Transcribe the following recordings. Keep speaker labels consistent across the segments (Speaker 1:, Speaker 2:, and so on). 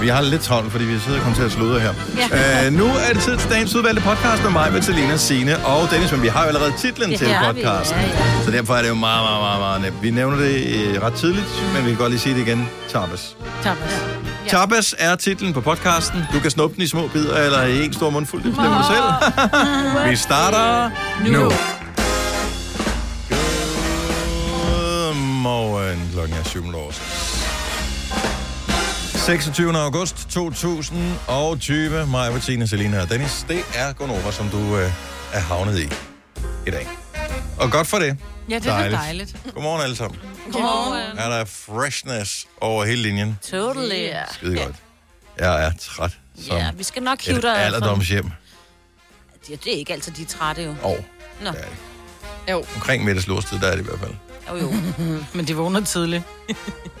Speaker 1: Vi har lidt travlt, fordi vi sidder og kommer til at sludre her. Ja. Øh, nu er det tid til dagens udvalgte podcast med mig, Vitalina Sine og Dennis, men vi har jo allerede titlen
Speaker 2: Det
Speaker 1: til
Speaker 2: har vi,
Speaker 1: podcasten.
Speaker 2: ja, ja.
Speaker 1: Så derfor er det jo meget, meget, meget, meget nemt. Vi nævner det øh, ret tidligt, men vi kan godt lige sige det igen. Tapas.
Speaker 3: Tapas.
Speaker 1: Ja. Tapas er titlen på podcasten. Du kan snuppe den i små bidder eller i en stor mundfuld. Det bestemmer du selv. Vi starter nu. Godmorgen. Klokken er 7 over 26. august 2020. Maja, Bettina, Selina og Dennis. Det er Gonova, som du øh, er havnet i i dag. Og godt for det.
Speaker 3: Ja, det er da dejligt.
Speaker 1: Godmorgen alle sammen.
Speaker 3: Godmorgen.
Speaker 1: Er der freshness over hele linjen?
Speaker 3: Totally. Ja.
Speaker 1: Skide godt. Jeg er træt som
Speaker 2: Ja, vi skal nok hive
Speaker 1: et
Speaker 2: dig
Speaker 1: alderdomshjem.
Speaker 2: Ja, det er ikke altid de er trætte jo.
Speaker 1: Og
Speaker 2: Nå,
Speaker 3: Jo.
Speaker 1: omkring middagslurstid, der er det i hvert fald.
Speaker 2: jo jo.
Speaker 3: Men de vågner tidligt.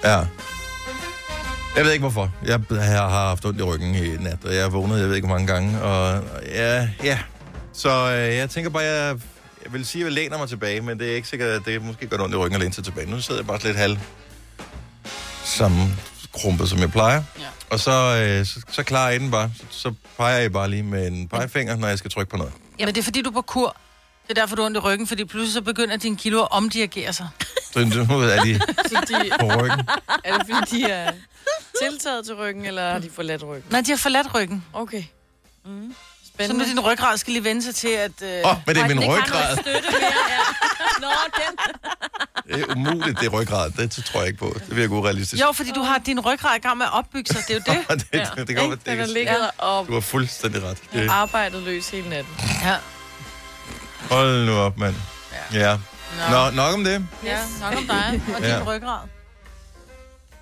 Speaker 1: Ja. Jeg ved ikke hvorfor. Jeg, jeg har haft ondt i ryggen i nat, og jeg er vågnet, jeg ved ikke hvor mange gange. Og, og ja, ja. Så øh, jeg tænker bare, jeg, jeg vil sige, at jeg læner mig tilbage, men det er ikke sikkert, at det måske gør det ondt i ryggen at læne sig tilbage. Nu sidder jeg bare sådan lidt halv sammen krumpet, som jeg plejer. Ja. Og så, øh, så, så klarer jeg den bare. Så, så peger jeg bare lige med en pegefinger, når jeg skal trykke på noget.
Speaker 3: Men det er fordi, du er på kur. Det er derfor, du har ondt i ryggen, fordi pludselig så begynder dine kilo at omdirigere sig.
Speaker 1: Så nu er de
Speaker 4: Så de,
Speaker 1: på ryggen.
Speaker 4: er det fordi, de er tiltaget til ryggen, eller har de forladt ryggen?
Speaker 3: Nej, de har forladt ryggen. Mm.
Speaker 4: Okay.
Speaker 3: Så nu
Speaker 4: Spændende.
Speaker 3: din ryggrad skal lige vende sig til, at... Øh,
Speaker 1: Åh, oh, men det er min ryggrad.
Speaker 2: støtte mere, ja. Nå, den.
Speaker 1: Det er umuligt, det er ryggrad. Det tror jeg ikke på. Det virker urealistisk.
Speaker 3: Jo, fordi du har din ryggrad i gang med at opbygge sig. Det er jo det.
Speaker 1: det, det, det, det,
Speaker 4: Ikke? Den har ligget og
Speaker 1: Du har fuldstændig ret. Det,
Speaker 4: arbejdet løs hele natten.
Speaker 3: Ja.
Speaker 1: hold nu op, mand. Ja. ja. Nå, nok om det.
Speaker 3: Ja, nok om dig og din
Speaker 1: Ja.
Speaker 3: ryggrad.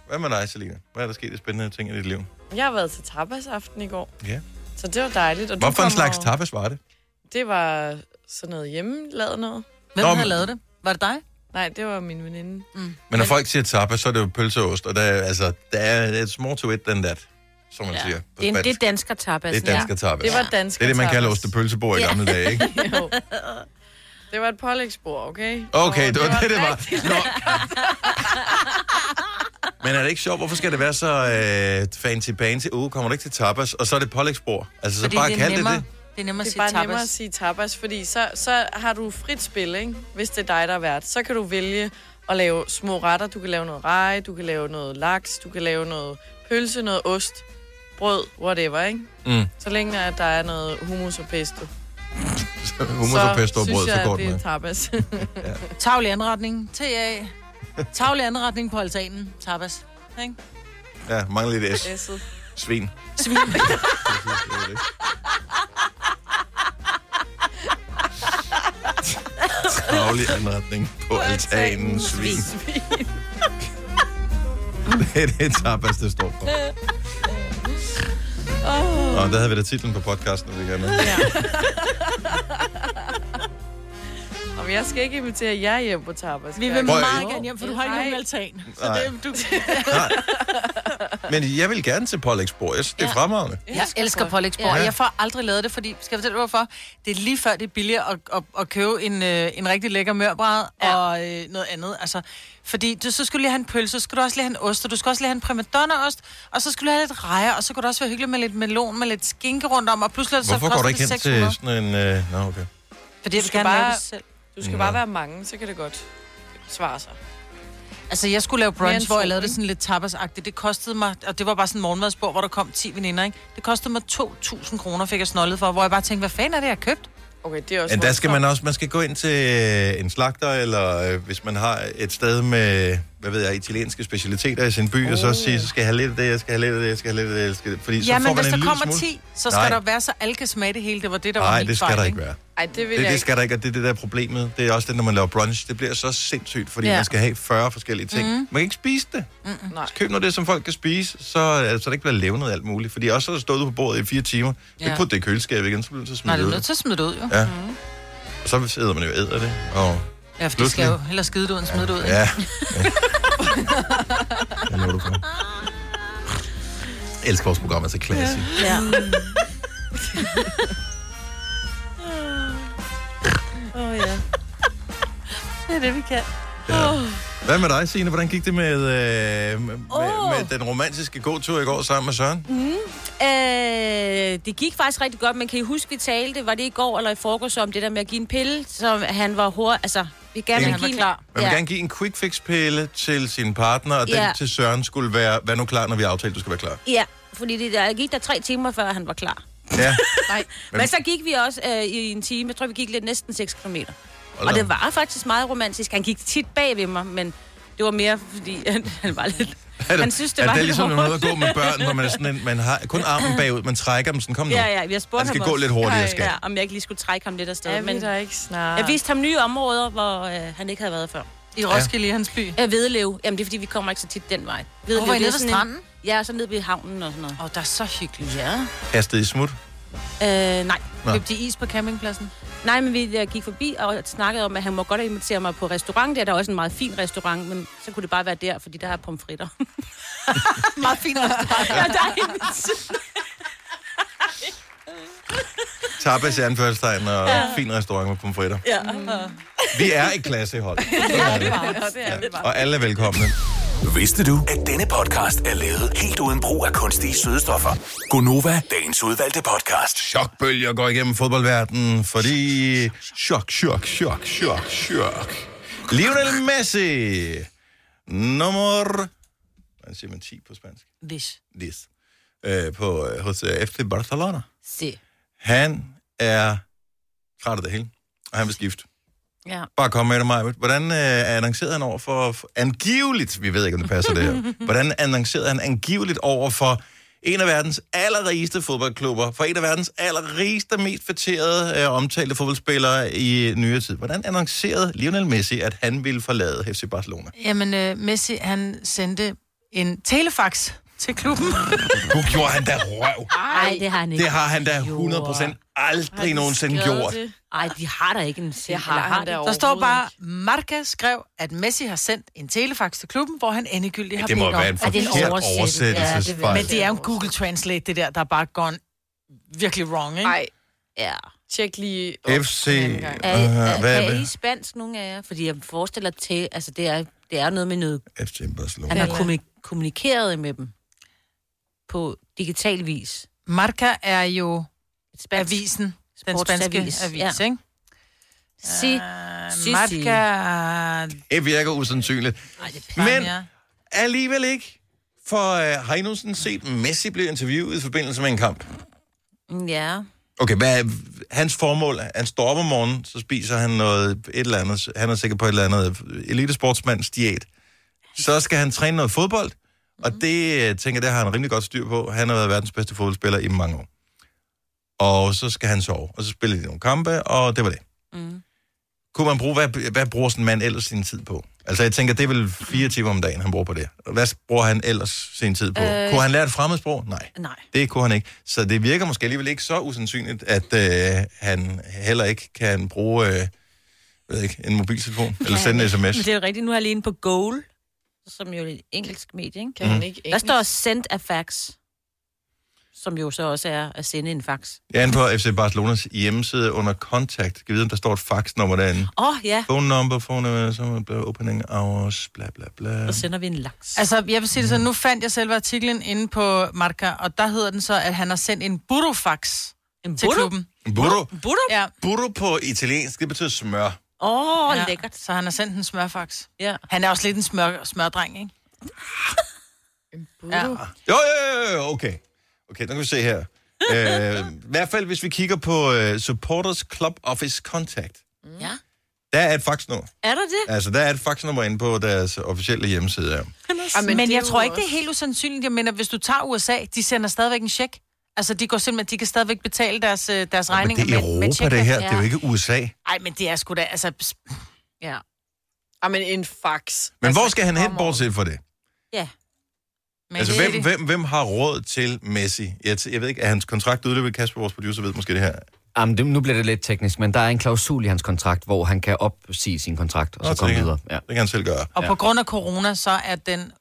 Speaker 1: Hvad med dig, Selina? Hvad er der sket af spændende ting i dit liv?
Speaker 4: Jeg har været til tapasaften i går.
Speaker 1: Ja.
Speaker 4: Så det var dejligt. Og du
Speaker 1: Hvorfor en
Speaker 4: kommer-
Speaker 1: slags tapas var det?
Speaker 4: Det var sådan noget hjemmelavet noget.
Speaker 3: Hvem
Speaker 1: Nå,
Speaker 3: Nå, har
Speaker 1: men-
Speaker 3: lavet det? Var det dig? Mm.
Speaker 4: Nej, det var min veninde.
Speaker 1: Men når folk siger tapas, så er det jo pølse og ost, og der er, altså, der er it's more to it than that, som man ja. siger på
Speaker 2: Det er, en-
Speaker 1: spansk.
Speaker 2: det er dansker tapas.
Speaker 1: det er dansker tapas.
Speaker 4: Det var dansk.
Speaker 1: det, er det, man kalder ostepølsebord i gamle dage, ikke?
Speaker 4: Jo. Det var et pålægsbord, okay?
Speaker 1: Okay,
Speaker 4: Og
Speaker 1: det var det, det var.
Speaker 4: rigtig-
Speaker 1: Nå. Men er det ikke sjovt? Hvorfor skal det være så øh, fancy-pansy? Uh, kommer du ikke til tapas? Og så er det pålægsbord. Altså, så
Speaker 3: Fordi
Speaker 1: bare
Speaker 3: det, er
Speaker 1: kald det
Speaker 3: nemmere,
Speaker 1: det.
Speaker 3: det er nemmere at
Speaker 4: Det er
Speaker 3: sige
Speaker 4: bare nemmere at
Speaker 3: tapas.
Speaker 4: sige tapas, fordi så, så har du frit spil, ikke? hvis det er dig, der er vært. Så kan du vælge at lave små retter. Du kan lave noget rej, du kan lave noget laks, du kan lave noget pølse, noget ost, brød, whatever, ikke?
Speaker 1: Mm.
Speaker 4: Så længe at der er noget hummus og pesto,
Speaker 1: Hummus og pesto og
Speaker 4: synes
Speaker 1: brød, så
Speaker 4: jeg,
Speaker 1: går den
Speaker 4: det er
Speaker 1: med.
Speaker 4: tapas.
Speaker 3: Tavlig anretning. TA. Tavlig anretning på altanen. Tapas. Ikke?
Speaker 1: Ja, mangler lidt S.
Speaker 4: Læsset.
Speaker 1: Svin.
Speaker 3: Svin.
Speaker 1: Travlig anretning på altanen. Svin. Det er det tapas, det står for. Og der havde vi da titlen på podcasten, vi gerne med.
Speaker 4: Og jeg skal ikke invitere jer hjem på tapas.
Speaker 3: Vi
Speaker 4: kan
Speaker 3: vil
Speaker 4: jeg?
Speaker 1: Prøv at-
Speaker 3: meget gerne hjem, for du har ikke
Speaker 4: Nej.
Speaker 3: nogen altan. Så
Speaker 1: Nej.
Speaker 3: det, er- du,
Speaker 1: Men jeg vil gerne til Polleksborg. Jeg synes, det er fremragende.
Speaker 3: Jeg elsker pålægsbrød,
Speaker 1: Ja.
Speaker 3: og jeg får aldrig lavet det, fordi, skal jeg fortælle dig hvorfor? Det er lige før, det er billigere at, at, at købe en, øh, en rigtig lækker mørbræd ja. og øh, noget andet. Altså, fordi du, så skulle du lige have en pølse, så skulle du også lige have en ost, og du skulle også lige have en primadonnaost, og så skulle du have lidt rejer, og så kunne det også være hyggeligt med lidt melon, med lidt skinke rundt om, og pludselig er det så
Speaker 1: Hvorfor går du
Speaker 3: koster
Speaker 1: ikke
Speaker 3: det
Speaker 1: hen
Speaker 3: 600.
Speaker 1: til sådan en... Øh... Nå, okay.
Speaker 3: Fordi
Speaker 4: Du
Speaker 3: jeg vil
Speaker 4: skal
Speaker 3: gerne bare... lave
Speaker 4: bare-
Speaker 3: det selv.
Speaker 4: Du skal bare være mange, så kan det godt svare sig.
Speaker 3: Altså, jeg skulle lave
Speaker 4: Mere end
Speaker 3: brunch, hvor jeg
Speaker 4: to,
Speaker 3: lavede det
Speaker 4: ikke?
Speaker 3: sådan lidt tapasagtigt. Det kostede mig, og det var bare sådan en morgenmadsbord, hvor der kom 10 veninder, ikke? Det kostede mig 2.000 kroner, fik jeg snollet for, hvor jeg bare tænkte, hvad fanden er det, jeg har købt?
Speaker 4: Okay, det er også
Speaker 1: Men der skal
Speaker 4: voldsomt.
Speaker 1: man også, man skal gå ind til øh, en slagter, eller øh, hvis man har et sted med, hvad ved jeg, italienske specialiteter i sin by, oh. og så sige, så skal jeg have lidt af det, jeg skal have lidt af det, jeg skal have lidt af det, jeg skal... have det." Fordi så
Speaker 3: ja,
Speaker 1: får
Speaker 3: men
Speaker 1: man
Speaker 3: hvis
Speaker 1: en
Speaker 3: der
Speaker 1: lille
Speaker 3: kommer
Speaker 1: smule...
Speaker 3: 10, så skal
Speaker 1: Nej.
Speaker 3: der være så alle kan smage det hele. Det var det, der var
Speaker 1: Nej,
Speaker 3: min
Speaker 1: det skal
Speaker 3: fejl,
Speaker 1: der ikke være.
Speaker 4: Ej, det vil
Speaker 1: Det,
Speaker 4: jeg
Speaker 1: det
Speaker 4: ikke.
Speaker 1: skal der ikke, og det er det der er problemet. Det er også det, når man laver brunch. Det bliver så sindssygt, fordi ja.
Speaker 3: Ja. Mm-hmm.
Speaker 1: man skal have 40 forskellige ting. Mm. Man kan ikke spise det.
Speaker 4: Nej.
Speaker 1: Køb noget af det, som folk kan spise, så, øh, så det ikke bliver levnet alt muligt. Fordi også så er det stået ude på bordet i fire timer. Ja. Ikke
Speaker 3: Ja.
Speaker 1: putte det i køleskabet igen, så bliver det så
Speaker 3: Nej,
Speaker 1: smidt
Speaker 3: det er
Speaker 1: ud.
Speaker 3: nødt til at smide det ud, jo.
Speaker 1: Ja. Mm. Og så sidder man jo og æder det. Og
Speaker 3: Ja, for det skal jo
Speaker 1: Pludselig.
Speaker 3: hellere skide det ud, end smide det ud. ikke?
Speaker 1: Ja. Hvad laver du for? Jeg elsker vores program, altså klassisk.
Speaker 2: Ja.
Speaker 4: Åh, ja.
Speaker 3: Det er det, vi kan.
Speaker 1: Ja. Hvad med dig, Signe? Hvordan gik det med, øh, med, oh.
Speaker 2: Åh.
Speaker 1: med den romantiske gåtur i går sammen med Søren?
Speaker 2: Mm. Øh, det gik faktisk rigtig godt, men kan I huske, vi talte, var det i går eller i forgårs, om det der med at give en pille, som han var hurtig, altså, vi gerne
Speaker 1: Ja,
Speaker 2: vil
Speaker 1: han
Speaker 2: give en...
Speaker 3: klar.
Speaker 1: Man vil gerne give en quick fix-pille til sin partner, og
Speaker 2: Ja.
Speaker 1: den til Søren skulle være, vær nu klar, når vi aftalte, du skal være klar.
Speaker 2: Ja, fordi det der, gik der tre timer, før han var klar.
Speaker 1: Ja.
Speaker 3: Nej.
Speaker 2: Men, så gik vi også øh, i en time, jeg tror, vi gik lidt næsten 6 km.
Speaker 1: Hold da
Speaker 2: Og det
Speaker 1: op.
Speaker 2: var faktisk meget romantisk. Han gik tit bag ved mig, men det var mere, fordi han, han var lidt...
Speaker 1: Er det,
Speaker 2: han synes, det
Speaker 1: er
Speaker 2: var
Speaker 1: det
Speaker 2: lidt
Speaker 1: ligesom noget at
Speaker 2: hårdt.
Speaker 1: gå med børn, hvor man, er sådan en, man har kun armen bagud, man trækker dem sådan, kom nu.
Speaker 2: Ja, ja, vi har spurgt
Speaker 1: Han skal
Speaker 2: ham
Speaker 1: gå
Speaker 2: også.
Speaker 1: lidt hurtigere,
Speaker 4: Ej.
Speaker 1: skat.
Speaker 2: Ja, om jeg ikke lige skulle trække ham lidt afsted.
Speaker 4: Er
Speaker 2: men
Speaker 4: vi der ikke snart?
Speaker 2: jeg viste ham nye områder, hvor øh, han ikke havde været før.
Speaker 3: I Roskilde, ja. i hans by. Åh,
Speaker 2: Øh, Vedelev. Jamen, det er fordi, vi kommer ikke så tit den vej. Vedelev,
Speaker 3: Hvor var I
Speaker 2: det er
Speaker 3: nede ved
Speaker 2: sådan
Speaker 3: stranden?
Speaker 2: En, ja, så ned ved havnen og sådan noget.
Speaker 3: oh, der er så hyggeligt.
Speaker 2: Ja.
Speaker 1: Kastet i smut.
Speaker 2: Øh, nej.
Speaker 1: Nå.
Speaker 3: Købte I is på campingpladsen?
Speaker 2: Nej, men vi øh, gik forbi og snakkede om, at han må godt invitere mig på restaurant. Det er der også en meget fin restaurant, men så kunne det bare være der, fordi der er pomfritter.
Speaker 3: Meget fint.
Speaker 2: ja, der er en-
Speaker 1: Tapas i anførselstegn og fin restaurant med pomfritter.
Speaker 2: ja.
Speaker 1: Vi er et klassehold.
Speaker 4: Ja, det er vi bare.
Speaker 1: Og alle er velkomne.
Speaker 5: Vidste du, at denne podcast er lavet helt uden brug af kunstige sødestoffer? Gonova, dagens udvalgte podcast.
Speaker 1: Chokbølger går igennem fodboldverdenen, fordi... Chok, chok, chok, chok, chok. Lionel Messi. Nummer... Hvordan siger man 10 på spansk?
Speaker 3: Hvis.
Speaker 1: 10. Øh, på, øh, hos øh, FC Barcelona.
Speaker 2: Se.
Speaker 1: Han er træt af det hele, og han vil skifte.
Speaker 2: Ja.
Speaker 1: Bare kom med det, Maja. Hvordan øh, annoncerede han over for, for... Angiveligt, vi ved ikke, om det passer det her. Hvordan annoncerede han angiveligt over for en af verdens allerrigeste fodboldklubber, for en af verdens allerrigeste, mest fætterede øh, omtalte fodboldspillere i nyere tid. Hvordan annoncerede Lionel Messi, at han ville forlade FC Barcelona?
Speaker 3: Jamen, øh, Messi, han sendte en telefax til klubben.
Speaker 1: Nu gjorde han da røv.
Speaker 2: Nej, det har han ikke.
Speaker 1: Det har han da 100% aldrig nogensinde
Speaker 4: Skrevet
Speaker 1: gjort.
Speaker 4: det.
Speaker 2: Nej, de har der ikke en se.
Speaker 4: Det har
Speaker 2: Eller
Speaker 4: han der
Speaker 2: de?
Speaker 3: Der står bare, Marca skrev, at Messi har sendt en telefax til klubben, hvor han endegyldigt har
Speaker 1: Det må
Speaker 3: bedt om.
Speaker 1: være en
Speaker 2: Er det en
Speaker 1: forkert
Speaker 2: oversættelse?
Speaker 1: oversættelsesfejl.
Speaker 2: Ja,
Speaker 3: Men det er jo en Google Translate, det der, der er bare gone virkelig wrong, ikke?
Speaker 4: Ej,
Speaker 2: Ja.
Speaker 4: tjek lige op
Speaker 1: FC...
Speaker 4: en anden gang.
Speaker 2: Er, er,
Speaker 1: Uh, hvad er
Speaker 2: kan I
Speaker 1: det?
Speaker 2: spansk, nogen af jer? Fordi jeg forestiller til, altså det er, det er noget med noget.
Speaker 1: FC Barcelona.
Speaker 2: Han
Speaker 4: Ja.
Speaker 2: har kommuni- kommunikeret med dem på digital vis.
Speaker 3: Marca er jo
Speaker 2: Et
Speaker 3: avisen, den spanske
Speaker 2: Sportsavis,
Speaker 3: avis, avis ikke? Øh,
Speaker 2: Si. Si, si.
Speaker 3: Marca...
Speaker 1: Det virker usandsynligt.
Speaker 3: Ej, det er
Speaker 1: Men-
Speaker 3: Men... Ja.
Speaker 1: Alligevel ikke. For øh, har I nogensinde set Messi blive interviewet i forbindelse med en kamp?
Speaker 2: Mm, Ja.
Speaker 1: Okay, hvad er hans formål? Han står op om morgenen, så spiser han noget, et eller andet. Han er sikker på et eller andet øh, elitesportsmands diæt. Så skal han træne noget fodbold, og det, øh, tænker jeg, det har han rimelig godt styr på. Han har været verdens bedste fodboldspiller i mange år. Og så skal han sove, og så spiller de nogle kampe, og det var det.
Speaker 2: Mm.
Speaker 1: Kunne man bruge, hvad, hvad bruger sådan en mand ellers sin tid på? Altså, jeg tænker, det er vel fire timer om dagen, han bruger på det. Hvad bruger han ellers sin tid på? Øh...
Speaker 2: Øh,
Speaker 1: Kunne han lære et fremmedsprog? Nej.
Speaker 2: Nej.
Speaker 1: Det kunne han ikke. Så det virker måske alligevel ikke så usandsynligt, at øh, han heller ikke kan bruge øh, ved ikke, en mobiltelefon eller sende en sms.
Speaker 2: Men det er jo rigtigt. Nu er jeg lige inde på Goal, som jo er et engelsk medie,
Speaker 1: Mm.
Speaker 2: ikke?
Speaker 4: Kan han ikke
Speaker 2: Der
Speaker 4: engelsk?
Speaker 2: står send a fax, som jo så også er at sende en fax.
Speaker 1: Jeg er inde på FC Barcelonas hjemmeside under kontakt. Kan vide, om der står et faxnummer derinde.
Speaker 2: Åh, oh, ja.
Speaker 1: Phone number, phone number, så er opening hours, bla bla bla.
Speaker 2: Så sender vi en laks.
Speaker 3: Altså, jeg vil sige det sådan, nu fandt jeg selve artiklen inde på Marca, og der hedder den så, at han har sendt en burofax
Speaker 2: en
Speaker 3: til klubben.
Speaker 1: Burro.
Speaker 2: Butter?
Speaker 3: Ja.
Speaker 1: Burro på italiensk, det betyder smør.
Speaker 2: Åh, oh,
Speaker 3: ja.
Speaker 2: lækkert.
Speaker 3: Så han har sendt en smørfax.
Speaker 2: Ja.
Speaker 3: Han er også lidt en smør, smørdreng, ikke? Ja.
Speaker 1: Ah. Jo, jo, jo, jo, okay. Okay, nu kan vi se her. Øh, I hvert fald, hvis vi kigger på uh, Supporters Club Office Contact.
Speaker 2: ja.
Speaker 1: Der er et faxnummer.
Speaker 2: Er der det?
Speaker 1: Altså, der er et faxnummer inde på deres officielle hjemmeside. Ja.
Speaker 4: Ja,
Speaker 3: Men, men
Speaker 4: det er
Speaker 3: jeg
Speaker 4: jo
Speaker 3: tror ikke, det er helt usandsynligt. Jeg mener, hvis du tager USA, de sender stadigvæk en check. Altså, de, går simpelthen, de kan stadigvæk betale deres, øh, deres
Speaker 1: Men
Speaker 3: regninger
Speaker 1: det er
Speaker 3: med, med
Speaker 1: Europa, det her. Det er jo
Speaker 2: Ja.
Speaker 1: ikke USA.
Speaker 3: Nej, men det er sgu da... Altså, pss,
Speaker 2: Ja.
Speaker 4: Ej, men en fax.
Speaker 1: Men hvor skal han hen,
Speaker 4: come on.
Speaker 1: bortset for det?
Speaker 2: Ja.
Speaker 3: men
Speaker 1: Altså,
Speaker 3: det er
Speaker 1: hvem,
Speaker 3: det.
Speaker 1: hvem, hvem har råd til Messi? Jeg, t- jeg ved ikke, er hans kontrakt udløbet? Kasper, vores producer, ved måske det her.
Speaker 6: Jamen, det, nu bliver det lidt teknisk, men der er en klausul i hans kontrakt, hvor han kan opsige sin kontrakt og
Speaker 1: Nå,
Speaker 6: så komme
Speaker 1: tænker
Speaker 6: videre.
Speaker 1: jeg.
Speaker 6: Ja.
Speaker 1: Det kan han selv gøre.
Speaker 3: Og på grund af corona, så er den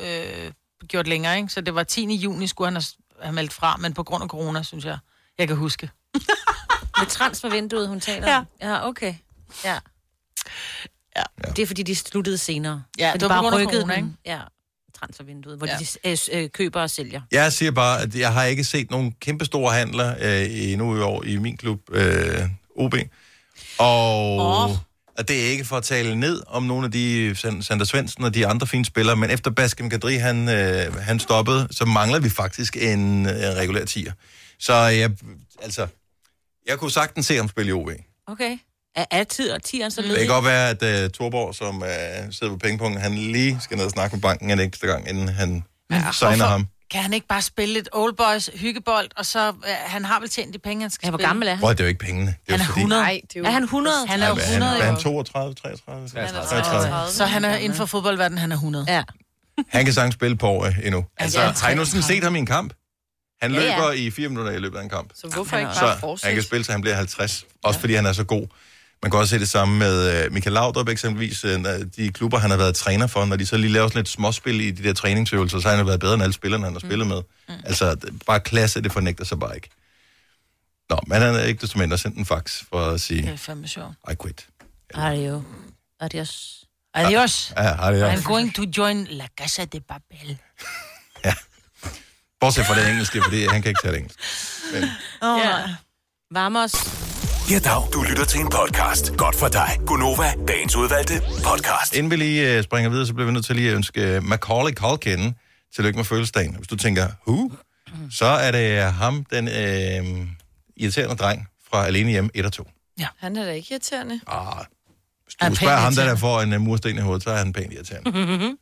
Speaker 3: øh, gjort længere, ikke? Så det var 10. juni, skulle han have, have meldt fra, men på grund af corona, synes jeg, jeg kan huske.
Speaker 2: Med transfervinduet, hun taler om. Ja, okay. Ja.
Speaker 4: Ja.
Speaker 2: Det er, fordi de sluttede senere.
Speaker 3: Ja,
Speaker 2: Og
Speaker 3: det
Speaker 2: de
Speaker 3: var
Speaker 2: bare
Speaker 3: på grund af
Speaker 2: rykkede
Speaker 3: corona,
Speaker 2: den.
Speaker 3: ikke?
Speaker 2: Ja, transfervinduet, hvor
Speaker 3: Ja.
Speaker 2: ja. de øh, s- øh, køber og sælger.
Speaker 1: Jeg siger bare, at jeg har ikke set nogen kæmpe store handler øh, endnu i år i min klub, øh, OB. Og
Speaker 2: Åh.
Speaker 1: oh. at det er ikke for at tale ned om nogle af de San- Sander Svendsen og de andre fine spillere, men efter Baskem Kadri, han, øh, han stoppede, så mangler vi faktisk en, øh, en regulær tier. Så jeg, altså, jeg kunne sagtens se ham spille i OB.
Speaker 2: Okay. Er altid og tieren så
Speaker 1: Det
Speaker 2: ledig?
Speaker 1: kan godt være, at øh, Thorborg, som øh, sidder på pengepunkten, han lige skal ned og snakke med banken en ekstra gang, inden han ja, signer ham.
Speaker 3: Kan han ikke bare spille lidt old boys hyggebold, og så... Øh, han har vel tjent de penge, han skal
Speaker 2: Ja, hvor
Speaker 3: spille.
Speaker 2: gammel er han?
Speaker 1: Prøv, at det er jo ikke pengene. Det er,
Speaker 3: Han
Speaker 1: jo
Speaker 3: er
Speaker 1: fordi-
Speaker 3: 100.
Speaker 4: Nej, det er jo...
Speaker 2: Er han 100?
Speaker 3: Han er jo
Speaker 1: Hvad er han,
Speaker 3: 100,
Speaker 1: hvad er han
Speaker 3: jo.
Speaker 1: 32, 33?
Speaker 4: Han er
Speaker 1: 33.
Speaker 4: 33.
Speaker 3: Så han er inden for fodboldverdenen, han er 100.
Speaker 2: Ja.
Speaker 1: Han kan sagtens spille på år endnu. Altså,
Speaker 3: ja,
Speaker 1: har I nu sådan set ham i en kamp? Han
Speaker 2: Ja, ja.
Speaker 1: løber i fire minutter i løbet af en kamp.
Speaker 4: Så hvorfor ikke bare
Speaker 1: Så han
Speaker 4: fortsætte?
Speaker 1: kan spille, til han bliver 50. Også fordi han er så god. Man kan også se det samme med øh, Michael Laudrup eksempelvis. Øh, når De klubber, han har været træner for, når de så lige laver sådan lidt småspil i de der træningsøvelser, så har han jo været bedre end alle spillerne, han har spillet med. Altså, det- bare klasse, det fornægter sig bare ikke. Nå, men han er ikke desto mindre sendt en fax for at sige,
Speaker 3: Det er fandme sjovt.
Speaker 1: I quit.
Speaker 2: Adio. Adios.
Speaker 3: Adios.
Speaker 1: Ja, har det ja.
Speaker 3: I'm going to join La Casa de Papel.
Speaker 1: Bortset fra det engelske, fordi han kan ikke tale engelsk.
Speaker 2: Oh.
Speaker 4: Ja.
Speaker 2: Vamos.
Speaker 5: Ja, dag. Du lytter til en podcast. Godt for dig. Gunova, dagens udvalgte podcast.
Speaker 1: Inden vi lige øh, springer videre, så bliver vi nødt til lige at ønske øh, Macaulay Culkin tillykke med fødselsdagen. Hvis du tænker, who? Så er det ham, den øh, irriterende dreng fra Alene Hjem 1 og 2.
Speaker 4: Han er da ikke irriterende.
Speaker 1: Ah, hvis
Speaker 3: Er
Speaker 1: du
Speaker 3: pænt
Speaker 1: spørger ham, der, der
Speaker 3: irriterende.
Speaker 1: får en øh, mursten i hovedet, så er han pænt irriterende.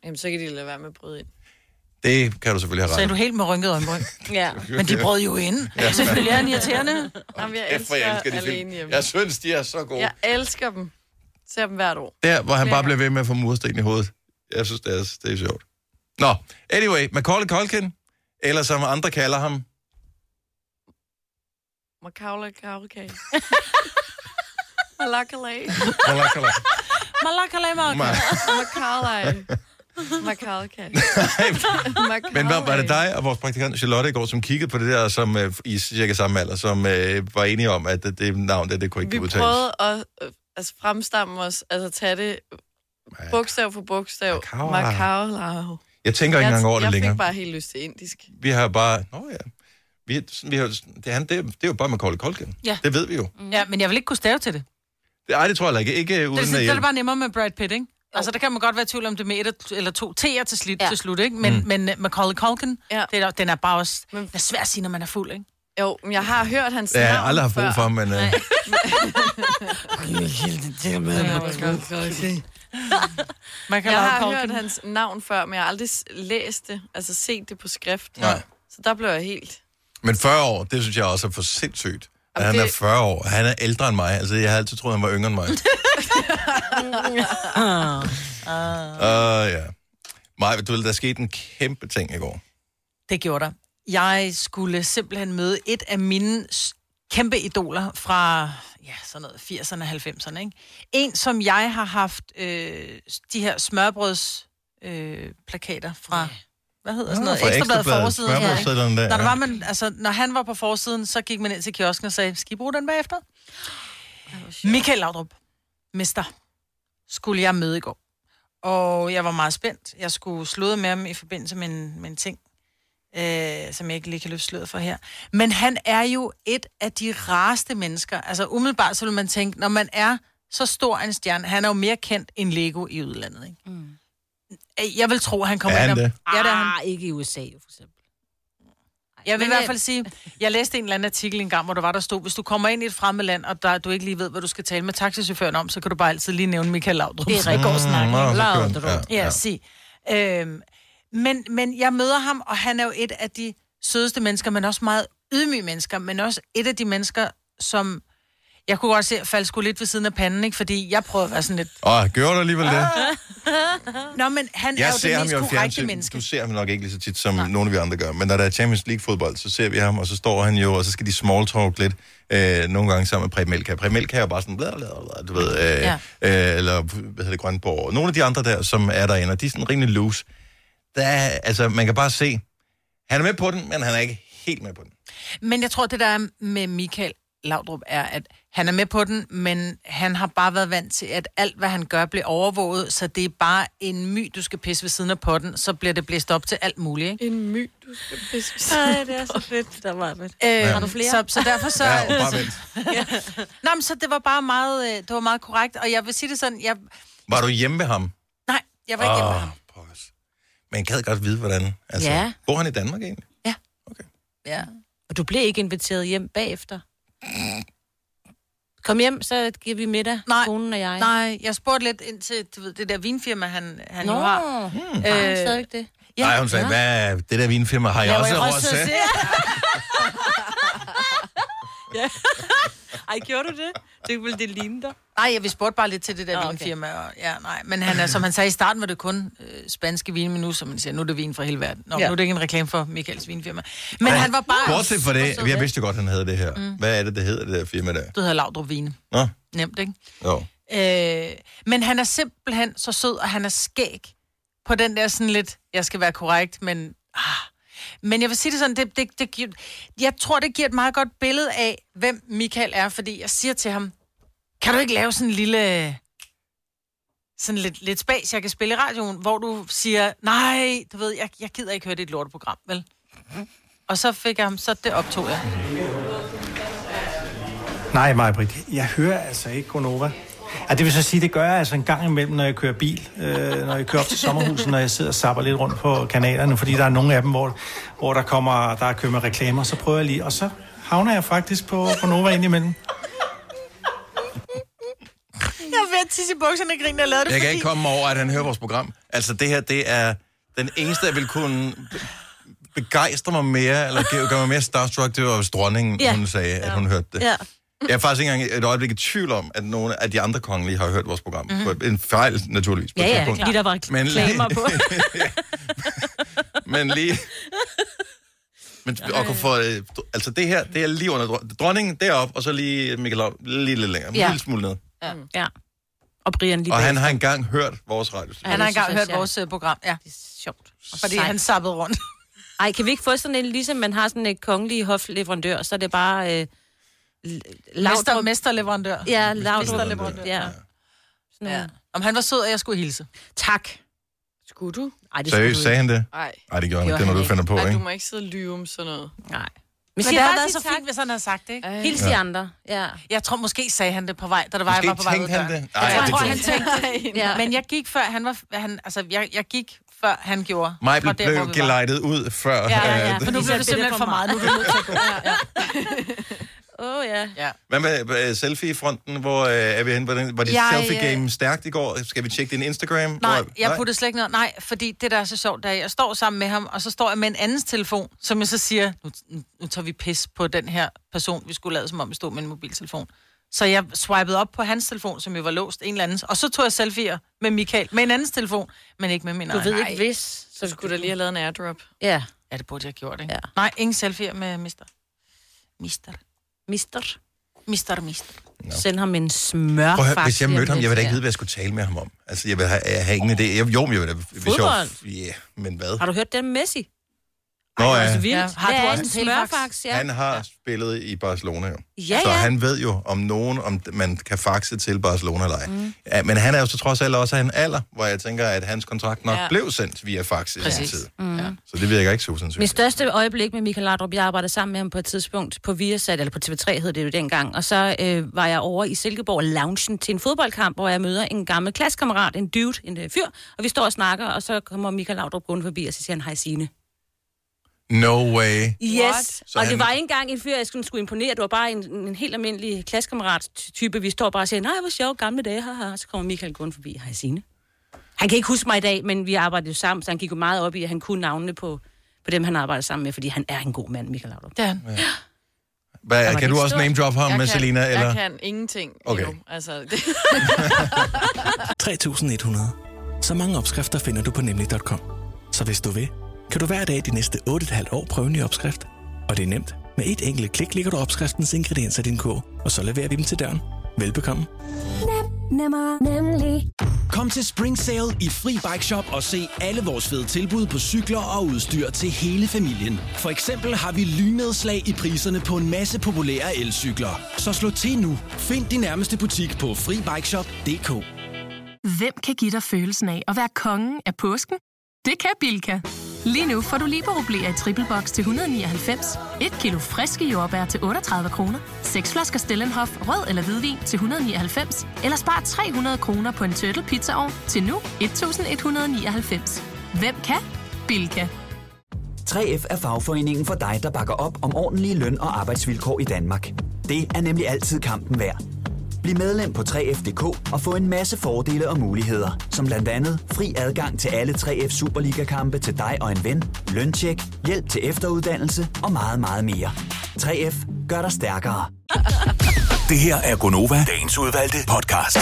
Speaker 4: Jamen, så kan de lade være med at bryde ind.
Speaker 1: Det kan du selvfølgelig have
Speaker 3: Så er
Speaker 1: ret
Speaker 3: du
Speaker 1: i.
Speaker 3: helt med rynket øjenbryn.
Speaker 2: Ja.
Speaker 3: Men de brød jo ind. Ja. Selvfølgelig er han irriterende.
Speaker 4: Jamen, jeg
Speaker 1: Kæft, hvor
Speaker 4: elsker,
Speaker 1: jeg elsker de
Speaker 4: Altså, alene
Speaker 1: film.
Speaker 4: hjemme.
Speaker 1: Jeg synes, de er så gode.
Speaker 4: Jeg elsker dem. Ser dem hvert år.
Speaker 1: Der, hvor han bare blev ved med at få mursten i hovedet. Jeg synes, det er, det er sjovt. Nå, anyway, Macaulay Culkin, eller som andre kalder ham,
Speaker 4: Macaulay Culkin. Macaulay.
Speaker 1: Macaulay.
Speaker 2: Malakalai
Speaker 4: Macaulay. Macaulay. Macaulay.
Speaker 1: Men hvad var det dig og vores praktikant Charlotte i går, som kiggede på det der, som øh, i cirka samme alder, som øh, var enige om, at det, det navn der, det kunne ikke
Speaker 4: Vi
Speaker 1: udtales?
Speaker 4: prøvede at øh, altså, fremstamme os, altså tage det bogstav for bogstav.
Speaker 1: Macaulay.
Speaker 4: Macaulay.
Speaker 1: Jeg tænker ikke engang over det
Speaker 4: jeg
Speaker 1: længere.
Speaker 4: fik bare helt lyst til indisk.
Speaker 1: Vi har bare... Nå ja. Vi, vi har, det, er han, det, er- det er jo bare Macaulay Culkin.
Speaker 3: Ja.
Speaker 1: Det ved vi jo. Mm.
Speaker 3: Ja, men jeg vil ikke kunne stave til det.
Speaker 1: Det, ej, det tror jeg ikke. Ikke øh,
Speaker 3: Det er,
Speaker 1: uden
Speaker 3: sådan, det
Speaker 1: at
Speaker 3: er det
Speaker 1: hjælpe.
Speaker 3: bare nemmere med Brad Pitt, ikke? Altså, der kan man godt være i tvivl om det er med et eller- eller to T'er til, slut, ja.
Speaker 2: Ja.
Speaker 3: til slut, ikke? Men, mm. men uh, Macaulay Culkin, ja.
Speaker 4: Ja.
Speaker 3: det er, den er bare også...
Speaker 4: Men-
Speaker 3: Men... Det er svært at sige, når man er fuld, ikke?
Speaker 4: Jo, men jeg har hørt hans
Speaker 1: Ja,
Speaker 4: navn
Speaker 1: jeg har aldrig haft brug for ham, men... Øh,
Speaker 3: Macaulay
Speaker 4: Jeg har
Speaker 3: Culkin.
Speaker 4: hørt hans navn før, men jeg har aldrig s- læst det, altså set det på skrift.
Speaker 1: Nej.
Speaker 4: Så der blev jeg helt...
Speaker 1: men 40 år, det synes jeg også er for sindssygt. At
Speaker 4: Jamen,
Speaker 1: han er
Speaker 4: det-
Speaker 1: 40 år. Han er ældre end mig. Altså, jeg har altid troet, han var yngre end mig.
Speaker 3: Øh,
Speaker 1: Åh, ja. Maja, du ved, der skete en kæmpe ting i går.
Speaker 3: Det gjorde der. Jeg skulle simpelthen møde et af mine s- kæmpe idoler fra ja, sådan noget 80'erne og 90'erne. Ikke? En, som jeg har haft øh, de her smørbrødsplakater øh, plakater fra, ja. hvad hedder sådan noget,
Speaker 1: Fra
Speaker 3: ekstrabladet
Speaker 1: Ekstrabladet,
Speaker 3: forsiden. Ja.
Speaker 1: smørbrødssedlerne der,
Speaker 3: Når, der
Speaker 1: ja.
Speaker 3: var man, altså, når han var på forsiden, så gik man ind til kiosken og sagde, skal I bruge den bagefter? Michael Laudrup, mester, skulle jeg møde i går. Og jeg var meget spændt. Jeg skulle slåde med ham i forbindelse med en, med en ting, øh, som jeg ikke lige kan løfte sløret for her. Men han er jo et af de rareste mennesker. Altså umiddelbart så vil man tænke, når man er så stor en stjerne, han er jo mere kendt end Lego i udlandet, ikke? Mm. Jeg vil tro, han kommer
Speaker 1: Er han
Speaker 3: ind og...
Speaker 1: det?
Speaker 3: Ja, det er han.
Speaker 2: Ah, ikke i USA, jo, for eksempel.
Speaker 3: Jeg
Speaker 2: Men,
Speaker 3: vil i hvert
Speaker 2: øh,
Speaker 3: fald sige, jeg læste en eller anden artikel engang, hvor der var, der stod, hvis du kommer ind i et fremmed land, og der, du ikke lige ved, hvad du skal tale med taxichaufføren om, så kan du bare altid lige nævne Michael Laudrup.
Speaker 2: Det er rigtig god snak.
Speaker 1: Mm, nå, så kører den.
Speaker 2: Laudrup. Ja.
Speaker 1: Ja.
Speaker 3: Ja, sig. Øhm, men, men jeg møder ham, og han er jo et af de sødeste mennesker, men også meget ydmyge mennesker, men også et af de mennesker, som... Jeg kunne godt se, at falde skulle lidt ved siden af panden, ikke? fordi jeg prøver at være sådan lidt...
Speaker 1: Åh, gjorde du alligevel det?
Speaker 3: Nå, men Ah, han
Speaker 1: Jeg
Speaker 3: er jo
Speaker 1: ser
Speaker 3: det
Speaker 1: ham
Speaker 3: mest
Speaker 1: jo i
Speaker 3: korrekte
Speaker 1: fjernsyn.
Speaker 3: menneske.
Speaker 1: Du ser ham nok ikke lige så tit, som Nej. nogle af vi andre gør. Men når der er Champions League-fodbold, så ser vi ham, og så står han jo, og så skal de small talk lidt. Øh, nogle gange sammen med Preben Melka. Preben Melka er jo bare sådan, bla, bla, bla, du ved, øh, ja.
Speaker 3: Ja.
Speaker 1: øh, eller hvad hedder det, Grønborg. Og Nogle af de andre der, som er derinde, og de er sådan rimelig loose. Der er, altså, man kan bare se, han er med på den, men han er ikke helt med på den.
Speaker 3: Men jeg tror, det der er med Michael, Laudrup er, at han er med på den, men han har bare været vant til, at alt, hvad han gør, bliver overvåget, så det er bare en my, du skal pisse ved siden af potten, så bliver det blæst op til alt muligt, ikke?
Speaker 4: En my, du skal pisse.
Speaker 2: Nej, det er så fedt. Øhm, Der var det.
Speaker 3: Øh,
Speaker 1: Har
Speaker 2: du flere?
Speaker 3: Så, så derfor så...
Speaker 1: Ja, og bare vent.
Speaker 3: Nå, men så det var bare meget, øh, det var meget korrekt, og jeg vil sige det sådan, jeg,
Speaker 1: Var du hjemme med ham?
Speaker 3: nej, jeg var ikke hjemme med
Speaker 1: Åh,
Speaker 3: ham.
Speaker 1: pokkers. Man kan godt vide, hvordan. Altså,
Speaker 2: Ja.
Speaker 1: Bor han i Danmark egentlig?
Speaker 3: Ja.
Speaker 2: Og du blev ikke inviteret hjem bagefter. Kom hjem, så giver vi middag,
Speaker 3: Nej.
Speaker 2: konen og jeg.
Speaker 3: Nej, jeg spurgte lidt ind til du ved, det der vinfirma, han, han
Speaker 2: Nå,
Speaker 3: jo har.
Speaker 2: hmm. øh, han stadig det.
Speaker 1: Ja. Nej, hun sagde, hvad, det der vinfirma har jeg
Speaker 2: Laver
Speaker 1: også
Speaker 2: I
Speaker 1: rosé.
Speaker 2: rosé? ja. Ej, gjorde du det? Det ville det ligne dig.
Speaker 3: Nej, jeg vi spurgte bare lidt til det der
Speaker 2: Nå,
Speaker 3: okay.
Speaker 2: okay.
Speaker 3: vinfirma. Og, ja, nej. Men han er, som han sagde i starten, var det kun øh, spanske vin, men nu, som man siger, nu er det vin fra hele verden. Nå, ja.
Speaker 4: Ja.
Speaker 3: nu er det ikke en reklame for Michaels vinfirma. Men han var bare...
Speaker 1: Bortset fra det, jeg vidste jo godt, han havde det her. Mm. Hvad er det, det hedder, det der firma der?
Speaker 3: Du hedder Laudrup Vine.
Speaker 1: Nå,
Speaker 3: Nemt, ikke?
Speaker 1: jo.
Speaker 3: Øh, men han er simpelthen så sød, og han er skæg på den der sådan lidt, jeg skal være korrekt, men... Ah. Men jeg vil sige det sådan, det, det, det, gi- jeg tror, det giver et meget godt billede af, hvem Michael er, fordi jeg siger til ham, kan du ikke lave sådan en lille... Sådan lidt, lidt spas, jeg kan spille i radioen, hvor du siger, nej, du ved, jeg, jeg gider ikke høre dit lorteprogram, vel? Og så fik jeg ham, så det optog jeg.
Speaker 7: Nej, Majbrit, jeg hører altså ikke Gonova. Ja, det vil så sige, det gør jeg altså en gang imellem, når jeg kører bil, øh, når jeg kører op til sommerhuset, når jeg sidder og sapper lidt rundt på kanalerne, fordi der er nogle af dem, hvor, hvor der kommer, der er kørt med reklamer, så prøver jeg lige, og så havner jeg faktisk på Gonova indimellem.
Speaker 3: Jeg var ved at tisse i bukserne og grine, da jeg lavede det,
Speaker 1: Jeg kan ikke komme over, at han hører vores program. Altså, det her, det er den eneste, jeg vil kunne be- begejstre mig mere, eller gøre gøre mig mere starstruck, det var, hvis dronningen,
Speaker 2: Ja.
Speaker 1: hun sagde, at hun hørte det.
Speaker 2: Ja.
Speaker 1: Jeg er faktisk ikke engang et øjeblik i tvivl om, at nogle af de andre kongelige har hørt vores program.
Speaker 3: Mhm.
Speaker 1: Mm-hmm. En fejl, naturligvis. På
Speaker 2: Ja,
Speaker 1: et
Speaker 2: ja,
Speaker 1: tidspunkt.
Speaker 2: fordi der var
Speaker 1: Men-
Speaker 2: reklamer på.
Speaker 1: Men lige... Men, og kunne få, øh, altså det her, det er lige under dron- dronningen deroppe, og så lige Michael Laud, lige lidt længere, ja.
Speaker 2: Ja.
Speaker 1: en lille smule ned.
Speaker 3: Mm.
Speaker 2: ja. Og Brian lige
Speaker 1: Og han
Speaker 2: bag.
Speaker 1: har engang hørt vores radio.
Speaker 2: Ja,
Speaker 3: Han
Speaker 2: det
Speaker 3: har engang
Speaker 2: synes
Speaker 3: hørt
Speaker 2: jeg,
Speaker 3: vores øh, program, ja.
Speaker 2: Det er sjovt.
Speaker 3: Fordi Sejt. han sappede rundt.
Speaker 2: Ej, kan vi ikke få sådan en, ligesom man har sådan en kongelig hofleverandør, så er det bare... Øh,
Speaker 3: Mester,
Speaker 2: Laudrup.
Speaker 3: mesterleverandør.
Speaker 2: Ja, Laudrup.
Speaker 1: Mesterleverandør.
Speaker 2: Ja. Sådan
Speaker 3: Ja.
Speaker 2: ja.
Speaker 3: Om han var sød, og jeg skulle hilse.
Speaker 2: Tak.
Speaker 4: Skulle du?
Speaker 2: Ej, det
Speaker 1: Seriøst, sagde han det?
Speaker 4: Nej.
Speaker 1: Nej, det gjorde
Speaker 2: Gjorde
Speaker 1: han ikke. Det er noget, du
Speaker 2: han
Speaker 1: finder på,
Speaker 4: Ej, du
Speaker 1: ikke?
Speaker 4: må ikke sidde og lyve om sådan noget.
Speaker 2: Nej. Men,
Speaker 3: Men
Speaker 2: siger
Speaker 3: det havde
Speaker 2: bare
Speaker 3: været
Speaker 2: så
Speaker 3: så
Speaker 2: tak. Øh.
Speaker 3: fint, hvis han havde sagt det, ikke?
Speaker 4: Ej.
Speaker 2: Hils de andre. Ja.
Speaker 3: Jeg tror, måske sagde han det på vej, da det var, jeg var på
Speaker 1: Måske
Speaker 3: vej ud af
Speaker 1: tænkte han
Speaker 3: døren.
Speaker 1: det. Nej,
Speaker 3: Jeg
Speaker 1: det
Speaker 3: tror,
Speaker 1: gjorde
Speaker 3: han tænkte
Speaker 2: Ja.
Speaker 3: det. Men jeg gik før, han var... Han, altså, jeg, jeg gik før han gjorde.
Speaker 1: Mig
Speaker 3: Fra
Speaker 1: blev,
Speaker 3: der, hvor
Speaker 1: blev
Speaker 3: vi var.
Speaker 1: gelejtet ud før.
Speaker 3: Ja, ja, ja.
Speaker 1: øh,
Speaker 3: For nu blev det simpelthen for meget. Nu er det nødt til at gå.
Speaker 2: Åh, oh, ja.
Speaker 3: Ja.
Speaker 1: Hvad med øh, selfie-fronten? Hvor øh, er vi henne? Hvordan, var det
Speaker 3: Jeg, øh,
Speaker 1: selfie-game stærkt i går? Skal vi tjekke din Instagram?
Speaker 3: Nej,
Speaker 1: Hvor-
Speaker 3: jeg puttede slet ikke noget. Nej, fordi det, der er så sjovt, da jeg står sammen med ham, og så står jeg med en andens telefon, som jeg så siger, nu, nu- nu tager vi pis på den her person, vi skulle lade som om, vi stod med en mobiltelefon. Så jeg swipede op på hans telefon, som jo var låst, en eller andens, og så tog jeg selfier med Michael, med en andens telefon, men ikke med min
Speaker 2: Du
Speaker 3: egen.
Speaker 2: ved
Speaker 3: Nej.
Speaker 2: ikke, hvis... Så
Speaker 4: Så skulle du lige have lavet en airdrop.
Speaker 2: Ja.
Speaker 3: Ja, det burde jeg have gjort, ikke?
Speaker 2: Ja.
Speaker 3: Ja. Nej, ingen selfier med mister. Mister.
Speaker 2: Mister.
Speaker 3: Mister, mister.
Speaker 2: No. Send ham en smør.
Speaker 1: Prøv at høre, hvis jeg mødte ham, jeg ville da ikke vide, hvad jeg skulle tale med ham om. Altså, jeg vil have, jeg har ingen idé. Jeg, jo, men jeg vil da... hvis jeg var- Ja, men hvad?
Speaker 2: Har du hørt den Messi? Altså,
Speaker 1: Nå ja,
Speaker 2: Vildt.
Speaker 3: Ja,
Speaker 2: Ja,
Speaker 3: har
Speaker 2: det
Speaker 3: du
Speaker 2: er
Speaker 3: også
Speaker 2: en
Speaker 3: en telfax?
Speaker 2: smørfax, ja.
Speaker 1: han har spillet i Barcelona jo.
Speaker 2: Ja,
Speaker 1: Så
Speaker 2: ja.
Speaker 1: han ved jo, om nogen, om man kan faxe til Barcelona eller ej. Mm. Ja, men han er jo så trods alt også af en alder, hvor jeg tænker, at hans kontrakt nok ja.
Speaker 4: Ja.
Speaker 1: blev sendt via fax i sin
Speaker 3: Præcis.
Speaker 1: tid. Mm. Så det virker ikke så
Speaker 2: Mit
Speaker 1: usandsynligt.
Speaker 2: største øjeblik med Michael Laudrup, jeg arbejdede sammen med ham på et tidspunkt på Viasat, eller på TV3 hed det jo dengang, og så øh, var jeg over i Silkeborg Loungen til en fodboldkamp, hvor jeg møder en gammel klassekammerat, en dude, en øh, fyr, og vi står og snakker, og så kommer Michael Laudrup gående forbi, og så siger han, hej Signe.
Speaker 1: No way.
Speaker 2: Yes,
Speaker 1: Så
Speaker 2: og
Speaker 1: han-
Speaker 2: det var ikke engang en fyr, jeg skulle, skulle imponere, det var bare en, en helt almindelig klassekammerat-type, vi står bare og siger, nej, hvor sjovt, gamle dage, haha, så kommer Michael gående forbi, hej Signe. Han kan ikke huske mig i dag, men vi arbejdede jo sammen, så han gik jo meget op i, at han kunne navnene på, på dem, han arbejdede sammen med, fordi han er en god mand, Michael Laudrup.
Speaker 3: Det er han.
Speaker 1: Hvad, kan
Speaker 2: det
Speaker 1: du
Speaker 2: ikke
Speaker 1: også
Speaker 2: stort?
Speaker 1: name drop ham
Speaker 4: Jeg
Speaker 1: med
Speaker 4: kan,
Speaker 1: Selina? Eller?
Speaker 4: Jeg kan ingenting
Speaker 1: Okay.
Speaker 4: okay. endnu. Altså, det,
Speaker 8: 3.100. Så mange opskrifter finder du på nemlig.com. Så hvis du vil, kan du hver dag de næste 8,5 år prøve en ny opskrift. Og det er nemt. Med et enkelt klik ligger du opskriftens ingredienser i din kog, og så leverer vi dem til døren. Velbekomme.
Speaker 9: Nemmer, nemlig.
Speaker 10: Kom til Spring Sale i Fri Bike Shop og se alle vores fede tilbud på cykler og udstyr til hele familien. For eksempel har vi lynedslag i priserne på en masse populære elcykler. Så slå til nu. Find din nærmeste butik på FriBikeShop.dk
Speaker 11: Hvem kan give dig følelsen af at være kongen af påsken? Det kan Bilka! Lige nu får du liberobleer i triple box til 199, et kilo friske jordbær til 38 kroner, seks flasker Stellenhof rød eller hvidvin til 199, eller spar 300 kroner på en turtle pizzaovn til nu 1199. Hvem kan? Bilka.
Speaker 12: 3F er fagforeningen for dig, der bakker op om ordentlige løn- og arbejdsvilkår i Danmark. Det er nemlig altid kampen værd. Bliv medlem på 3F.dk og få en masse fordele og muligheder, som blandt andet fri adgang til alle 3F Superliga-kampe til dig og en ven, løntjek, hjælp til efteruddannelse og meget, meget mere. 3F gør dig stærkere.
Speaker 5: Det her er Gonova, dagens udvalgte podcast.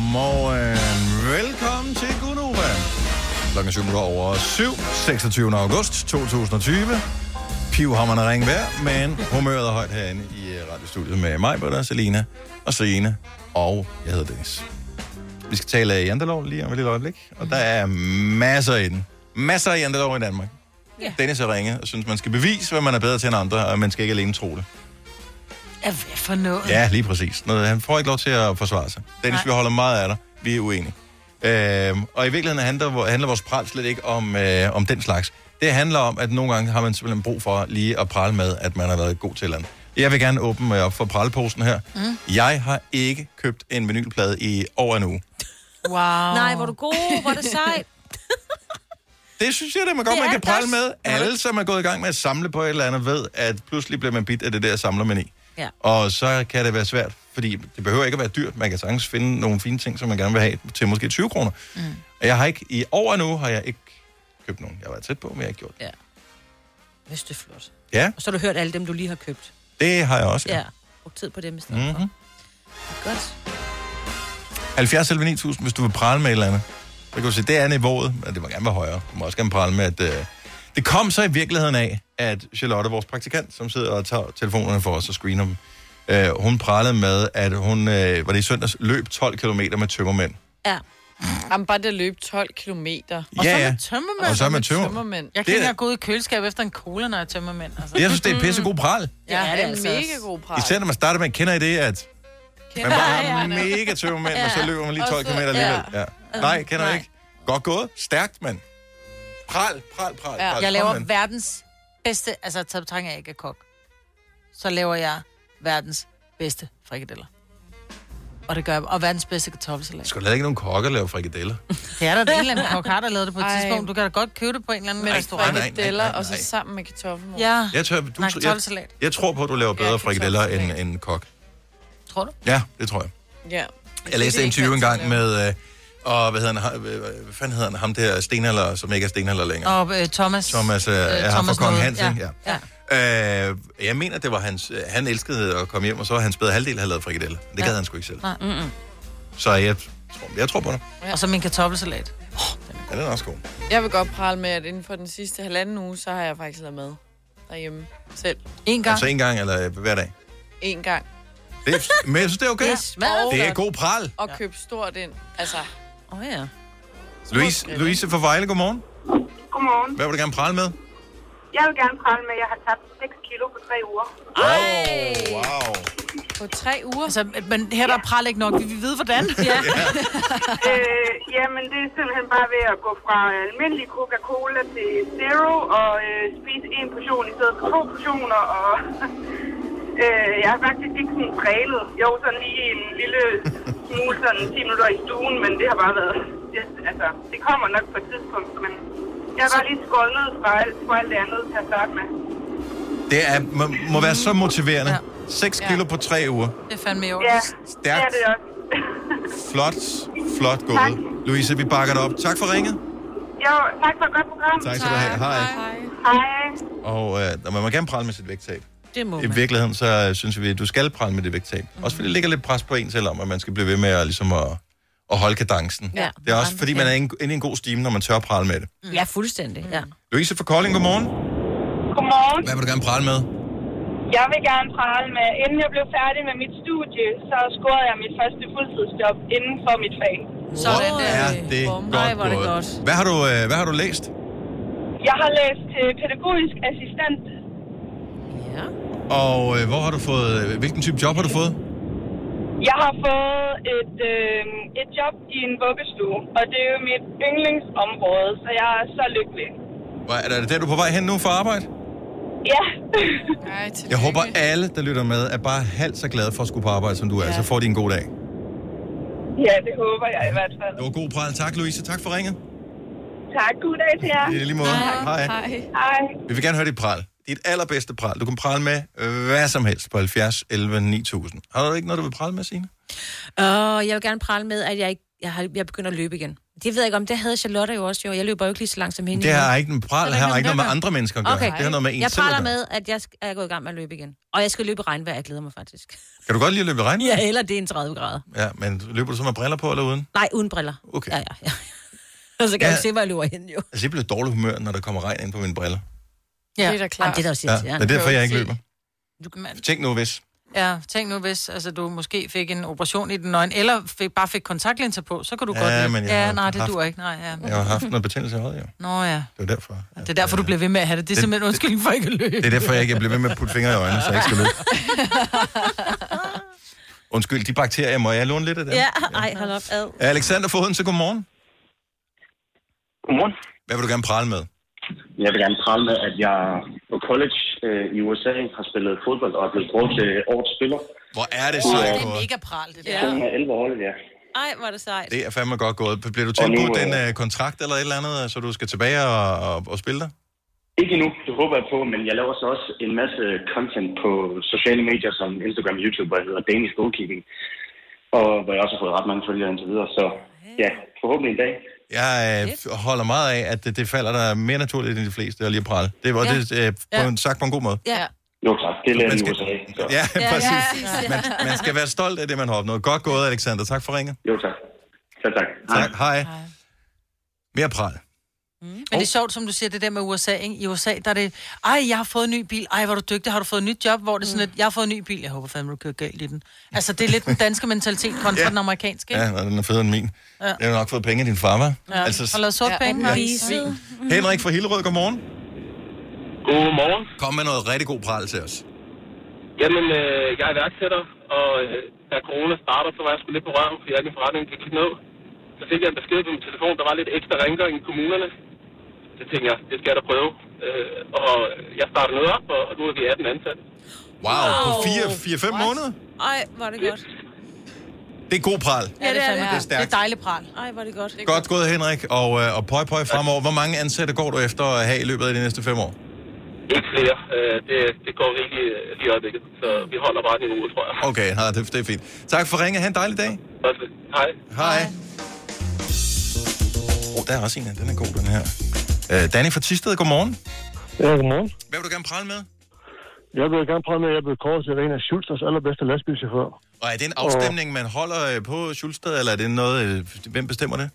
Speaker 1: Godmorgen. Velkommen til Gunova. Klokken er syv minutter over 7, 26. august 2020. Pivhammerne ring vejr, men humøret er højt herinde i øh, radiostudiet med mig, Bøtter, Selina og Signe, og jeg hedder Dennis. Vi skal tale af jantelov lige om et lille øjeblik, og der er masser i den. Masser af jantelov i Danmark.
Speaker 3: Ja.
Speaker 1: Dennis har ringet og synes, man skal bevise, hvad man er bedre til end andre, og man skal ikke alene tro det.
Speaker 3: Ja, hvad for noget?
Speaker 1: Ja, lige præcis. Nå, han får ikke lov til at forsvare sig. Dennis,
Speaker 3: Nej.
Speaker 1: vi holder meget af dig. Vi er uenige. Øhm, og i virkeligheden handler, handler vores pral slet ikke om, øh, om den slags. Det handler om, at nogle gange har man simpelthen brug for lige at prale med, at man har været god til et eller andet. Jeg vil gerne åbne mig op for pralposen her. Mm. Jeg har ikke købt en vinylplade i over en uge.
Speaker 3: Wow.
Speaker 2: Nej, hvor er du god, hvor er det sejt.
Speaker 1: Det synes jeg, det er man godt,
Speaker 2: Det
Speaker 1: man
Speaker 2: er
Speaker 1: kan
Speaker 2: det
Speaker 1: prale
Speaker 2: også.
Speaker 1: med. Alle, som er gået i gang med at samle på et eller andet, ved, at pludselig bliver man bit af det der samlermani.
Speaker 2: Ja.
Speaker 1: Og så kan det være svært, fordi det behøver ikke at være dyrt. Man kan sagtens finde nogle fine ting, som man gerne vil have til måske 20 kroner. Mm. Og jeg har ikke, i over nu har jeg ikke købt nogen. Jeg var tæt på, men jeg har ikke gjort det.
Speaker 2: Ja. Hvis det er flot.
Speaker 1: Ja,
Speaker 2: Og så har du hørt alle dem, du lige har købt.
Speaker 1: det har jeg også.
Speaker 2: Ja. Brugt tid på dem i stedet.
Speaker 1: Mm-hmm.
Speaker 2: Godt.
Speaker 1: 70 selv 9000, hvis du vil prale med et eller andet. Så kan du se, det er niveauet, men det må gerne være højere. Du må også gerne prale med, at øh, det kom så i virkeligheden af, at Charlotte, vores praktikant, som sidder og tager telefonerne for os og screener dem, øh, hun pralede med, at hun, øh, var det i søndags, løb 12 km med tømmermænd.
Speaker 2: Ja.
Speaker 4: Jamen, bare det at løbe 12 kilometer.
Speaker 1: Og Ja, så med ja.
Speaker 3: tømmermænd.
Speaker 1: Og så med tømmer-
Speaker 4: tømmermænd.
Speaker 3: Jeg
Speaker 1: Det
Speaker 3: kan
Speaker 1: er-
Speaker 3: ikke gå ud i køleskab efter en cola, når jeg er tømmermænd. Altså.
Speaker 1: Jeg synes, det er pissegod pral.
Speaker 4: Ja, det er en
Speaker 2: altså
Speaker 4: mega
Speaker 2: også.
Speaker 4: god pral.
Speaker 1: Især når man starter med, kender I det, at man bare har
Speaker 4: Ja, ja.
Speaker 1: mega tømmermænd, og så løber man lige
Speaker 4: Og
Speaker 1: 12
Speaker 4: så-
Speaker 1: km alligevel. Ja. Nej, kender jeg ikke. Godt gået. Stærkt, mand. Pral, pral, pral.
Speaker 4: Ja.
Speaker 1: pral.
Speaker 3: Jeg
Speaker 1: Kom,
Speaker 3: laver
Speaker 1: mand.
Speaker 3: verdens bedste, altså taget betragtning af, at jeg ikke er kok. Så laver jeg verdens bedste frikadeller. Og det gør jeg, og verdens bedste kartoffelsalat.
Speaker 1: Skal der ikke nogen kokke lave frikadeller?
Speaker 3: Det er der da en eller anden kok har, der lavede det på et
Speaker 4: Ej.
Speaker 3: tidspunkt. Du kan da godt købe det på en eller anden
Speaker 4: Med
Speaker 3: restaurant.
Speaker 1: nej, nej,
Speaker 4: frikadeller,
Speaker 1: nej,
Speaker 4: og så
Speaker 1: nej.
Speaker 4: sammen med kartoffelmor.
Speaker 3: Ja,
Speaker 1: Jeg, tør, du,
Speaker 3: nej,
Speaker 1: jeg,
Speaker 3: kartoffelsalat.
Speaker 1: jeg tror på, at du laver bedre
Speaker 4: Ja,
Speaker 1: frikadeller end
Speaker 4: kartoffelsalat.
Speaker 1: en kok.
Speaker 3: Tror du?
Speaker 1: Ja, det tror jeg.
Speaker 4: ja.
Speaker 1: Jeg læste
Speaker 4: Det
Speaker 1: en
Speaker 4: er
Speaker 1: interview
Speaker 4: ikke
Speaker 1: engang
Speaker 4: altid lavet.
Speaker 1: med, øh, og hvad hedder han, ha- øh, hvad fanden hedder han, ham der stenalder, som ikke er stenalder længere.
Speaker 3: Og øh, Thomas.
Speaker 1: Thomas øh, er ham fra
Speaker 3: Thomas
Speaker 1: Kong
Speaker 3: noget.
Speaker 1: Hansen. Ja.
Speaker 3: Ja,
Speaker 1: Ja. Øh, jeg mener, det var hans, øh, han elskede at komme hjem, og så var hans bedre halvdel, havde lavet frikadeller. Det gad
Speaker 3: Ja.
Speaker 1: han sgu ikke selv.
Speaker 3: Nej.
Speaker 1: Så jeg, tror- jeg tror på dig.
Speaker 3: Og så min kartoffelsalat.
Speaker 1: Ja, den er også god.
Speaker 4: Jeg vil godt prale med, at inden for den sidste halvanden uge, så har jeg faktisk lavet mad derhjemme selv.
Speaker 3: En gang.
Speaker 1: Altså en gang eller øh, hver dag.
Speaker 4: En gang.
Speaker 1: Det er, men jeg synes, det er okay.
Speaker 2: Det smager
Speaker 1: Det er
Speaker 4: godt.
Speaker 1: god pral.
Speaker 4: Og købe stort ind. Altså,
Speaker 2: Åh oh, ja.
Speaker 1: Louise,
Speaker 4: Okay.
Speaker 1: Louise fra Vejle, godmorgen.
Speaker 13: Godmorgen.
Speaker 1: Hvad vil du gerne prale med?
Speaker 13: Jeg vil gerne prale med, at jeg har tabt 6 kilo på 3 uger.
Speaker 1: Oh, wow.
Speaker 4: på tre uger.
Speaker 3: Altså, men her der er pral ikke nok. Vi vil vide, hvordan. Ja.
Speaker 13: Øh, jamen, det er simpelthen bare ved at gå fra almindelig Coca-Cola til Zero og øh, spise en portion i stedet for to portioner. Og, øh, jeg har faktisk ikke sådan prælet. Jo, sådan lige en lille smule sådan 10 minutter i stuen, men det har bare været... Det, altså, det kommer nok på et tidspunkt, men jeg har bare lige skåret ned fra alt, fra alt det andet til at starte med.
Speaker 1: Det er, må, må være så motiverende. 6 kilo på 3 uger.
Speaker 3: Det er fandme i orden.
Speaker 13: Ja, det
Speaker 1: Stærkt.
Speaker 13: er det også.
Speaker 1: Flot, flot
Speaker 13: Tak.
Speaker 1: gået. Louise, vi bakker dig op. Tak for ringet.
Speaker 13: jo, tak for et godt program.
Speaker 1: Tak skal du have. Hej.
Speaker 13: Hej.
Speaker 1: Og øh, når man må gerne prale med sit vægttab.
Speaker 2: Det må
Speaker 1: I
Speaker 2: man.
Speaker 1: virkeligheden, så øh, synes vi, at du skal prale med det vægttab.
Speaker 13: Mm.
Speaker 1: Også fordi det ligger lidt pres på en selv om, at man skal blive ved med at, ligesom at, at holde kadencen.
Speaker 2: Ja. Mm.
Speaker 1: Det er også fordi, man er inde inde i en god stime, når man tør at prale med det.
Speaker 2: Ja, fuldstændig. Ja.
Speaker 1: Louise fra Kolding, godmorgen.
Speaker 13: Godmorgen.
Speaker 1: Hvad vil du gerne prale med?
Speaker 13: Jeg vil gerne prale med, inden jeg blev færdig med mit studie, så scorede jeg mit første fuldtidsjob inden for mit fag.
Speaker 1: Sådan Hvor er det
Speaker 13: Ej,
Speaker 1: godt
Speaker 13: Øh, hvor er det
Speaker 1: gået.
Speaker 13: godt.
Speaker 1: Hvad har, du, øh, hvad har du læst?
Speaker 13: Jeg har læst til pædagogisk assistent.
Speaker 1: Og øh, hvor har du fået, øh, hvilken type job har du fået?
Speaker 13: Jeg har fået et, øh, et job i en vuggestue, og det er jo mit yndlingsområde, så jeg er så lykkelig.
Speaker 1: Hvor Er det der, du er på vej hen nu for arbejde?
Speaker 13: Ja.
Speaker 1: Jeg håber,
Speaker 13: Øh.
Speaker 1: alle, der lytter med, er bare halvt så glade for at skulle på arbejde, som du er. Så får de en god dag.
Speaker 13: ja, det håber jeg i hvert fald.
Speaker 1: Det var god pral. Tak, Louise. Tak for ringet.
Speaker 13: Tak, god dag til jer.
Speaker 1: I lige måde. Hej. Hej.
Speaker 13: Hej.
Speaker 1: Vi vil gerne høre dit pral. Dit allerbedste pral. Du kan prale med hvad som helst på 70 11 9000. Har du ikke noget, du vil prale med, Signe?
Speaker 2: Og jeg vil gerne prale med, at jeg, ikke, jeg, har, jeg begynder at løbe igen. Det ved jeg ikke om, det havde Charlotte jo også jo. Jeg løber jo ikke lige så langt som hende.
Speaker 1: Det
Speaker 2: jo.
Speaker 1: har ikke en pral. Det har ikke noget med andre mennesker at gøre. Det har noget med en
Speaker 2: jeg
Speaker 1: selv at
Speaker 2: praler
Speaker 1: gøre.
Speaker 2: med, at jeg sk- er gået i gang med at løbe igen. Og jeg skal løbe i regnvejr, jeg glæder mig faktisk.
Speaker 1: Kan du godt lide at løbe i regn?
Speaker 2: Ja, eller det er en 30 grader.
Speaker 1: Ja, men løber du så med briller på eller uden?
Speaker 2: Nej, uden briller.
Speaker 1: Okay.
Speaker 2: Ja, ja, ja. Og så kan
Speaker 1: Ja.
Speaker 2: ja. jeg jo se, hvor jeg løber hen, jo.
Speaker 1: Altså, jeg bliver dårlig humør, når der kommer regn ind på mine briller.
Speaker 3: Ja.
Speaker 2: Det er da klart. Jamen, det er da også
Speaker 1: Ja,
Speaker 2: irriterende.
Speaker 1: det er derfor, jeg ikke løber.
Speaker 3: Du, man,
Speaker 1: Tænk nu, hvis.
Speaker 3: ja, tænk nu, hvis altså, du måske fik en operation i den øjne, eller fik, bare fik kontaktlinser på, så kan du
Speaker 1: Ja,
Speaker 3: godt... løbe.
Speaker 1: men jeg
Speaker 3: ja,
Speaker 1: har
Speaker 3: nej, det
Speaker 1: haft-
Speaker 3: duer ikke. Nej, ja.
Speaker 1: Jeg har haft noget betændelse i øjet, jo.
Speaker 3: Nå ja,
Speaker 1: Det var derfor.
Speaker 3: det er derfor, du bliver ved med at have det. Det er
Speaker 1: Det-
Speaker 3: simpelthen undskyldning for ikke at løbe.
Speaker 1: Det er derfor, jeg ikke bliver ved med at putte fingre i øjnene, så jeg ikke skal løbe. Undskyld, de bakterier, må jeg låne lidt af dem?
Speaker 2: Ja, ej, hold op, ad.
Speaker 1: Alexander Foden, så godmorgen.
Speaker 14: Godmorgen.
Speaker 1: Hvad vil du gerne prale med?
Speaker 14: Jeg vil gerne prale med, at jeg på college øh, i USA har spillet fodbold og er blevet brugt til årets spiller.
Speaker 1: Hvor er det
Speaker 14: så?
Speaker 1: sejt
Speaker 14: Det
Speaker 1: gået?
Speaker 2: Mega pral, det
Speaker 14: er
Speaker 2: der.
Speaker 14: 11 år, ja.
Speaker 2: Ej, hvor er det sejt.
Speaker 1: Det er fandme godt gået. Bliver du
Speaker 14: Og nu,
Speaker 1: tilbudt
Speaker 14: øh,
Speaker 1: en øh, kontrakt eller et eller andet, øh, så du skal tilbage og, og, og spille dig?
Speaker 14: Ikke endnu, det håber jeg på, men jeg laver så også en masse content på sociale medier som Instagram og YouTube, hvor jeg hedder Danish Goalkeeping. Og hvor jeg også har fået ret mange følgere indtil videre, så ja, forhåbentlig en dag.
Speaker 1: Jeg øh, holder meget af, at det, det falder der mere naturligt end de fleste, at lige at prale. Det var
Speaker 14: Ja.
Speaker 1: det, øh, på
Speaker 14: Ja.
Speaker 1: en, sagt på en god måde.
Speaker 2: Ja.
Speaker 14: Jo tak,
Speaker 1: Man
Speaker 14: det lader i
Speaker 1: skal-
Speaker 14: USA. Så.
Speaker 1: Ja, præcis. Man, man skal være stolt af det, man har opnået. Godt gået, Alexander. Tak for ringet.
Speaker 14: Jo, tak. Tak, tak.
Speaker 1: tak. Hej. Hej. Mere pral.
Speaker 3: Men det er sjovt, som du siger, det der med USA, ikke? I USA, der er det, ej, jeg har fået en ny bil, ej, hvor er du dygtig, har du fået et nyt job, hvor det er sådan
Speaker 2: Mm.
Speaker 3: lidt, jeg har fået en ny bil, jeg håber fandme, du kører galt i den. Altså, det er lidt den danske mentalitet kontra den amerikanske, ikke?
Speaker 1: Ja, nå, den er federe end min.
Speaker 3: Ja.
Speaker 1: Jeg har nok fået penge af din far, hva'?
Speaker 3: Ja. Altså, og lavet sort penge, ja.
Speaker 1: Henrik fra Hillerød, godmorgen.
Speaker 15: Godmorgen.
Speaker 1: Kom med noget rigtig god pral til os.
Speaker 15: Jamen, øh, jeg er iværksætter, og øh, da corona starter, så var jeg sgu lidt på røven, fordi alle forretninger gik ned. Så fik jeg en besked på min telefon, der var lidt ekstra rengøring i kommunerne. Så tænkte jeg, det skal jeg da prøve. Øh, og jeg startede noget op, og, og nu er vi 18 ansatte.
Speaker 1: Wow, på 4-5 måneder?
Speaker 2: Ej, hvor er det godt.
Speaker 1: Det er god pral.
Speaker 2: Ja, det er det.
Speaker 1: Det er stærkt.
Speaker 2: Det er dejligt pral. Ej, hvor er det godt.
Speaker 1: Godt gået, Henrik, og, øh, og pøj, pøj fremover. Hvor mange ansatte går du efter at have i løbet af de næste fem år?
Speaker 15: Ikke flere. Øh, det, det går rigtig øh, lige i øjeblikket, så vi holder bare niveauet, tror jeg.
Speaker 1: Okay, nej, det, det er fint. Tak for ringet. Ha' en dejlig dag.
Speaker 15: Også, hej.
Speaker 1: Hej. Oh, der er også en af. Den er god, den her. Øh, Danny fra Tisted, godmorgen.
Speaker 16: Ja, godmorgen.
Speaker 1: Hvad vil du gerne prale med?
Speaker 16: Jeg vil gerne prøve med, at jeg blev kåret til at være en af Schulsters allerbedste lastbilchauffør.
Speaker 1: Og er det en afstemning, man holder øh, på Schulsted, eller er det noget, øh, hvem bestemmer det?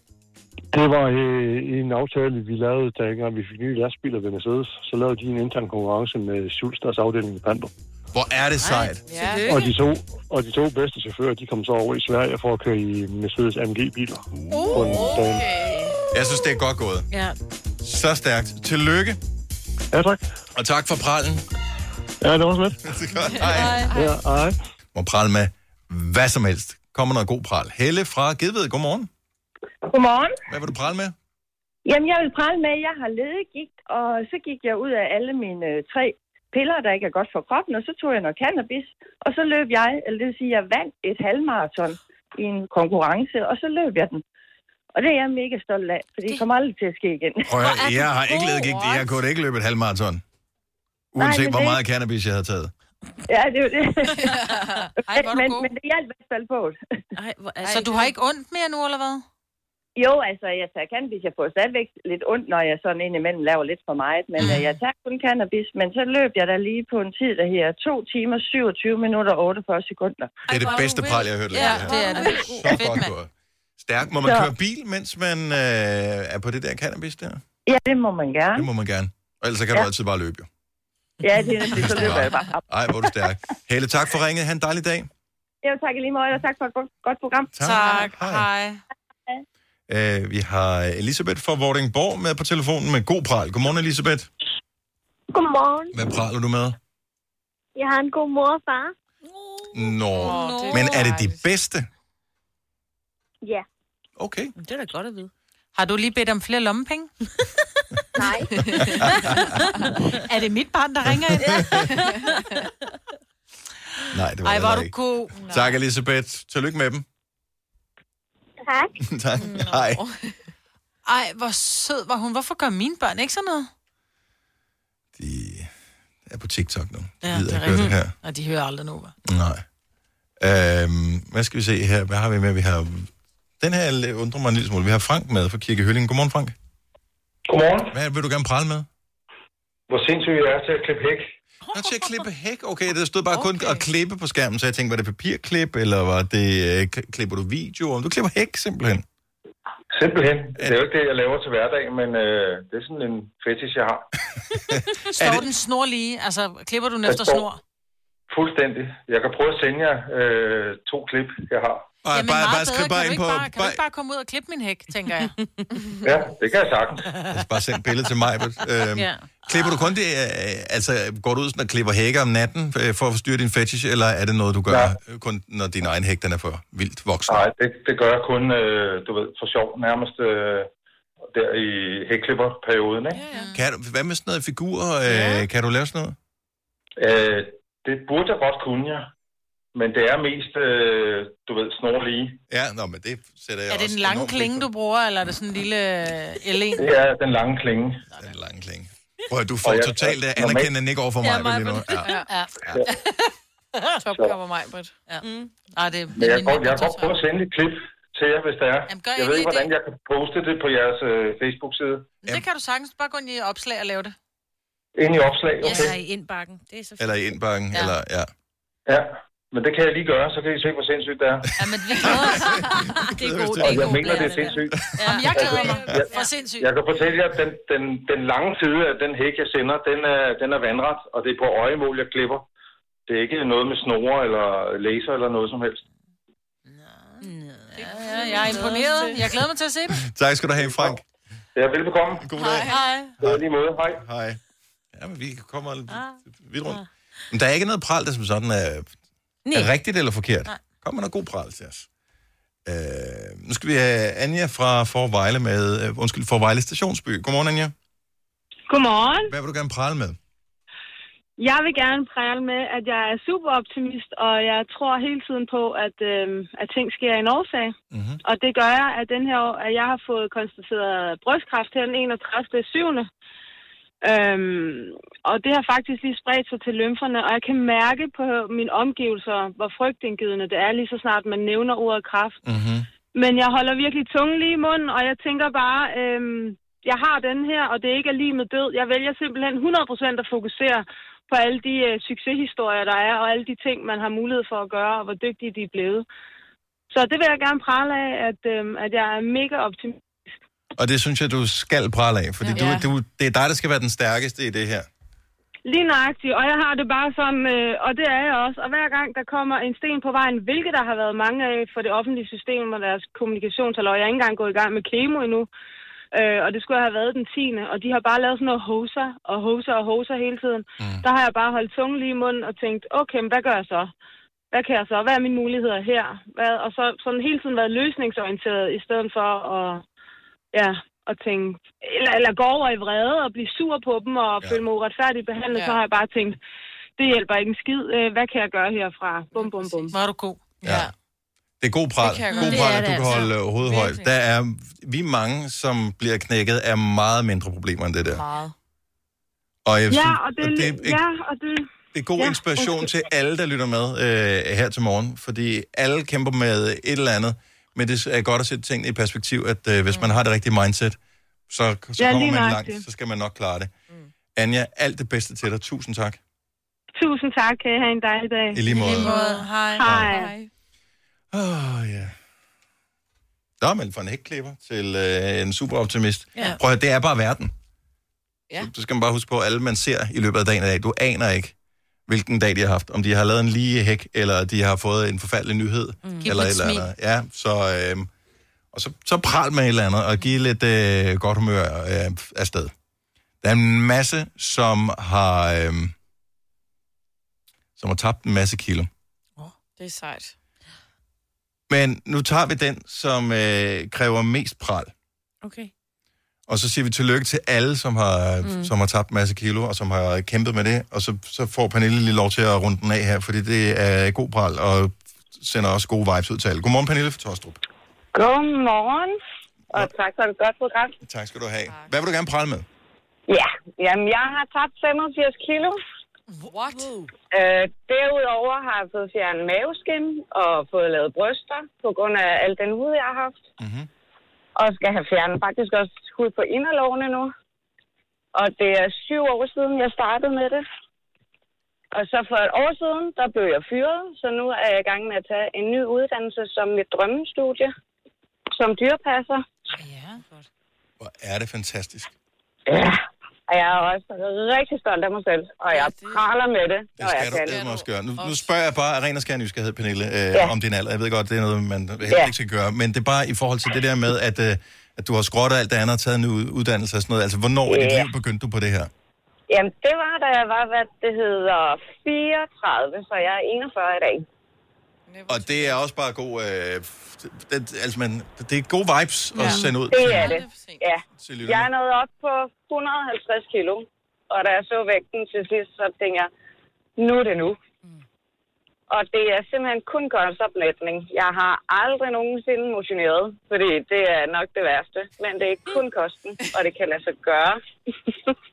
Speaker 16: Det var øh, en aftale, vi lavede, da engang vi fik nye lastbiler ved Mercedes. Så lavede de en intern konkurrence med Schulsters afdeling i Pandrup.
Speaker 1: Hvor er det sejt.
Speaker 16: Og de, to, og de to bedste chauffører, de kom så over i Sverige for at køre i Mercedes AMG-biler. Okay.
Speaker 1: Jeg synes, det er godt gået.
Speaker 2: Ja.
Speaker 1: Så stærkt. Tillykke.
Speaker 16: Ja, tak.
Speaker 1: Og tak for prallen.
Speaker 16: Ja, det var så lidt.
Speaker 1: det er godt. Hej.
Speaker 16: Ja, hej.
Speaker 1: Må prale med hvad som helst. Kommer noget god pral. Helle fra Gedved, godmorgen.
Speaker 17: Godmorgen.
Speaker 1: Hvad vil du prale med?
Speaker 17: Jamen, jeg vil prale med, at jeg har ledegigt, og så gik jeg ud af alle mine øh, tre piller, der ikke er godt for kroppen, og så tog jeg noget cannabis, og så løb jeg, eller det vil sige, jeg vandt et halvmarathon i en konkurrence, og så løb jeg den. Og det er jeg mega stolt af, for det kommer aldrig til at ske igen.
Speaker 1: Prøv at, høre, jeg har ikke ledet gigt. Jeg kunne da ikke løbe et halvmarathon. Uanset
Speaker 17: men
Speaker 1: hvor
Speaker 17: det-
Speaker 1: meget cannabis, jeg havde taget.
Speaker 17: Ja, det er jo det.
Speaker 3: Ej, hvor er du
Speaker 17: men,
Speaker 3: god.
Speaker 17: men det hjalp i hvert fald på.
Speaker 2: Ej, hvor
Speaker 3: Så du har ikke ondt mere nu, eller hvad?
Speaker 17: Jo, altså, jeg tager cannabis. Jeg får stadigvæk lidt ondt, når jeg sådan indimellem laver lidt for meget. Men mm. jeg tager kun cannabis, men så løb jeg der lige på en tid, der her 2 timer, 27 minutter og 48 sekunder.
Speaker 1: Det er det bedste pral, jeg har hørt.
Speaker 17: Ja,
Speaker 1: længe.
Speaker 17: det er det.
Speaker 1: Så godt gået. Stærk. Må man
Speaker 17: Så-
Speaker 1: køre bil, mens man øh, er på det der cannabis der?
Speaker 17: Ja, det må man gerne.
Speaker 1: Det må man gerne. Og ellers så kan du
Speaker 17: Ja.
Speaker 1: altid bare løbe, jo.
Speaker 17: Ja, det er nemlig, så løber jeg bare.
Speaker 1: Ej, hvor er du stærk. Helle, tak for ringet. Ha' en dejlig dag.
Speaker 17: Jeg tak i lige måde, og tak for et godt- godt program.
Speaker 1: Tak.
Speaker 17: Hej.
Speaker 1: Øh, vi har Elisabeth fra Vordingborg med på telefonen med god pral. Godmorgen, Elisabeth.
Speaker 18: Godmorgen.
Speaker 1: Hvad praler du med?
Speaker 18: Jeg har en god mor og far.
Speaker 1: Nå,
Speaker 18: det er
Speaker 1: men er det de bedste?
Speaker 18: Ja.
Speaker 1: Okay.
Speaker 3: Det er da godt at vide. Har du lige bedt om flere lommepenge?
Speaker 18: Nej.
Speaker 3: er det mit barn, der ringer ind?
Speaker 1: Nej, det var
Speaker 3: Ej,
Speaker 1: det
Speaker 3: hvor er
Speaker 1: heller
Speaker 3: du
Speaker 1: ikke.
Speaker 3: god.
Speaker 1: Tak, Elisabeth. Tillykke med dem.
Speaker 18: Tak.
Speaker 1: tak. Hej.
Speaker 3: Ej, hvor sød var hun. Hvorfor gør mine børn ikke sådan noget?
Speaker 1: Jeg er på TikTok nu.
Speaker 3: Ja,
Speaker 1: Jeg gider ikke høre det her.
Speaker 3: Og de hører aldrig nu.
Speaker 1: Nej. Øhm, hvad skal vi se her? Hvad har vi med? Vi har... Den her undrer mig en lille smule. Vi har Frank med fra Kirke Hølling. Godmorgen, Frank.
Speaker 19: Godmorgen.
Speaker 1: Hvad vil du gerne prale med?
Speaker 19: Hvor sindssygt jeg er til at klippe hæk.
Speaker 1: Nå, til at klippe hæk. Okay, det stod bare okay. kun at klippe på skærmen, så jeg tænkte, var det papirklip, eller var det, øh, k- klipper du video? Om du klipper hæk, simpelthen.
Speaker 19: Simpelthen. Det er jo ikke det, jeg laver til hverdag, men øh, det er sådan en fetish, jeg har.
Speaker 3: Står den snor lige? Altså, klipper du den efter
Speaker 19: står-
Speaker 3: snor?
Speaker 19: Fuldstændig. Jeg kan prøve at sende jer øh, to klip, jeg har.
Speaker 1: Ej,
Speaker 3: Jamen, meget bedre. Kan, du ikke, bare, kan du ikke bare komme ud og klippe min hæk, tænker jeg.
Speaker 19: Ja, det kan jeg sagtens.
Speaker 1: Altså, bare send billede til mig. Øhm,
Speaker 3: Ja.
Speaker 1: ja. Klipper du kun det, øh, altså går du ud sådan og klipper hække om natten øh, for at forstyrre din fetish, eller er det noget, du gør ja. kun, når din egen hæk den er for vildt voksen?
Speaker 19: Nej, det, det gør jeg kun, øh, du ved, for sjov nærmest øh, der i hækklipperperioden, ikke?
Speaker 1: Kan du, hvad med sådan noget figur? Øh, ja. Kan du lave sådan noget?
Speaker 19: Øh, det burde jeg godt kunne, ja. Men det er mest, øh, du ved, snorlige.
Speaker 1: Ja, nå, men det sætter jeg
Speaker 3: Er det den lange klinge, du bruger, eller er det sådan en lille øh, L1?
Speaker 19: Det er den lange klinge.
Speaker 1: Den lange klinge. Prøv at du får totalt øh, anerkendende ikke over for mig.
Speaker 4: Ja,
Speaker 1: vel, lige nu. Ja.
Speaker 4: Ja. ja.
Speaker 19: Ja.
Speaker 4: Topcover mig, Britt.
Speaker 3: Ja. Mm. Ej, det,
Speaker 19: Men jeg kan godt, jeg kan godt prøve at sende et klip til jer, hvis der er. jeg ved ikke, hvordan jeg kan poste det på jeres øh, Facebook-side.
Speaker 3: det kan du sagtens. Bare gå ind i opslag og lave det.
Speaker 19: Ind i opslag, okay?
Speaker 2: i indbakken. Det er så
Speaker 1: Eller i indbakken, ja. eller ja.
Speaker 19: Ja, men det kan jeg lige gøre, så kan I se, hvor sindssygt det er.
Speaker 3: Ja, men vi glæder os. det er god, det
Speaker 19: Og
Speaker 3: er
Speaker 19: jeg
Speaker 3: god.
Speaker 19: mener, det er sindssygt.
Speaker 3: Ja. Jamen, jeg glæder mig. For sindssygt.
Speaker 19: Jeg kan fortælle jer, at den, den, den lange side af den hæk, jeg sender, den er, den er vandret, og det er på øjemål, jeg klipper. Det er ikke noget med snore eller laser eller noget som helst.
Speaker 3: Ja, jeg er imponeret. Jeg glæder mig til at se det.
Speaker 1: Tak skal du have, Frank.
Speaker 19: Ja, velbekomme.
Speaker 1: God dag.
Speaker 3: Hej.
Speaker 19: Hej. lige måde. Hej.
Speaker 1: Hej. Ja, men vi kommer lidt vidt rundt. Men der er ikke noget pral, der som sådan er, er rigtigt eller forkert.
Speaker 3: Nej.
Speaker 1: Kom med noget god pral til os. Øh, nu skal vi have Anja fra Forvejle med, øh, undskyld, Forvejle Stationsby. Godmorgen, Anja.
Speaker 18: Godmorgen.
Speaker 1: Hvad vil du gerne prale med?
Speaker 18: Jeg vil gerne prale med, at jeg er super optimist, og jeg tror hele tiden på, at, øh, at ting sker i en årsag. Mm-hmm. Og det gør jeg, at den her år, at jeg har fået konstateret brystkræft her den 31. 7. Øhm, og det har faktisk lige spredt sig til lymferne, og jeg kan mærke på mine omgivelser, hvor frygtindgivende det er, lige så snart man nævner ordet kræft.
Speaker 1: Mm-hmm.
Speaker 18: Men jeg holder virkelig tungen lige i munden, og jeg tænker bare, øhm, jeg har den her, og det ikke er lige med død. Jeg vælger simpelthen 100% at fokusere på alle de øh, succeshistorier, der er, og alle de ting, man har mulighed for at gøre, og hvor dygtige de er blevet. Så det vil jeg gerne prale af, at, øhm, at jeg er mega optimist.
Speaker 1: Og det synes jeg, du skal prale af, fordi
Speaker 18: Ja.
Speaker 1: ja. du, du, det er dig, der skal være den stærkeste i det her.
Speaker 18: Lige nøjagtigt, og jeg har det bare sådan, øh, og det er jeg også. Og hver gang der kommer en sten på vejen, hvilket der har været mange af for det offentlige system og deres kommunikationsaløg, jeg er ikke engang gået i gang med kemo endnu, øh, og det skulle jeg have været den 10. Og de har bare lavet sådan noget hoser og hoser og hoser hele tiden. Mm. Der har jeg bare holdt tungen lige i munden og tænkt, okay, men hvad gør jeg så? Hvad kan jeg så? Hvad er mine muligheder her? Hvad? Og så sådan hele tiden været løsningsorienteret, i stedet for at, ja, at tænke, eller, eller gå over i vrede og blive sur på dem og ja. føle mig uretfærdigt behandlet, ja. så har jeg bare tænkt, det hjælper ikke en skid. Øh, Hvad kan jeg gøre herfra? Bum, bum, bum.
Speaker 3: Var du god?
Speaker 1: Ja. Det er god pral.
Speaker 18: Det kan jeg
Speaker 1: god
Speaker 18: godt lide.
Speaker 1: pral,
Speaker 18: Det er
Speaker 1: at du
Speaker 18: det
Speaker 1: kan
Speaker 18: altså.
Speaker 1: holde øh, hovedet højt. Der er, vi er mange, som bliver knækket af meget mindre problemer end det der.
Speaker 18: Meget.
Speaker 1: Og jeg
Speaker 18: Ja,
Speaker 1: synes,
Speaker 18: og det,
Speaker 1: og
Speaker 18: er,
Speaker 1: det, er,
Speaker 18: ja, og det,
Speaker 1: det er god
Speaker 18: ja,
Speaker 1: inspiration
Speaker 18: undskyld.
Speaker 1: til alle, der lytter med øh, her til morgen, fordi alle kæmper med et eller andet, men det er godt at sætte tingene i perspektiv, at øh, hvis man har det rigtige mindset, så, så
Speaker 18: Mm. Ja, lige
Speaker 1: ja, kommer man
Speaker 18: nøjagtigt.
Speaker 1: langt, så skal man nok klare det. Mm. Anja, alt det bedste til dig. Tusind tak.
Speaker 18: Tusind tak. Kan I have en dejlig dag.
Speaker 1: I lige måde. I lige måde.
Speaker 3: Hej.
Speaker 18: Hej.
Speaker 1: Åh, oh, ja. Nå, men fra en hækklipper til øh, en superoptimist.
Speaker 18: Ja.
Speaker 1: Ja. Prøv at, høre, det er bare verden.
Speaker 4: Ja.
Speaker 1: Så skal man bare huske på, at alle man ser i løbet af dagen i dag, du aner ikke, hvilken dag de har haft. Om de har lavet en lige hæk, eller de har fået en forfærdelig nyhed. Mm.
Speaker 20: Giv
Speaker 1: Eller
Speaker 20: dem et
Speaker 1: eller
Speaker 20: smil.
Speaker 1: andet. Ja, så, øhm, og så, så pral med et eller andet, og give lidt øh, godt humør øh, afsted. Der er en masse, som har, øh, som har tabt en masse kilo.
Speaker 4: Det er sejt.
Speaker 1: Men nu tager vi den, som øh, kræver mest pral.
Speaker 2: Okay.
Speaker 1: Og så siger vi tillykke til alle, som har,
Speaker 2: Mm.
Speaker 1: mm. som har tabt en masse kilo, og som har kæmpet med det. Og så, så får Pernille lige lov til at runde den af her, fordi det er god pral, og sender også gode vibes ud til alle. Godmorgen, Pernille fra Tostrup.
Speaker 21: Godmorgen, og tak for et godt program.
Speaker 1: Tak skal du have. Hvad vil du gerne prale med?
Speaker 21: Ja, jamen jeg har tabt 85 kilo.
Speaker 4: What?
Speaker 21: Øh, derudover har jeg fået fjernet maveskin og fået lavet bryster på grund af al den hud, jeg har haft.
Speaker 1: Mm-hmm.
Speaker 21: Og skal have fjernet faktisk også hud på inderlovene nu. Og det er syv år siden, jeg startede med det. Og så for et år siden, der blev jeg fyret, så nu er jeg i gang med at tage en ny uddannelse som mit drømmestudie, som dyrepasser.
Speaker 1: Er det fantastisk.
Speaker 21: Ja. Og jeg er også rigtig stolt af mig selv, og jeg praler med det,
Speaker 1: Det
Speaker 21: når jeg
Speaker 1: skal
Speaker 21: kan.
Speaker 1: du eddermame også gøre. Nu, nu spørger jeg bare af ren og skær nysgerrighed, Pernille, øh,
Speaker 21: Ja.
Speaker 1: ja. om din alder. Jeg ved godt, det er noget, man helst
Speaker 21: Ja.
Speaker 1: ikke skal gøre, men det er bare i forhold til det der med, at, øh, at du har skrottet alt det andet og taget en ud- uddannelse og sådan noget. Altså, hvornår i dit
Speaker 21: Ja.
Speaker 1: liv begyndte du på det her?
Speaker 21: Jamen, det var, da jeg var, hvad det hedder, 34, så jeg er 41 i dag.
Speaker 1: Og det er også bare god... Øh, f- det, altså, man, det er gode vibes ja. at sende ud.
Speaker 21: Det
Speaker 1: til-
Speaker 21: er det, ja.
Speaker 1: til lytterne.
Speaker 21: Jeg er nået op på 150 kilo, og da jeg så vægten til sidst, så tænkte jeg, nu er det nu. Og det er simpelthen kun kostoplætning. Jeg har aldrig nogensinde motioneret, fordi det er nok det værste. Men det er kun kosten, og det kan lade sig gøre.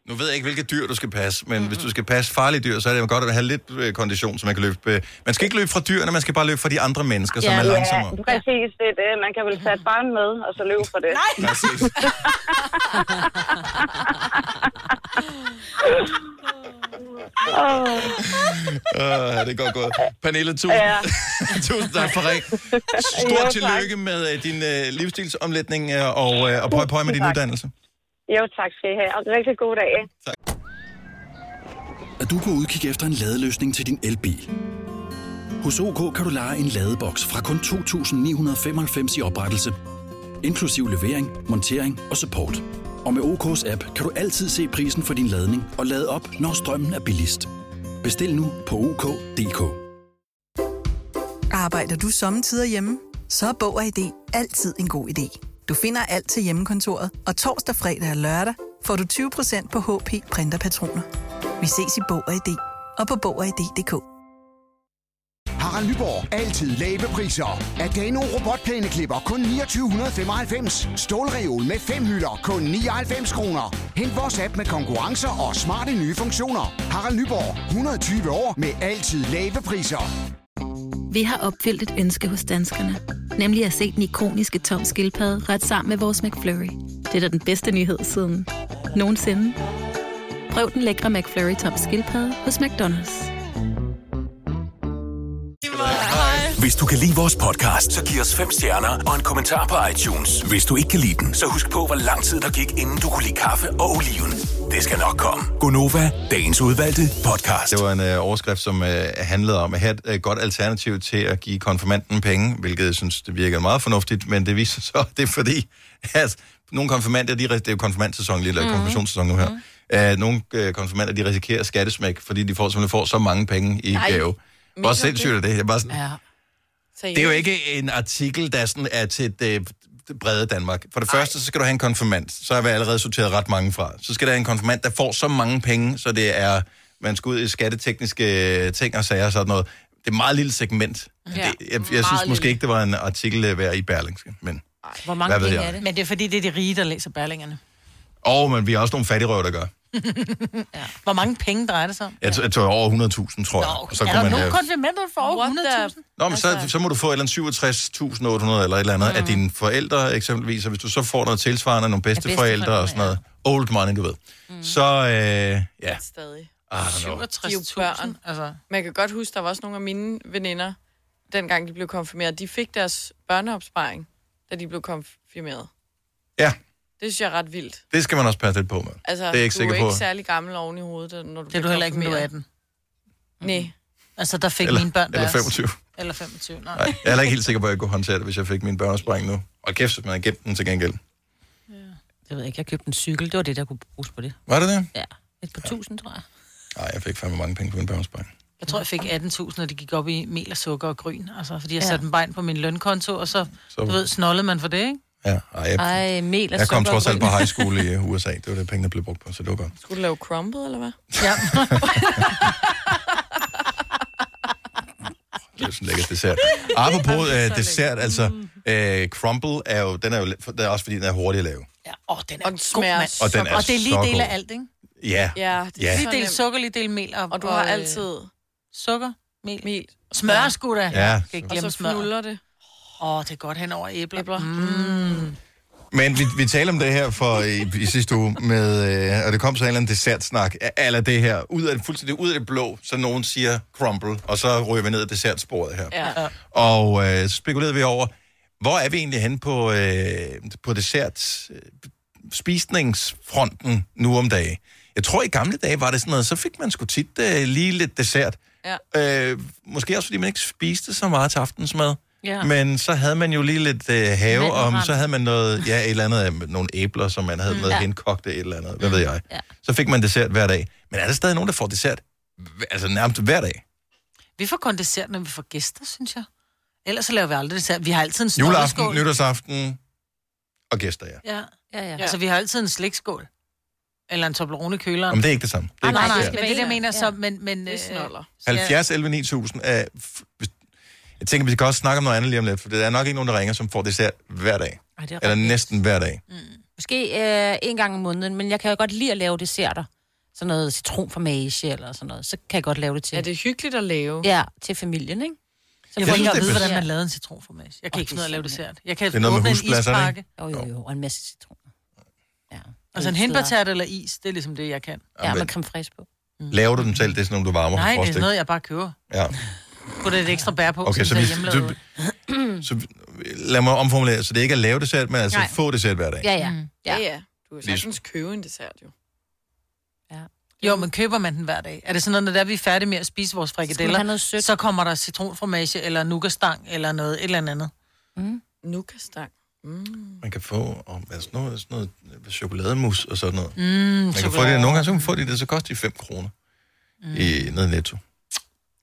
Speaker 1: Nu ved jeg ikke, hvilke dyr du skal passe, men mm-hmm. hvis du skal passe farlige dyr, så er det jo godt at have lidt øh, kondition, så man kan løbe... Øh, man skal ikke løbe fra dyrene, man skal bare løbe fra de andre mennesker, som er langsommere.
Speaker 21: Ja, præcis. Det er det. Man kan vel tage et barn med, og så løbe for det. Nej!
Speaker 1: Præcis. Uh, det er godt gået. Pernille, tusind,
Speaker 21: Ja.
Speaker 1: ja. tusind tak for ring.
Speaker 21: Jo,
Speaker 1: Stort
Speaker 21: tak.
Speaker 1: tillykke med øh, din øh, livsstilsomlægning, øh, og, øh, og prøv, prøv med din
Speaker 21: Tak.
Speaker 1: uddannelse.
Speaker 21: Jo, tak skal I have, og rigtig god dag.
Speaker 8: at du kan udkigge efter en ladeløsning til din elbil. Hos OK kan du lege en ladeboks fra kun 2.995 i oprettelse, inklusiv levering, montering og support. Og med OK's app kan du altid se prisen for din ladning og lade op, når strømmen er billigst. Bestil nu på OK.dk.
Speaker 22: Arbejder du sommetider hjemme? Så er Bog og ID altid en god idé. Du finder alt til hjemmekontoret, og torsdag, fredag og lørdag får du 20% på HP Printerpatroner. Vi ses i Bog og ID og på Bog og ID.dk.
Speaker 23: Harald Nyborg. Altid lave priser. Adano robotplæneklipper kun 2995. Stålreol med fem hylder kun 99 kroner. Hent vores app med konkurrencer og smarte nye funktioner. Harald Nyborg. 120 år med altid lave priser.
Speaker 24: Vi har opfyldt et ønske hos danskerne. Nemlig at se den ikoniske tom skildpadde ret sammen med vores McFlurry. Det er da den bedste nyhed siden nogensinde. Prøv den lækre McFlurry tom skildpadde hos McDonald's.
Speaker 5: Hvis du kan lide vores podcast, så giv os fem stjerner og en kommentar på iTunes. Hvis du ikke kan lide den, så husk på, hvor lang tid der gik, inden du kunne lide kaffe og oliven. Det skal nok komme.
Speaker 1: Gonova, dagens udvalgte podcast. Det var en øh, overskrift, som øh, handlede om at have et øh, godt alternativ til at give konfirmanden penge, hvilket jeg synes, det virker meget fornuftigt, men det viser sig så, det er fordi, at nogle konfirmander, de, ris- det er jo konfirmandsæson lige, eller
Speaker 25: Mhm.
Speaker 1: mm. konfirmationssæson nu her, mm. uh, nogle øh, konfirmander, de risikerer skattesmæk, fordi de får, simpelthen får så mange penge i
Speaker 4: Ej,
Speaker 1: Ej, gave.
Speaker 4: mener
Speaker 1: Hvor sindssygt
Speaker 4: du?
Speaker 1: er det? Jeg er bare sådan,
Speaker 4: Ja.
Speaker 1: det er jo ikke en artikel, der sådan er til det øh, det brede Danmark. For det Ej. første, så skal du have en konfirmand. Så har vi allerede sorteret ret mange fra. Så skal der en konfirmand, der får så mange penge, så det er, man skal ud i skattetekniske øh, ting og sager og sådan noget. Det er et meget lille segment. Ja, det, jeg, jeg synes
Speaker 3: meget
Speaker 1: måske
Speaker 3: lille.
Speaker 1: ikke, det var en artikel øh, værd i Berlingske, men...
Speaker 3: Hvor
Speaker 1: mange Hvad ved penge jeg? er det?
Speaker 3: Men det er fordi, det er de rige, der læser Berlingerne.
Speaker 1: Og men vi er også nogle fattigrøver, der gør.
Speaker 3: ja. Hvor mange penge drejer det sig om?
Speaker 1: Jeg, t- jeg tror over 100.000, tror jeg.
Speaker 3: Nå,
Speaker 1: Og
Speaker 3: så er der nogen
Speaker 1: have-
Speaker 3: konfirmander for over 100.000?
Speaker 1: Nå, men så, så må du få et eller andet 67.800 eller et eller andet mm. af dine forældre eksempelvis, og hvis du så får noget tilsvarende af nogle bedsteforældre og sådan noget, old money, du ved, mm. så øh, ja.
Speaker 4: Stadig.
Speaker 1: Ah, I don't
Speaker 4: 67.000?
Speaker 1: know.
Speaker 3: Altså.
Speaker 4: Man kan godt huske, der var også nogle af mine veninder, dengang de blev konfirmeret, de fik deres børneopsparing, da de blev konfirmeret.
Speaker 1: Ja.
Speaker 4: Det synes jeg er ret vildt.
Speaker 1: Det skal man også passe lidt på med.
Speaker 4: Altså,
Speaker 1: det er jeg ikke
Speaker 4: du
Speaker 1: sikker
Speaker 4: er
Speaker 1: på.
Speaker 4: ikke særlig gammel oven i hovedet, når du Mm.
Speaker 3: Det er du heller ikke, når du er 18.
Speaker 4: Nej.
Speaker 3: Altså, der fik
Speaker 1: Eller-
Speaker 3: mine børn
Speaker 1: eller
Speaker 3: deres.
Speaker 1: 25.
Speaker 3: Eller 25, nej.
Speaker 1: Nej, jeg er heller ikke helt sikker på, at jeg kunne håndtere det, hvis jeg fik min børnespræng nu. Og kæft, hvis man havde gemt den til gengæld.
Speaker 2: Jeg ved ikke, jeg købte en cykel. Det var det, der kunne bruges på det.
Speaker 1: Var det det?
Speaker 2: Ja, et par tusind, tror jeg.
Speaker 1: Nej, jeg fik fandme mange penge på min børnespræng.
Speaker 3: Jeg tror, jeg fik 18.000, når det gik op i mel og sukker og gryn. Altså, fordi jeg
Speaker 2: Ja.
Speaker 3: ja. satte en bein på min lønkonto, og så,
Speaker 1: Så-
Speaker 3: du ved, snollede man for det, ikke?
Speaker 1: Ja, ej, jeg,
Speaker 3: Ej, mel og
Speaker 1: jeg
Speaker 3: sukker
Speaker 1: kom
Speaker 3: og
Speaker 1: trods alt på
Speaker 3: gryn.
Speaker 1: high school i øh, USA. Det var det, pengene blev brugt på, så det var godt.
Speaker 4: Skulle du lave crumble, eller hvad?
Speaker 3: Ja.
Speaker 1: Det er sådan en lækker dessert. Apropos øh, dessert, altså, øh, crumble er jo, den er jo, lidt- det er også fordi, den er hurtig at lave.
Speaker 3: Åh, oh, den er og den
Speaker 4: smager
Speaker 1: så Og den er
Speaker 3: og det er lige
Speaker 1: så
Speaker 3: del af
Speaker 1: god.
Speaker 3: alt, ikke?
Speaker 1: Ja.
Speaker 4: Ja,
Speaker 1: det er Ja. så
Speaker 3: Lige del
Speaker 4: nemt.
Speaker 3: sukker, lige del mel. Og,
Speaker 4: Og du har
Speaker 3: øh,
Speaker 4: altid...
Speaker 3: Sukker, mel.
Speaker 4: mel.
Speaker 3: Smør, sgu da.
Speaker 1: Ja.
Speaker 3: Skal ikke
Speaker 4: Og så
Speaker 3: glemme smør.
Speaker 4: fnuller det.
Speaker 3: Åh, oh, det er godt hen over æbler. æbler. Mm.
Speaker 1: Men vi, vi talte om det her for i, i sidste uge, med, øh, og det kom så en eller anden dessertsnak, eller det her, ud af, fuldstændig ud af det blå, så nogen siger crumble, og så ryger vi ned ad dessertsporet her.
Speaker 4: Ja.
Speaker 1: Og øh, så spekulerede vi over, hvor er vi egentlig henne på, øh, på dessert øh, spisningsfronten nu om dagen? Jeg tror, i gamle dage var det sådan noget, så fik man sgu tit øh, lige lidt dessert.
Speaker 4: Ja.
Speaker 1: Øh, måske også, fordi man ikke spiste så meget til aftensmad.
Speaker 4: Ja.
Speaker 1: Men så havde man jo lige lidt øh, have,
Speaker 4: Mandelbrand.
Speaker 1: om så havde man noget, ja, et eller andet, øh, nogle æbler, som man havde
Speaker 4: Mm.
Speaker 1: med ja.
Speaker 4: Ja.
Speaker 1: henkogte, et eller andet, hvad ved jeg.
Speaker 4: Ja.
Speaker 1: Så fik man dessert hver dag. Men er der stadig nogen, der får dessert hv- altså nærmest hver dag?
Speaker 3: Vi får kun dessert, når vi får gæster, synes jeg. Ellers så laver vi aldrig dessert. Vi har altid en
Speaker 1: Juleaften,
Speaker 3: snolleskål.
Speaker 1: nytårsaften og gæster, ja.
Speaker 3: Ja.
Speaker 2: Ja, ja.
Speaker 3: Altså, vi har altid en slikskål. Eller en Toblerone køler.
Speaker 1: Om det er ikke det samme. Det er
Speaker 3: Ah, nej,
Speaker 1: ikke
Speaker 3: nej,
Speaker 1: dessert.
Speaker 3: men det, der mener jeg så, men... øh, men det snoller.
Speaker 1: 70 11 9000 er... f- hvis- Jeg tænker, vi kan også snakke om noget andet lige om lidt, for der er nok ikke nogen, der ringer, som får dessert hver dag.
Speaker 2: Ej, det er
Speaker 1: Eller næsten hver dag.
Speaker 2: Måske øh, en gang om måneden, men jeg kan jo godt lide at lave desserter. Sådan noget citronformage eller sådan noget. Så kan jeg godt lave det til.
Speaker 4: Ja, det er hyggeligt at lave.
Speaker 2: Ja, til familien, ikke? Så
Speaker 3: Jeg
Speaker 2: får
Speaker 3: får ikke
Speaker 2: lige
Speaker 3: at vide, hvordan
Speaker 2: dessert.
Speaker 3: man lavede en citronformage. Jeg kan
Speaker 2: Åh, det
Speaker 3: ikke finde ud af at lave
Speaker 2: er
Speaker 3: dessert.
Speaker 2: simpelthen-
Speaker 3: Jeg kan
Speaker 1: Det er noget med
Speaker 3: åbne en
Speaker 1: husblasserne, ikke?
Speaker 3: ispakke.
Speaker 2: Jo, jo, jo, og en masse citroner. Ja.
Speaker 3: Altså en
Speaker 2: Ølsteder.
Speaker 3: hindbærtert eller is, det er ligesom det, jeg kan.
Speaker 1: Ja, med
Speaker 2: creme fraiche på.
Speaker 1: Laver du dem selv? Det er sådan nogle, du varmer
Speaker 3: Nej,
Speaker 1: på
Speaker 3: det er
Speaker 1: frosting.
Speaker 3: noget, jeg bare køber.
Speaker 1: Ja.
Speaker 3: Put et ekstra bær på,
Speaker 1: Okay,
Speaker 3: okay,
Speaker 1: så
Speaker 3: som
Speaker 1: vi,
Speaker 3: der
Speaker 1: så,
Speaker 3: hjemmelavede.
Speaker 1: så, lad mig omformulere, så det er ikke at lave dessert, men altså
Speaker 4: Nej.
Speaker 1: få dessert hver dag.
Speaker 2: Ja, ja.
Speaker 3: Mm.
Speaker 4: Ja, ja. Du kan
Speaker 1: Ligesom.
Speaker 4: sagtens købe en dessert, jo.
Speaker 3: Jo, men køber man den hver dag? Er det sådan noget, når der vi er færdige med at spise vores
Speaker 2: have
Speaker 3: frikadeller,
Speaker 2: noget
Speaker 3: så kommer der citronformage eller nougatstang eller noget et eller andet?
Speaker 2: Mm.
Speaker 4: Nougatstang. Mm.
Speaker 1: Man kan få om, altså noget, sådan noget øh, chokolademus og sådan noget.
Speaker 3: Mm,
Speaker 1: man kan få det,
Speaker 4: chokolade.
Speaker 1: nogle gange så kan man få det, det så koster de 5 kroner mm. i nede i netto.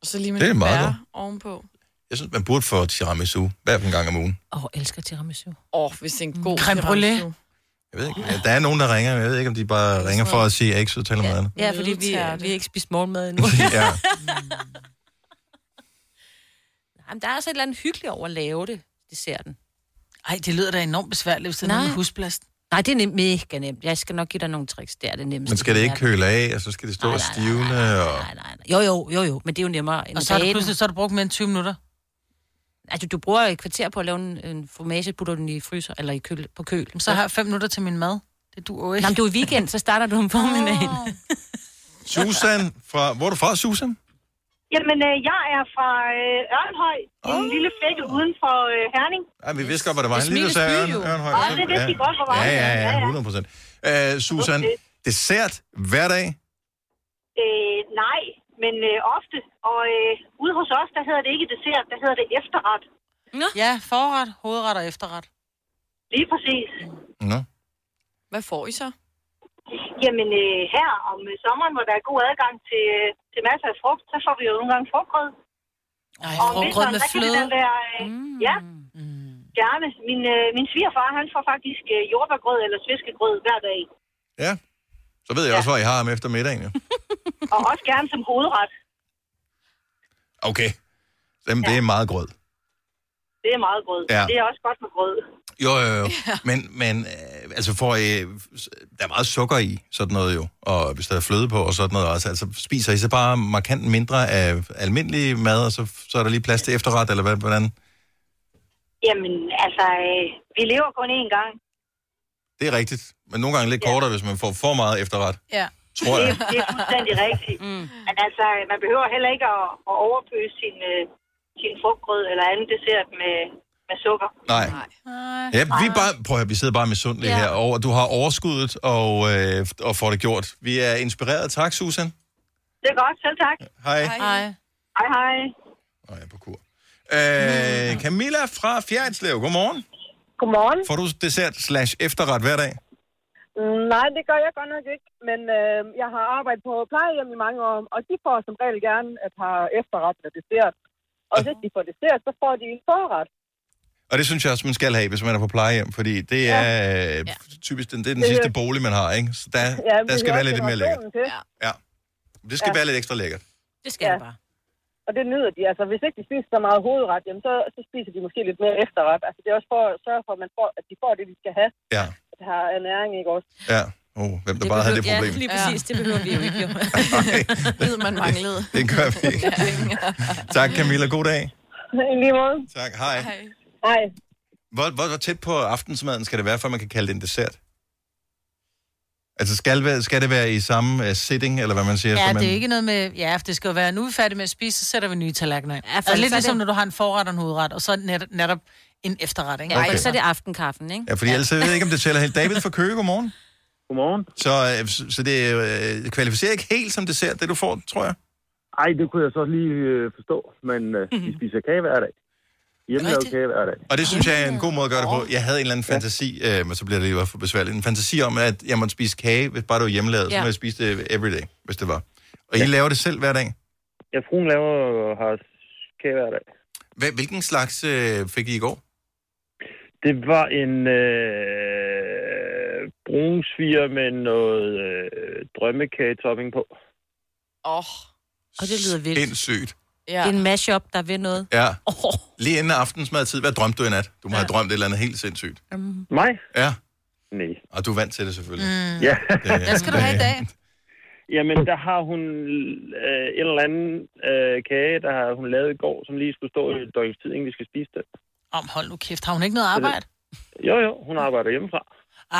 Speaker 4: Og så lige med
Speaker 1: Det er
Speaker 4: lidt
Speaker 1: meget
Speaker 4: bær
Speaker 1: godt.
Speaker 4: ovenpå.
Speaker 1: Jeg synes, man burde få tiramisu hver en gang om ugen.
Speaker 2: Åh, oh, elsker tiramisu.
Speaker 4: Åh, oh, hvis det er en god
Speaker 3: Creme brûlée.
Speaker 1: Jeg ved ikke, ja, der er nogen, der ringer, men jeg ved ikke, om de bare ringer for at sige, at jeg ikke så taler om noget andet.
Speaker 2: Ja, fordi vi,
Speaker 4: Nødtærte.
Speaker 2: vi har ikke spist morgenmad endnu.
Speaker 1: Ja.
Speaker 2: Jamen, der er altså et eller andet hyggeligt over at lave det, desserten.
Speaker 3: Ej, det lyder da enormt besværligt, hvis det er
Speaker 2: Nej.
Speaker 3: noget med husblast.
Speaker 2: Nej, det er nem, mega nemt. Jeg skal nok give dig nogle tricks. Det er det nemmeste.
Speaker 1: Men skal det ikke
Speaker 2: i verden.
Speaker 1: køle af, og så skal det stå og stivne, og...
Speaker 2: Jo, jo, jo, jo. Men det er jo nemmere end
Speaker 3: Og så har du
Speaker 2: at bage
Speaker 3: pludselig så har du brugt mere end 20 minutter.
Speaker 2: den. Altså, du bruger et kvarter på at lave en, en formage, putter den i fryser eller i køl, på køl.
Speaker 3: Så har jeg 5 minutter til min mad. Det du ikke.
Speaker 2: Nå, men du er i weekend, så starter du om formiddagen.
Speaker 1: Susan fra... Hvor er du fra, Susan?
Speaker 6: Jamen, øh, jeg er fra øh, Ørnhøj, oh. en lille flække uden for øh, Herning.
Speaker 1: Ej, vi vidste godt, hvad det var.
Speaker 6: Det
Speaker 1: Han lige
Speaker 6: smiles
Speaker 1: sagde
Speaker 6: by,
Speaker 1: Ørn,
Speaker 6: jo.
Speaker 1: Ørnhøj.
Speaker 6: Ja, det vidste de godt, hvor var
Speaker 1: ja,
Speaker 6: det.
Speaker 1: ja,
Speaker 6: Ja, ja.
Speaker 1: ja, 100 procent. Uh, Susan,
Speaker 6: Okay.
Speaker 1: dessert hver dag?
Speaker 6: Øh, nej, men øh, ofte. Og øh, ude hos os, der hedder det ikke dessert, der hedder det efterret.
Speaker 2: Nå.
Speaker 3: Ja, forret, hovedret og efterret.
Speaker 6: Lige præcis.
Speaker 1: Nå.
Speaker 4: Hvad får I så?
Speaker 6: Jamen, øh, her om øh, sommeren, hvor der er god adgang til, øh, til masser af frugt, så får vi jo nogle gange frugtgrød.
Speaker 3: Ej,
Speaker 6: og om
Speaker 3: frugtgrød
Speaker 6: vinteren,
Speaker 3: med
Speaker 6: der kan det
Speaker 3: fløde.
Speaker 6: da være, øh, mm. ja, gerne. Min, øh, min svigerfar, han får faktisk øh, jordbærgrød eller sviskegrød hver dag.
Speaker 1: Ja. Så ved jeg også, hvor I har ham efter middagen, jo.
Speaker 6: Og også gerne som hovedret.
Speaker 1: Okay. Jamen, det er meget grød.
Speaker 6: Det er meget grød.
Speaker 1: Ja.
Speaker 6: Det er også godt med grød.
Speaker 1: Jo, jo, jo. Men, men øh, altså får I, der er meget sukker i, sådan noget jo, og hvis der er fløde på og sådan noget også, altså spiser I så bare markant mindre af almindelig mad, og så, så er der lige plads til efterret, eller hvad, hvordan?
Speaker 6: Jamen, altså, øh, vi lever kun én gang.
Speaker 1: Det er rigtigt, men nogle gange lidt kortere, hvis man får for meget efterret.
Speaker 6: Ja.
Speaker 1: Tror jeg.
Speaker 6: Det, det er fuldstændig rigtigt. Mm. Men altså, man behøver heller ikke at, at overpøse sin, øh, sin frugtgrød eller anden dessert med, med sukker.
Speaker 1: Nej.
Speaker 6: Nej.
Speaker 1: Ja, vi, er bare, prøv at, høre, vi sidder bare med sundt ja.
Speaker 6: Ja.
Speaker 1: her, og du har overskuddet og, øh, og får det gjort. Vi er inspireret. Tak, Susan.
Speaker 6: Det er godt, selv tak.
Speaker 1: Hej.
Speaker 6: Hej. Hej, hej.
Speaker 1: Øh, Camilla fra Fjernslev, godmorgen.
Speaker 7: Godmorgen.
Speaker 1: Får du dessert slash efterret hver dag?
Speaker 7: Mm, Nej, det gør jeg godt nok ikke, men øh, jeg har arbejdet på plejehjem i mange år, og de får som regel gerne at have efterret eller dessert. Og hvis de får dessert, så får de en forret.
Speaker 1: Og det synes jeg også, man skal have, hvis man er på plejehjem, fordi det ja. er øh, typisk den, det er den
Speaker 7: Det-
Speaker 1: sidste bolig, man har, ikke? Så der,
Speaker 7: Ja,
Speaker 1: ja, der
Speaker 7: det
Speaker 1: skal
Speaker 7: hører
Speaker 1: være lidt mere lækkert.
Speaker 7: generationen til.
Speaker 1: Ja. Det skal ja.
Speaker 7: Ja.
Speaker 1: være lidt ekstra lækkert.
Speaker 7: Det skal ja. bare. Og det nyder de. Altså, hvis ikke de spiser så meget hovedret, jamen, så, så spiser de måske lidt mere efterret. Altså, det er også for at sørge for, at, man får, at de får det, de skal have.
Speaker 1: Ja.
Speaker 7: At have ernæring, ikke også?
Speaker 1: Ja. Oh, hvem der bare havde det problem.
Speaker 2: Ja, lige præcis. Det behøver vi jo ikke, jo.
Speaker 7: Ved man manglede.
Speaker 1: Det gør vi ikke. tak, Camilla. God dag.
Speaker 7: I lige måde.
Speaker 1: Tak. Hej.
Speaker 7: Hej.
Speaker 1: Hvor, hvor, hvor tæt på aftensmaden skal det være, før man kan kalde det en dessert? Altså, skal, være- skal det være i samme uh, sitting, eller hvad man siger?
Speaker 3: Ja,
Speaker 1: så man...
Speaker 3: det er ikke noget med... Ja, for det skal jo være, nu er vi færdige med at spise, så sætter vi nye tallerkener ind. Ja,
Speaker 2: for
Speaker 3: altså, lidt
Speaker 2: så er
Speaker 3: ligesom,
Speaker 2: det-
Speaker 3: når du har en forret og en hovedret, og så net, netop en efterret, ikke?
Speaker 1: Ja, Okay.
Speaker 2: Så er det aftenkaffen, ikke?
Speaker 1: Ja, fordi ellers jeg ved jeg ikke, om det tæller helt. David fra Køge, godmorgen.
Speaker 9: Godmorgen.
Speaker 1: Så, øh, så- så det øh, kvalificerer ikke helt som dessert, det du får, tror jeg.
Speaker 9: Ej, det kunne jeg så lige øh, forstå, men øh,
Speaker 1: Mhm.
Speaker 9: de spiser kage hver dag. Hjemmelavet kage hver dag.
Speaker 1: Og det synes jeg er en god måde at gøre det på. Jeg havde en eller anden fantasi, øh, men så bliver det lige for besværligt. En fantasi om, at jeg måtte spise kage, hvis bare det var hjemmelavet. Så
Speaker 9: Ja.
Speaker 1: må jeg spise det everyday, hvis det var. Og I laver det selv hver dag?
Speaker 9: Ja, fruen laver og har kage hver dag.
Speaker 1: Hvad- Hvilken slags øh, fik I i går?
Speaker 9: Det var en øh, brun sviger med noget øh, drømmekage-topping på.
Speaker 4: Åh, oh,
Speaker 2: Og det lyder vildt.
Speaker 1: Indsygt.
Speaker 2: Ja. Det er en mashup, der vil noget.
Speaker 1: Ja. Oh. Lige inden aftensmadtid, hvad drømte du i nat? Du må ja. have drømt et eller andet helt sindssygt.
Speaker 2: Mm.
Speaker 9: Mig?
Speaker 1: Ja.
Speaker 9: Nej.
Speaker 1: Og du er vant til det selvfølgelig.
Speaker 9: Mm. Ja.
Speaker 1: Det- Hvad skal du have i dag?
Speaker 9: Jamen, der har hun øh, en eller anden øh, kage, der har hun lavet i går, som lige skulle stå i et døgns tid, inden vi skal spise det.
Speaker 3: Om, hold nu kæft, har hun ikke noget arbejde?
Speaker 9: Jo, jo, hun arbejder hjemmefra.
Speaker 3: Ah,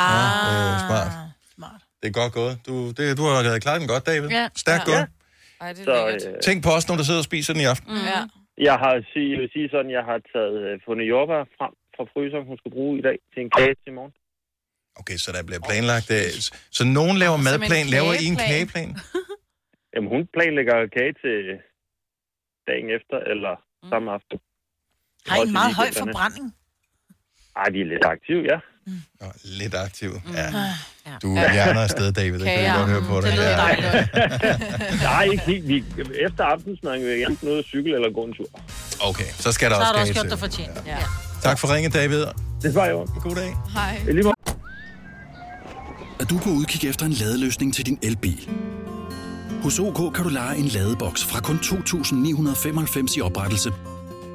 Speaker 1: Øh, smart. Det er godt gået. Du, det, du har klaret den godt, David.
Speaker 9: Ja.
Speaker 1: Stærkt
Speaker 9: Ja.
Speaker 1: gået.
Speaker 4: Ej, det
Speaker 9: Så, øh,
Speaker 1: Tænk på os, når du sidder og spiser den i aften.
Speaker 4: Mm. Ja.
Speaker 9: Jeg har sige, jeg vil sige sådan, jeg har taget øh, fundet jordbær frem fra fryseren, hun skulle bruge i dag til en kage til i morgen.
Speaker 1: Okay, så der bliver planlagt. øh, s- Så nogen laver madplan, laver I en kageplan?
Speaker 9: Jamen, hun planlægger kage til dagen efter eller mm. samme aften.
Speaker 3: Har I en
Speaker 9: Også i
Speaker 3: meget høj
Speaker 9: weekenderne.
Speaker 3: forbrænding?
Speaker 9: Ej, de er lidt aktive, ja.
Speaker 1: Mm. Lidt aktiv.
Speaker 3: Mm.
Speaker 1: Ja.
Speaker 3: Ah,
Speaker 9: Ja.
Speaker 1: Du hjerner afsted, David. Det kan jeg godt høre på dig. Ja.
Speaker 9: Nej, ikke helt. Vi, efter aftensmaden vil jeg gerne ud og cykle eller gå en tur.
Speaker 1: Okay, så skal der
Speaker 3: Så har
Speaker 1: også
Speaker 3: du også
Speaker 1: kage
Speaker 3: gjort
Speaker 1: til.
Speaker 3: dig fortjent. Ja.
Speaker 1: Tak for ringet, David.
Speaker 9: Det var jo.
Speaker 1: God dag.
Speaker 4: Hej.
Speaker 8: Er du på udkig efter en ladeløsning til din elbil? Hos OK kan du lege en ladeboks fra kun 2.995 i oprettelse,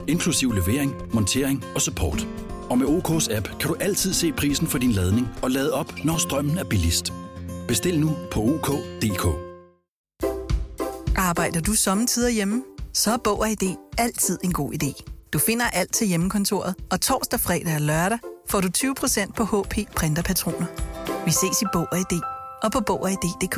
Speaker 8: inklusiv levering, montering og support. Og med OK's app kan du altid se prisen for din ladning og lade op, når strømmen er billigst. Bestil nu på OK.dk.
Speaker 22: Arbejder du sommetider hjemme? Så er Bog og ID altid en god idé. Du finder alt til hjemmekontoret, og torsdag, fredag og lørdag får du 20% på HP Printerpatroner. Vi ses i Bog og ID og på Bog og ID.dk.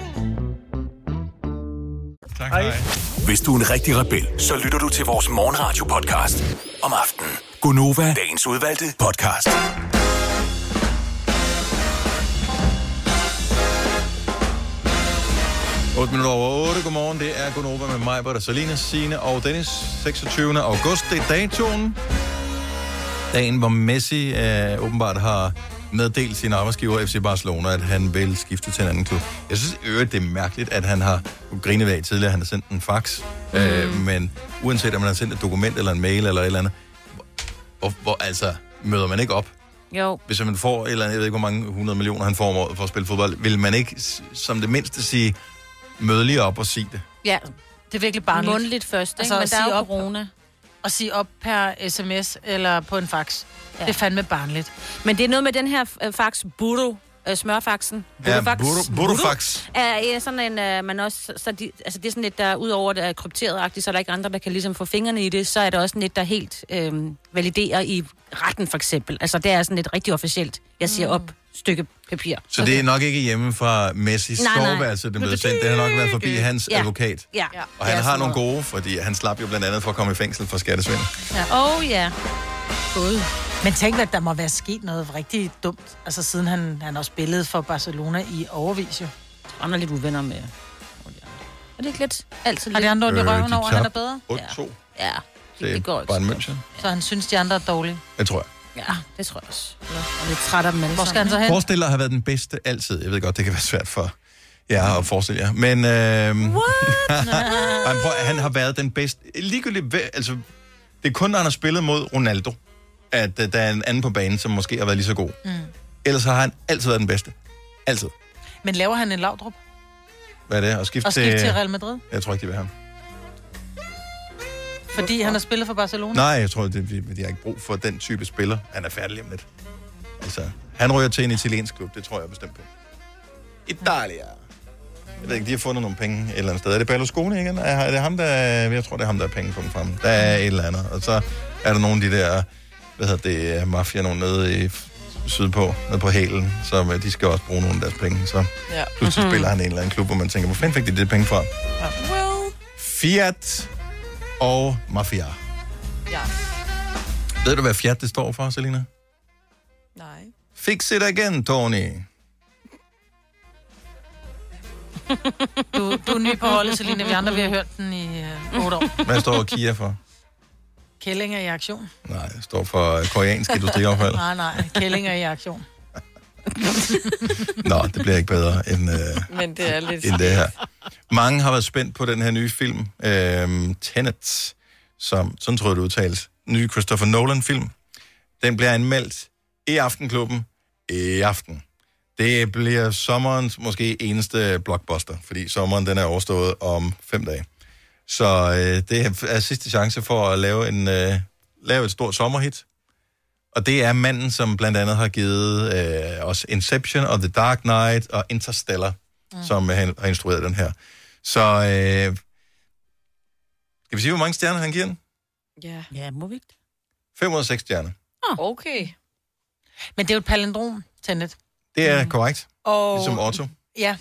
Speaker 1: Tak,
Speaker 9: hej.
Speaker 5: Hvis du er en rigtig rebel, så lytter du til vores morgenradio-podcast om aftenen. Gunova, dagens udvalgte podcast.
Speaker 1: Ja. 8 minutter over 8. Godmorgen. Det er Gunova med mig, Britta Salina, Signe og Dennis. 26. august. Det er datoen. Dagen, hvor Messi øh, åbenbart har meddelt sin arbejdsgiver FC Barcelona, at han vil skifte til en anden klub. Jeg synes i øvrigt, det er mærkeligt, at han har nu grinet vi af tidligere, han har sendt en fax. Mm. Øh, men uanset om han har sendt et dokument eller en mail eller et eller andet, hvor, hvor altså møder man ikke op
Speaker 2: Jo.
Speaker 1: hvis man får et eller andet, jeg ved ikke, hvor mange 100 millioner han får om året for at spille fodbold, vil man ikke s- som det mindste sige, møde lige op og sige det.
Speaker 2: Ja.
Speaker 3: Det er virkelig barnligt.
Speaker 2: Mundligt først, ikke? Altså,
Speaker 3: Altså,
Speaker 2: men
Speaker 3: at
Speaker 2: der
Speaker 3: sige
Speaker 2: er jo
Speaker 3: op.
Speaker 2: corona.
Speaker 3: og sige op per sms eller på en fax. Ja. Det er fandme barnligt.
Speaker 2: Men det er noget med den her øh, fax, Budo, øh, smørfaxen.
Speaker 1: Ja,
Speaker 2: Budofax.
Speaker 18: Eh,
Speaker 1: Budo- Budofax.
Speaker 2: Er, er sådan en, øh, man også, så de, altså det er sådan lidt, der ud over det er krypteret så er der ikke andre, der kan ligesom få fingrene i det, så er det også sådan lidt, der helt øh, validerer i retten for eksempel. Altså det er sådan lidt rigtig officielt, jeg siger
Speaker 3: Mm.
Speaker 2: op, stykke papir.
Speaker 1: Så det er nok ikke hjemme fra Messis
Speaker 2: Nej, nej.
Speaker 1: soveværelse, den blev sendt. Det har nok været forbi hans
Speaker 2: Ja.
Speaker 1: advokat.
Speaker 2: Ja.
Speaker 1: Og han
Speaker 2: Ja,
Speaker 1: har
Speaker 2: sådan
Speaker 1: nogle gode, fordi han slap jo blandt andet for at komme i fængsel for skattesvindel.
Speaker 2: Ja. Oh ja.
Speaker 3: God. Men tænk, at der må være sket noget rigtig dumt, altså siden han, han har spillet for Barcelona i overvis jo.
Speaker 2: Han er lidt uvenner med. Og det er ikke lidt altid
Speaker 3: Har de andre ondt i
Speaker 1: Øh,
Speaker 3: røven
Speaker 1: de
Speaker 3: over, at han er
Speaker 1: tabte
Speaker 3: bedre?
Speaker 1: 8-2.
Speaker 2: Ja,
Speaker 1: Det, det går ikke. Bayern München,
Speaker 3: Så han synes, de andre er dårlige.
Speaker 1: jeg tror jeg.
Speaker 2: Ja, det tror jeg også. Og lidt træt af dem alle
Speaker 3: Hvor skal han så
Speaker 2: sammen,
Speaker 3: hen?
Speaker 1: Forestil dig at have været den bedste altid. Jeg ved godt, det kan være svært for jer at forestille jer. Men øh... han, prøv, han har været den bedste. Ligegyldigt, hvad- altså, det er kun, når han har spillet mod Ronaldo, at øh, der er en anden på banen, som måske har været lige så god.
Speaker 3: Mm.
Speaker 1: Ellers har han altid været den bedste. Altid.
Speaker 3: Men laver han en lavdrup
Speaker 1: Hvad er det? Og skifte,
Speaker 3: og skifter til Real Madrid?
Speaker 1: Jeg tror ikke, de vil have ham.
Speaker 3: Fordi han har spillet for Barcelona?
Speaker 1: Nej, jeg tror, det, de, de har ikke brug for den type spiller. Han er færdig om lidt. Altså, han ryger til en italiensk klub, det tror jeg bestemt på. Italia. Jeg ved ikke, de har fundet nogle penge et eller andet sted. Er det Berlusconi igen? Er, er det ham, der... Jeg tror, det er ham, der er penge på frem. Der er et eller andet. Og så er der nogle af de der, hvad hedder det, øh, mafia nogen nede i sydpå, nede på hælen, som øh, de skal også bruge nogle af deres penge. Så
Speaker 4: Ja.
Speaker 1: pludselig spiller han i en eller anden klub, hvor man tænker, hvor fanden fik de det penge fra?
Speaker 4: Well,
Speaker 1: Fiat og Mafia.
Speaker 4: ja.
Speaker 1: Ved du, hvad Fiat det står for, Selina?
Speaker 4: Nej.
Speaker 1: Fix it again, Tony.
Speaker 3: Du, du er ny på holdet, Selina. Vi andre, vi har hørt den i øh, 8 år.
Speaker 1: Hvad står Kia for?
Speaker 3: Kællinger i aktion.
Speaker 1: Nej, det står for øh, koreansk industriaffald.
Speaker 3: nej, nej. Kællinger i aktion.
Speaker 1: Nå, det bliver ikke bedre end, øh,
Speaker 4: Men det er lidt...
Speaker 1: end det her. Mange har været spændt på den her nye film, øh, Tenet, som, sådan tror jeg, det udtales, nye Christopher Nolan-film. Den bliver anmeldt i Aftenklubben i aften. Det bliver sommerens måske eneste blockbuster, fordi sommeren den er overstået om fem dage. Så øh, det er sidste chance for at lave, en, øh, lave et stort sommerhit. Og det er manden, som blandt andet har givet øh, os Inception og The Dark Knight og Interstellar, mm. som øh, han har instrueret den her. Så øh, skal vi sige, hvor mange stjerner han giver den?
Speaker 4: Ja.
Speaker 2: Ja, må vi ikke?
Speaker 1: 506 stjerner.
Speaker 4: Okay.
Speaker 3: Men det er jo et palindrom, Tenet.
Speaker 1: Det er mm. korrekt.
Speaker 3: Og,
Speaker 1: Ligesom Otto.
Speaker 3: Ja.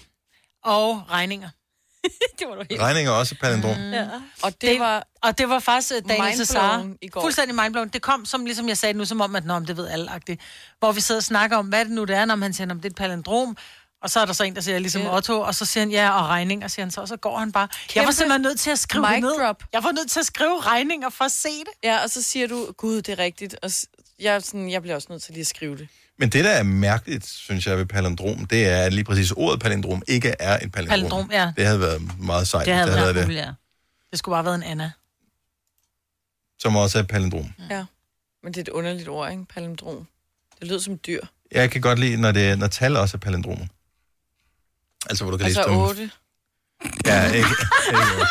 Speaker 3: Og regninger.
Speaker 2: det var du helt...
Speaker 1: Regninger er også et palindrom. Mm.
Speaker 3: Ja.
Speaker 4: Og det,
Speaker 3: var... Og det var faktisk øh, Daniel
Speaker 4: mindblown
Speaker 3: Cesar.
Speaker 4: i går.
Speaker 3: Fuldstændig mindblown. Det kom, som, ligesom jeg sagde nu, som om, at Nå, men det ved alle -agtigt. Hvor vi sidder og snakker om, hvad det nu det er, når han siger, om det er et palindrom. Og så er der så en, der siger ligesom
Speaker 4: Ja.
Speaker 3: Otto, og så siger han ja, og regning, og siger han så, og så går han bare. jeg var
Speaker 4: Kæmpe
Speaker 3: simpelthen nødt til at skrive det
Speaker 4: mic
Speaker 3: ned.
Speaker 4: drop.
Speaker 3: Jeg var nødt til at skrive regninger for at se det.
Speaker 4: Ja, og så siger du, gud, det er rigtigt. Og s- jeg, er sådan, jeg bliver også nødt til lige at skrive det.
Speaker 1: Men det, der er mærkeligt, synes jeg, ved palindrom, det er, at lige præcis ordet palindrom ikke er et palindrom.
Speaker 3: Palindrom, ja.
Speaker 1: Det havde været meget sejt,
Speaker 3: Det havde
Speaker 1: hvis
Speaker 3: været
Speaker 1: havde det,
Speaker 3: populært. Det skulle bare have været en Anna.
Speaker 1: som også er et palindrom.
Speaker 4: Ja. Men det er et underligt ord, ikke? Palindrom. Det lyder som dyr.
Speaker 1: Jeg kan godt lide, når, det, når tal også er palindromer. Altså, hvor du kan
Speaker 4: Altså
Speaker 1: læse dem.
Speaker 4: 8.
Speaker 1: Ja, ikke, ikke otte.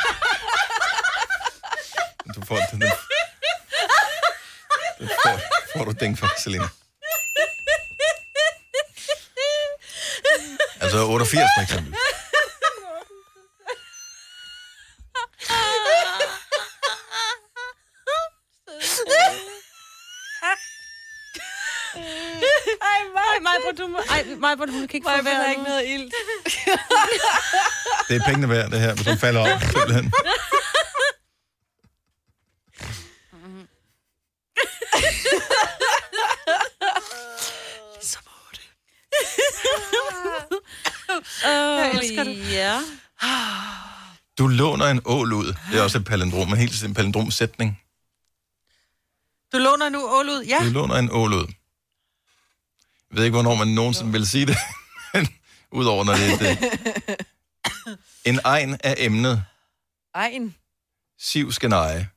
Speaker 1: Du får den. den- Den får, får du dænk for, Selina. Altså 88 for eksempel.
Speaker 2: Ej, Majbert, du, må- ej, Majbert, hun kan ikke få
Speaker 4: Majbert
Speaker 2: vejret
Speaker 4: har
Speaker 2: nu.
Speaker 4: ikke noget ilt.
Speaker 1: Det er pengene værd, det her, hvis hun falder om, simpelthen. Mm-hmm.
Speaker 3: Ligesom otte.
Speaker 2: jeg
Speaker 3: elsker det.
Speaker 2: Ja.
Speaker 1: Du låner en ål ud. Det er også et palindrom, en helt en palindromsætning.
Speaker 3: Du låner nu ål ud, ja.
Speaker 1: Du låner en ål ud. Jeg ved ikke, hvornår man nogensinde vil sige det. Udover når det er det. En egen af emnet.
Speaker 4: Ej, en
Speaker 1: Siv skal neje.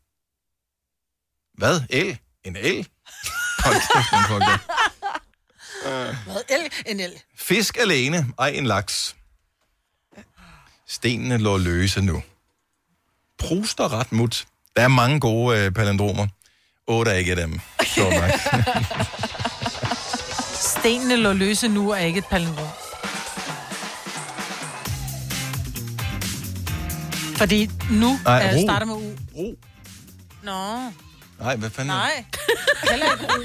Speaker 1: Hvad? El? En el? Hold kæft, den fucker. Øh,
Speaker 3: Hvad? El? En el.
Speaker 1: Fisk alene, ej en laks. Stenene lå løse nu. Pruster ret mut. Der er mange gode øh, palindromer. Otte er ikke af dem. Sjovt nok.
Speaker 3: Stenene lå løse nu er ikke et palindrom. Fordi nu
Speaker 1: Nej,
Speaker 3: Nej,
Speaker 1: ro.
Speaker 3: starter med U.
Speaker 1: Ro.
Speaker 3: Nå,
Speaker 1: Nej, hvad fanden?
Speaker 3: nej. Heller ikke U.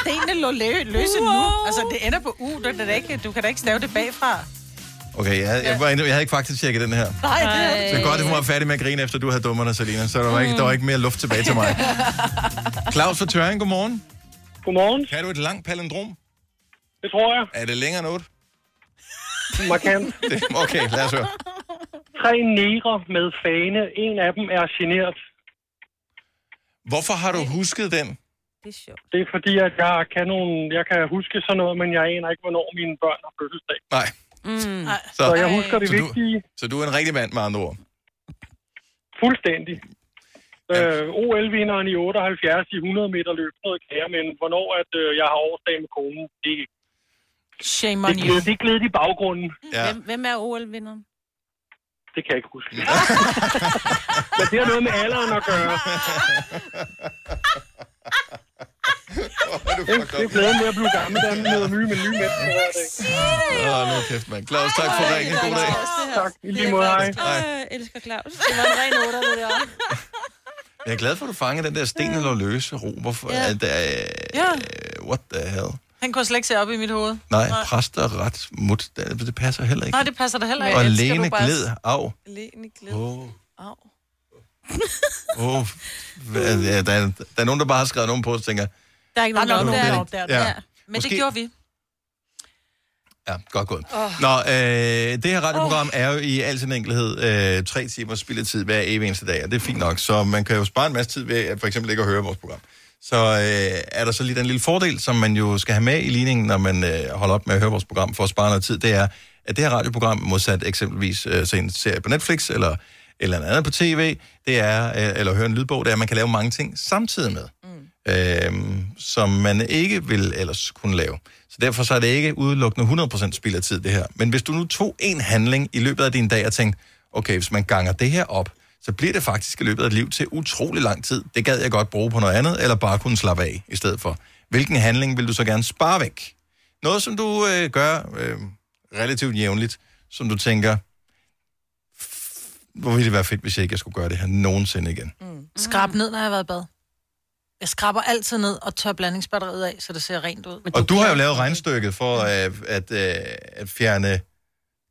Speaker 3: Stenene lå lø- løse wow. nu. Altså, det ender på U. Du, det er da ikke, du kan da ikke stave det bagfra.
Speaker 1: Okay, jeg, jeg, var inde, jeg havde ikke faktisk tjekket den her.
Speaker 3: Nej, det er
Speaker 1: Så godt, at hun var færdig med at grine, efter du havde dummerne, Selina. Så der var, ikke, der var ikke mere luft tilbage til mig. Claus fra Tøring, godmorgen.
Speaker 9: Godmorgen.
Speaker 1: Kan du et langt palindrom?
Speaker 9: Det tror jeg.
Speaker 1: Er det længere end 8?
Speaker 9: Markant.
Speaker 1: Det- Okay, lad os høre.
Speaker 9: Tre negre med fane. En af dem er generet.
Speaker 1: Hvorfor har du husket den?
Speaker 9: Det er sjovt. Det er fordi, at jeg kan, nogle, jeg kan huske sådan noget, men jeg aner ikke, hvornår mine børn har fødselsdag.
Speaker 1: Nej.
Speaker 9: Mm. Så jeg husker det
Speaker 1: så du,
Speaker 9: vigtige
Speaker 1: så du er en rigtig mand, med andre ord.
Speaker 9: fuldstændig. Øh, OL-vinderen i 78 i 100 meter løb, noget kære, men hvornår at, øh, jeg har årsdag med konen, det,
Speaker 3: Shame
Speaker 9: det,
Speaker 3: on you.
Speaker 9: gled, det gled i baggrunden.
Speaker 1: Ja.
Speaker 2: Hvem, hvem er OL-vinderen?
Speaker 9: Det kan jeg ikke huske. men det har noget med alderen at gøre. Det, det er glæden ved at blive gammel, der møder nye med nye mennesker hver dag.
Speaker 1: Åh, nu kæft, mand. Claus, tak for ringen. God dag.
Speaker 9: Tak, i lige måde, hej.
Speaker 2: Jeg elsker Claus. Det var en ren otter, det der.
Speaker 1: Jeg er glad for, at du fangede den der sten eller løse ro. Hvorfor
Speaker 3: Ja.
Speaker 1: ja. er det...
Speaker 3: Ja,
Speaker 1: Uh, what the hell?
Speaker 3: han kunne slet ikke se op i mit hoved.
Speaker 1: Nej, præst og ret mut. Det, det passer heller ikke.
Speaker 3: Nej, det passer da heller ikke.
Speaker 1: Og
Speaker 3: Elsker
Speaker 1: Lene
Speaker 3: du bare-
Speaker 1: gled af.
Speaker 4: Lene gled.
Speaker 1: Åh,
Speaker 4: Au.
Speaker 1: oh, oh. der, er- der er nogen, der bare har skrevet nogen på, og tænker,
Speaker 3: Der Ah, er ikke
Speaker 1: Der er
Speaker 3: nogen,
Speaker 1: nok
Speaker 3: der
Speaker 1: nogen,
Speaker 3: har
Speaker 1: der
Speaker 3: opdaget det.
Speaker 1: ikke-
Speaker 3: Ja.
Speaker 1: Ja.
Speaker 3: Men det
Speaker 1: Måske-
Speaker 3: gjorde vi.
Speaker 1: Ja, godt gået.
Speaker 3: Åh.
Speaker 1: Oh. Nå, øh, det her radioprogram oh. er jo i al sin enkelhed øh, tre timers spilletid hver evig eneste dag, og det er fint nok. Så man kan jo spare en masse tid ved at for eksempel ikke at høre vores program. Så øh, er der så lige den lille fordel, som man jo skal have med i ligningen, når man øh, holder op med at høre vores program for at spare noget tid, det er, at det her radioprogram, modsat eksempelvis øh, se en serie på Netflix eller et eller andet på tv, det er, øh, eller høre en lydbog, det er, at man kan lave mange ting samtidig med øh, som man ikke vil ellers kunne lave. Så derfor så er det ikke udelukkende 100% spild af tid, det her. Men hvis du nu tog en handling i løbet af din dag og tænkte, okay, hvis man ganger det her op, så bliver det faktisk i løbet af et liv til utrolig lang tid. Det gad jeg godt bruge på noget andet, eller bare kunne slappe af i stedet for. Hvilken handling vil du så gerne spare væk? Noget, som du øh, gør øh, relativt jævnligt, som du tænker, hvor ville det være fedt, hvis jeg ikke jeg skulle gøre det her nogensinde igen.
Speaker 3: Skrab ned, når jeg har været i bad. Jeg skraber altid ned og tør blandingsbatteriet af, så det ser rent ud.
Speaker 1: Og du har jo lavet regnstykket for
Speaker 2: Mm.
Speaker 1: øh, at, øh, at fjerne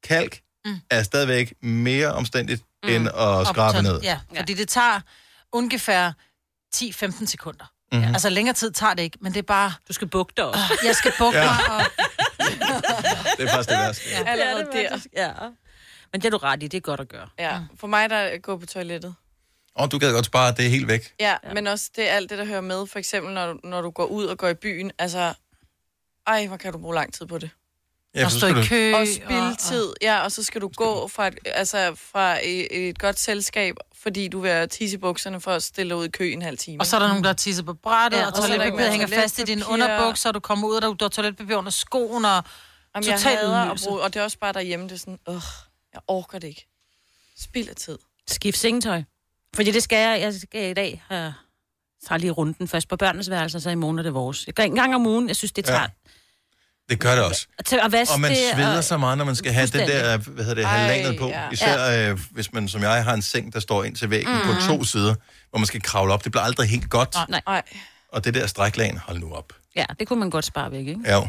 Speaker 1: kalk,
Speaker 3: Mm.
Speaker 1: mm. er stadigvæk mere omstændigt mm. end at skrabe
Speaker 3: Optønd.
Speaker 1: ned.
Speaker 3: Ja, fordi det tager ungefær 10-15 sekunder.
Speaker 1: Mhm.
Speaker 3: Mm-hmm. Altså længere tid tager det ikke, men det er bare... Ah,
Speaker 2: Du skal bukke dig også.
Speaker 3: Jeg skal bukke
Speaker 2: Ja.
Speaker 3: ja. mig, og
Speaker 1: Det er faktisk det værste.
Speaker 4: Ja, allerede
Speaker 2: det er det
Speaker 4: der.
Speaker 2: Ja. Men det er du ret i, det er godt at gøre.
Speaker 4: Ja, for mig der er at gå på toilettet.
Speaker 1: Og du gad godt spare det helt væk.
Speaker 4: Ja, ja, men også det alt det, der hører med. For eksempel, når du, når du går ud og går i byen. Altså, ej, hvor kan du bruge lang tid på det.
Speaker 1: Ja,
Speaker 3: og
Speaker 1: så
Speaker 3: stå
Speaker 1: skal
Speaker 3: i
Speaker 1: du-
Speaker 3: kø.
Speaker 4: Og spildtid, ja, og så skal du gå fra et, altså, fra et, et godt selskab, fordi du vil have tisse i bukserne for at stille dig ud i kø i en halv time.
Speaker 3: Og så er der nogen, der har tisset på brættet,
Speaker 4: Ja,
Speaker 3: ja, og
Speaker 4: og så er der ikke
Speaker 3: toiletpapiret
Speaker 4: mere
Speaker 3: hænger fast i din
Speaker 4: toiletpapir.
Speaker 3: underbukser, og du kommer ud, og der- du har toiletpapir under skoen, og
Speaker 4: Jamen, jeg
Speaker 3: totalt
Speaker 4: hader at
Speaker 3: ydmygelse.
Speaker 4: bruge, og det er også bare derhjemme, det er sådan, øh, jeg orker det ikke. Spild af tid.
Speaker 2: Skift sengetøj. Fordi det skal jeg, jeg skal i dag. Jeg tager lige runden først på børnenes værelse, og så i morgen er det vores. Jeg gør en gang om ugen, jeg synes, det er
Speaker 1: Ja.
Speaker 2: træt.
Speaker 1: Det gør det også.
Speaker 2: Og til at vaske
Speaker 1: og man
Speaker 2: det,
Speaker 1: sveder
Speaker 2: og-
Speaker 1: så meget, når man skal have det der,
Speaker 2: Fuldstændig.
Speaker 1: hvad hedder det,
Speaker 2: Ej,
Speaker 1: halvanet på.
Speaker 2: ja.
Speaker 1: Især øh, hvis man, som jeg, har en seng, der står ind til væggen mm. på
Speaker 2: Mhm.
Speaker 1: to sider, hvor man skal kravle op. Det bliver aldrig helt godt.
Speaker 2: Nej.
Speaker 4: Nej.
Speaker 1: Og det der stræklagen, hold nu op.
Speaker 2: Ja, det kunne man godt spare væk, ikke?
Speaker 1: Ja.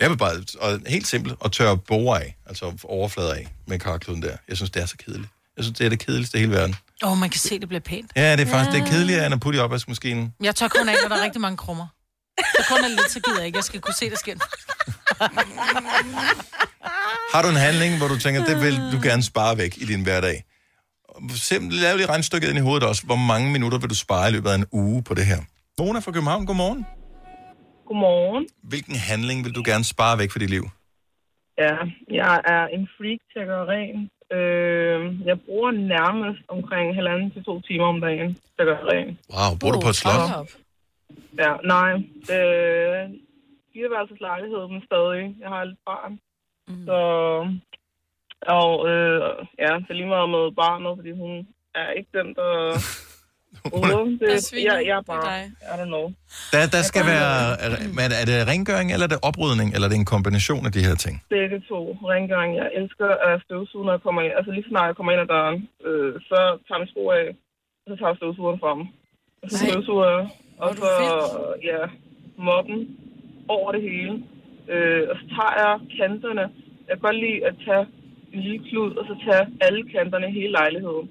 Speaker 1: Jeg vil bare, og helt simpelt, at tørre borer af, altså overflader af med karkluden der. Jeg synes, det er så kedeligt. Jeg synes, det er det kedeligste i hele verden.
Speaker 3: Åh, oh, man kan se, det bliver pænt.
Speaker 1: Ja, det er faktisk det er kedeligere end at putte i opvaskemaskinen.
Speaker 3: Jeg tør kun af, når der er rigtig mange krummer. Så kun er lidt, så gider jeg ikke. Jeg skal kunne se, der sker
Speaker 1: Har du en handling, hvor du tænker, det vil du gerne spare væk i din hverdag? Simpelthen lav lige regnstykket ind i hovedet også. Hvor mange minutter vil du spare i løbet af en uge på det her? Mona fra København, godmorgen.
Speaker 26: Godmorgen.
Speaker 1: Hvilken handling vil du gerne spare væk fra dit liv?
Speaker 26: Ja, jeg er en freak til at gøre rent. Øh, jeg bruger nærmest omkring halvanden til to timer om dagen til at gøre rent.
Speaker 1: Wow, bor du på et slot?
Speaker 26: Ja, nej. Øh, fireværelses lejlighed, men stadig. Jeg har et barn. Mm. Så, og øh, ja, det er lige meget med barnet, fordi hun er ikke den, der... Overhovedet.
Speaker 4: Der
Speaker 26: det,
Speaker 4: sviner.
Speaker 26: jeg, jeg er
Speaker 4: Det er
Speaker 26: bare...
Speaker 4: dig.
Speaker 26: I don't know.
Speaker 1: Der, der skal være... er- Men er det rengøring, eller er det oprydning, eller er det en kombination af de her ting?
Speaker 26: Begge to. Rengøring. Jeg elsker at støvsuge, når jeg kommer ind. Altså lige så snart jeg kommer ind ad døren, øh, så tager jeg min sko af, og så tager jeg støvsugeren fra mig. Og så
Speaker 27: Nej.
Speaker 26: støvsuger jeg, og så ja, mobben over det hele. Øh, og så tager jeg kanterne. Jeg kan godt lide at tage en lille klud, og så tage alle kanterne i hele lejligheden.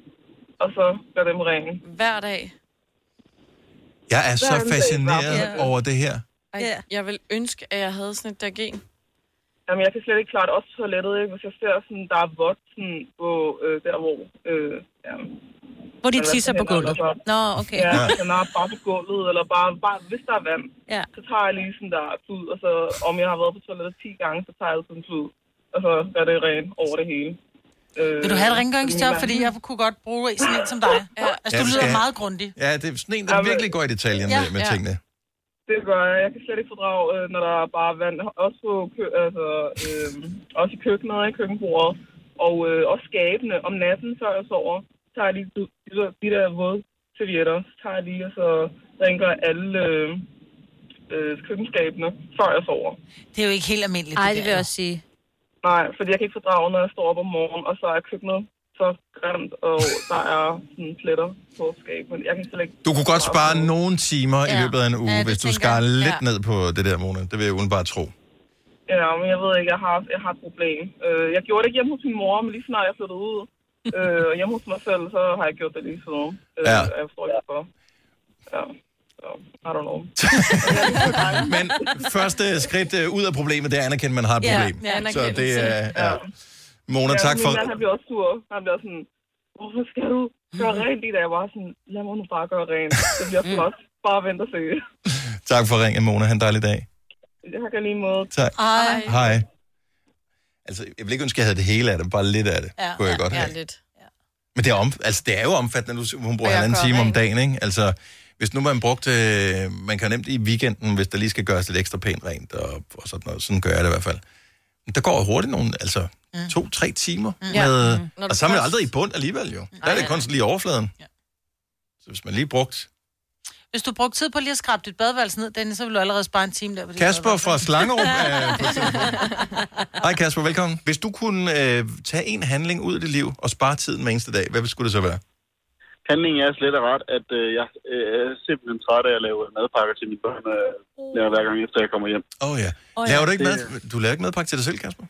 Speaker 26: Og så gør dem rene.
Speaker 4: Hver dag.
Speaker 1: Jeg er
Speaker 4: Hver
Speaker 1: så
Speaker 4: dag.
Speaker 1: fascineret
Speaker 4: Ja.
Speaker 1: over det her.
Speaker 4: Ej, yeah. Jeg vil ønske, at jeg havde sådan et der gen.
Speaker 26: Jamen, jeg kan slet ikke klare det. Også på toilettet, ikke? Hvis jeg ser sådan, der er vådt sådan, på øh, der, hvor... Øh, ja.
Speaker 2: Hvor de
Speaker 26: Eller
Speaker 2: tisser på
Speaker 26: sådan,
Speaker 2: gulvet.
Speaker 26: eller så-
Speaker 2: Nå, okay.
Speaker 26: Ja,
Speaker 2: Ja.
Speaker 26: den er bare på gulvet, eller bare, bare hvis der er vand,
Speaker 2: ja.
Speaker 26: så tager jeg lige sådan der klud, og så om jeg har været på toilettet 10 gange, så tager jeg sådan en klud, og så gør det rent over det hele. Øh,
Speaker 3: Vil du have et rengøringsjob,
Speaker 26: min
Speaker 3: fordi
Speaker 26: mand-
Speaker 3: jeg kunne godt bruge sådan en som dig? Ja. Altså, du
Speaker 1: Ja, vi
Speaker 3: lyder
Speaker 1: skal-
Speaker 3: meget grundig.
Speaker 1: Ja, det er sådan en, der virkelig går i detaljen
Speaker 3: Ja,
Speaker 1: med, med
Speaker 3: ja.
Speaker 1: tingene.
Speaker 26: Det gør jeg. Jeg kan slet ikke fordrage, øh, når der er bare vand. Også, på kø, altså, øh, også i køkkenet, i køkkenbordet. Og øh, også skabene. Om natten, før jeg sover, tager jeg lige de, de, der- de der våde servietter. Så tager jeg lige, og så rengør jeg alle øh, øh, køkkenskabene, før jeg sover.
Speaker 3: Det er jo ikke helt almindeligt.
Speaker 2: Ej, det vil jeg også sige.
Speaker 26: Nej, fordi jeg kan ikke fordrage, når jeg står op om morgenen, og så er køkkenet så grimt, og der er sådan pletter på skabene. Jeg kan slet ikke...
Speaker 1: Du kunne godt spare nogle timer
Speaker 26: Ja.
Speaker 1: i løbet af en uge,
Speaker 26: Ja, det
Speaker 1: hvis du
Speaker 26: tænker
Speaker 1: skar
Speaker 26: jeg.
Speaker 1: lidt
Speaker 26: Ja.
Speaker 1: ned på det der, Mona. Det vil jeg udenbart tro.
Speaker 26: Ja, men jeg ved ikke, jeg har, jeg har et problem. Øh, jeg gjorde det ikke hjemme hos min mor, men lige snart jeg flyttede ud øh, og hjemme hos mig selv, så har jeg gjort det lige siden. Øh,
Speaker 1: Ja.
Speaker 26: og Jeg forstår ikke, hvorfor. Ja. Så, I don't know.
Speaker 1: Men første skridt øh, ud af problemet, det er at anerkende, at man har et
Speaker 26: Ja,
Speaker 1: problem.
Speaker 26: ja,
Speaker 1: så
Speaker 26: anerkendelse.
Speaker 1: det er... Ja. Mona,
Speaker 26: ja,
Speaker 1: tak
Speaker 26: min
Speaker 1: for...
Speaker 26: Mand, han bliver også sur. Han bliver sådan, hvorfor skal du gøre rent i dag? Jeg var sådan, lad mig nu bare gøre rent. Det bliver flot. Bare vent og se.
Speaker 1: Tak for ringen, Mona. Han en dejlig dag.
Speaker 26: Jeg kan lige måde.
Speaker 1: Tak.
Speaker 3: Ej.
Speaker 1: Hej. Altså, jeg ville ikke ønske, at jeg havde det hele af det. Bare lidt af det, ja, kunne jeg godt have.
Speaker 4: lidt.
Speaker 1: Men det er, om, altså, det er jo omfattende, nu hun bruger
Speaker 4: Og jeg
Speaker 1: halvanden
Speaker 4: gør
Speaker 1: time om
Speaker 4: rent.
Speaker 1: dagen, ikke? Altså, hvis nu man brugte, øh, man kan nemt i weekenden, hvis der lige skal gøres lidt ekstra pænt rent og, og sådan noget, sådan gør jeg det i hvert fald. Men der går jo hurtigt nogle, altså mm. to-tre timer mm.
Speaker 4: Ja. Mm.
Speaker 1: med,
Speaker 4: Når
Speaker 1: mm.
Speaker 4: du
Speaker 1: og så er man
Speaker 4: først-
Speaker 1: aldrig i bund alligevel jo. Der er det kun sådan lige overfladen. Så hvis man lige brugt
Speaker 3: Hvis du brugte tid på lige at skrabe dit badeværelse ned, Dennis, så ville du allerede spare en time der. På dit
Speaker 1: Kasper
Speaker 3: badeværelse.
Speaker 1: fra Slangerup. er på telefonen. Hej Kasper, velkommen. Hvis du kunne øh, tage en handling ud af dit liv og spare tiden hver eneste dag, hvad skulle det så være?
Speaker 27: Handlingen er slet og ret, at øh, jeg øh, er simpelthen træt af at lave øh, madpakker til mine børn, øh,
Speaker 2: Oh.
Speaker 27: hver- hver gang efter jeg kommer hjem.
Speaker 1: Åh oh, ja.
Speaker 27: Åh,
Speaker 1: Oh,
Speaker 27: ja.
Speaker 1: ja. Laver du ikke
Speaker 27: Det-
Speaker 1: mad? Du laver ikke madpakke til dig selv, Kasper?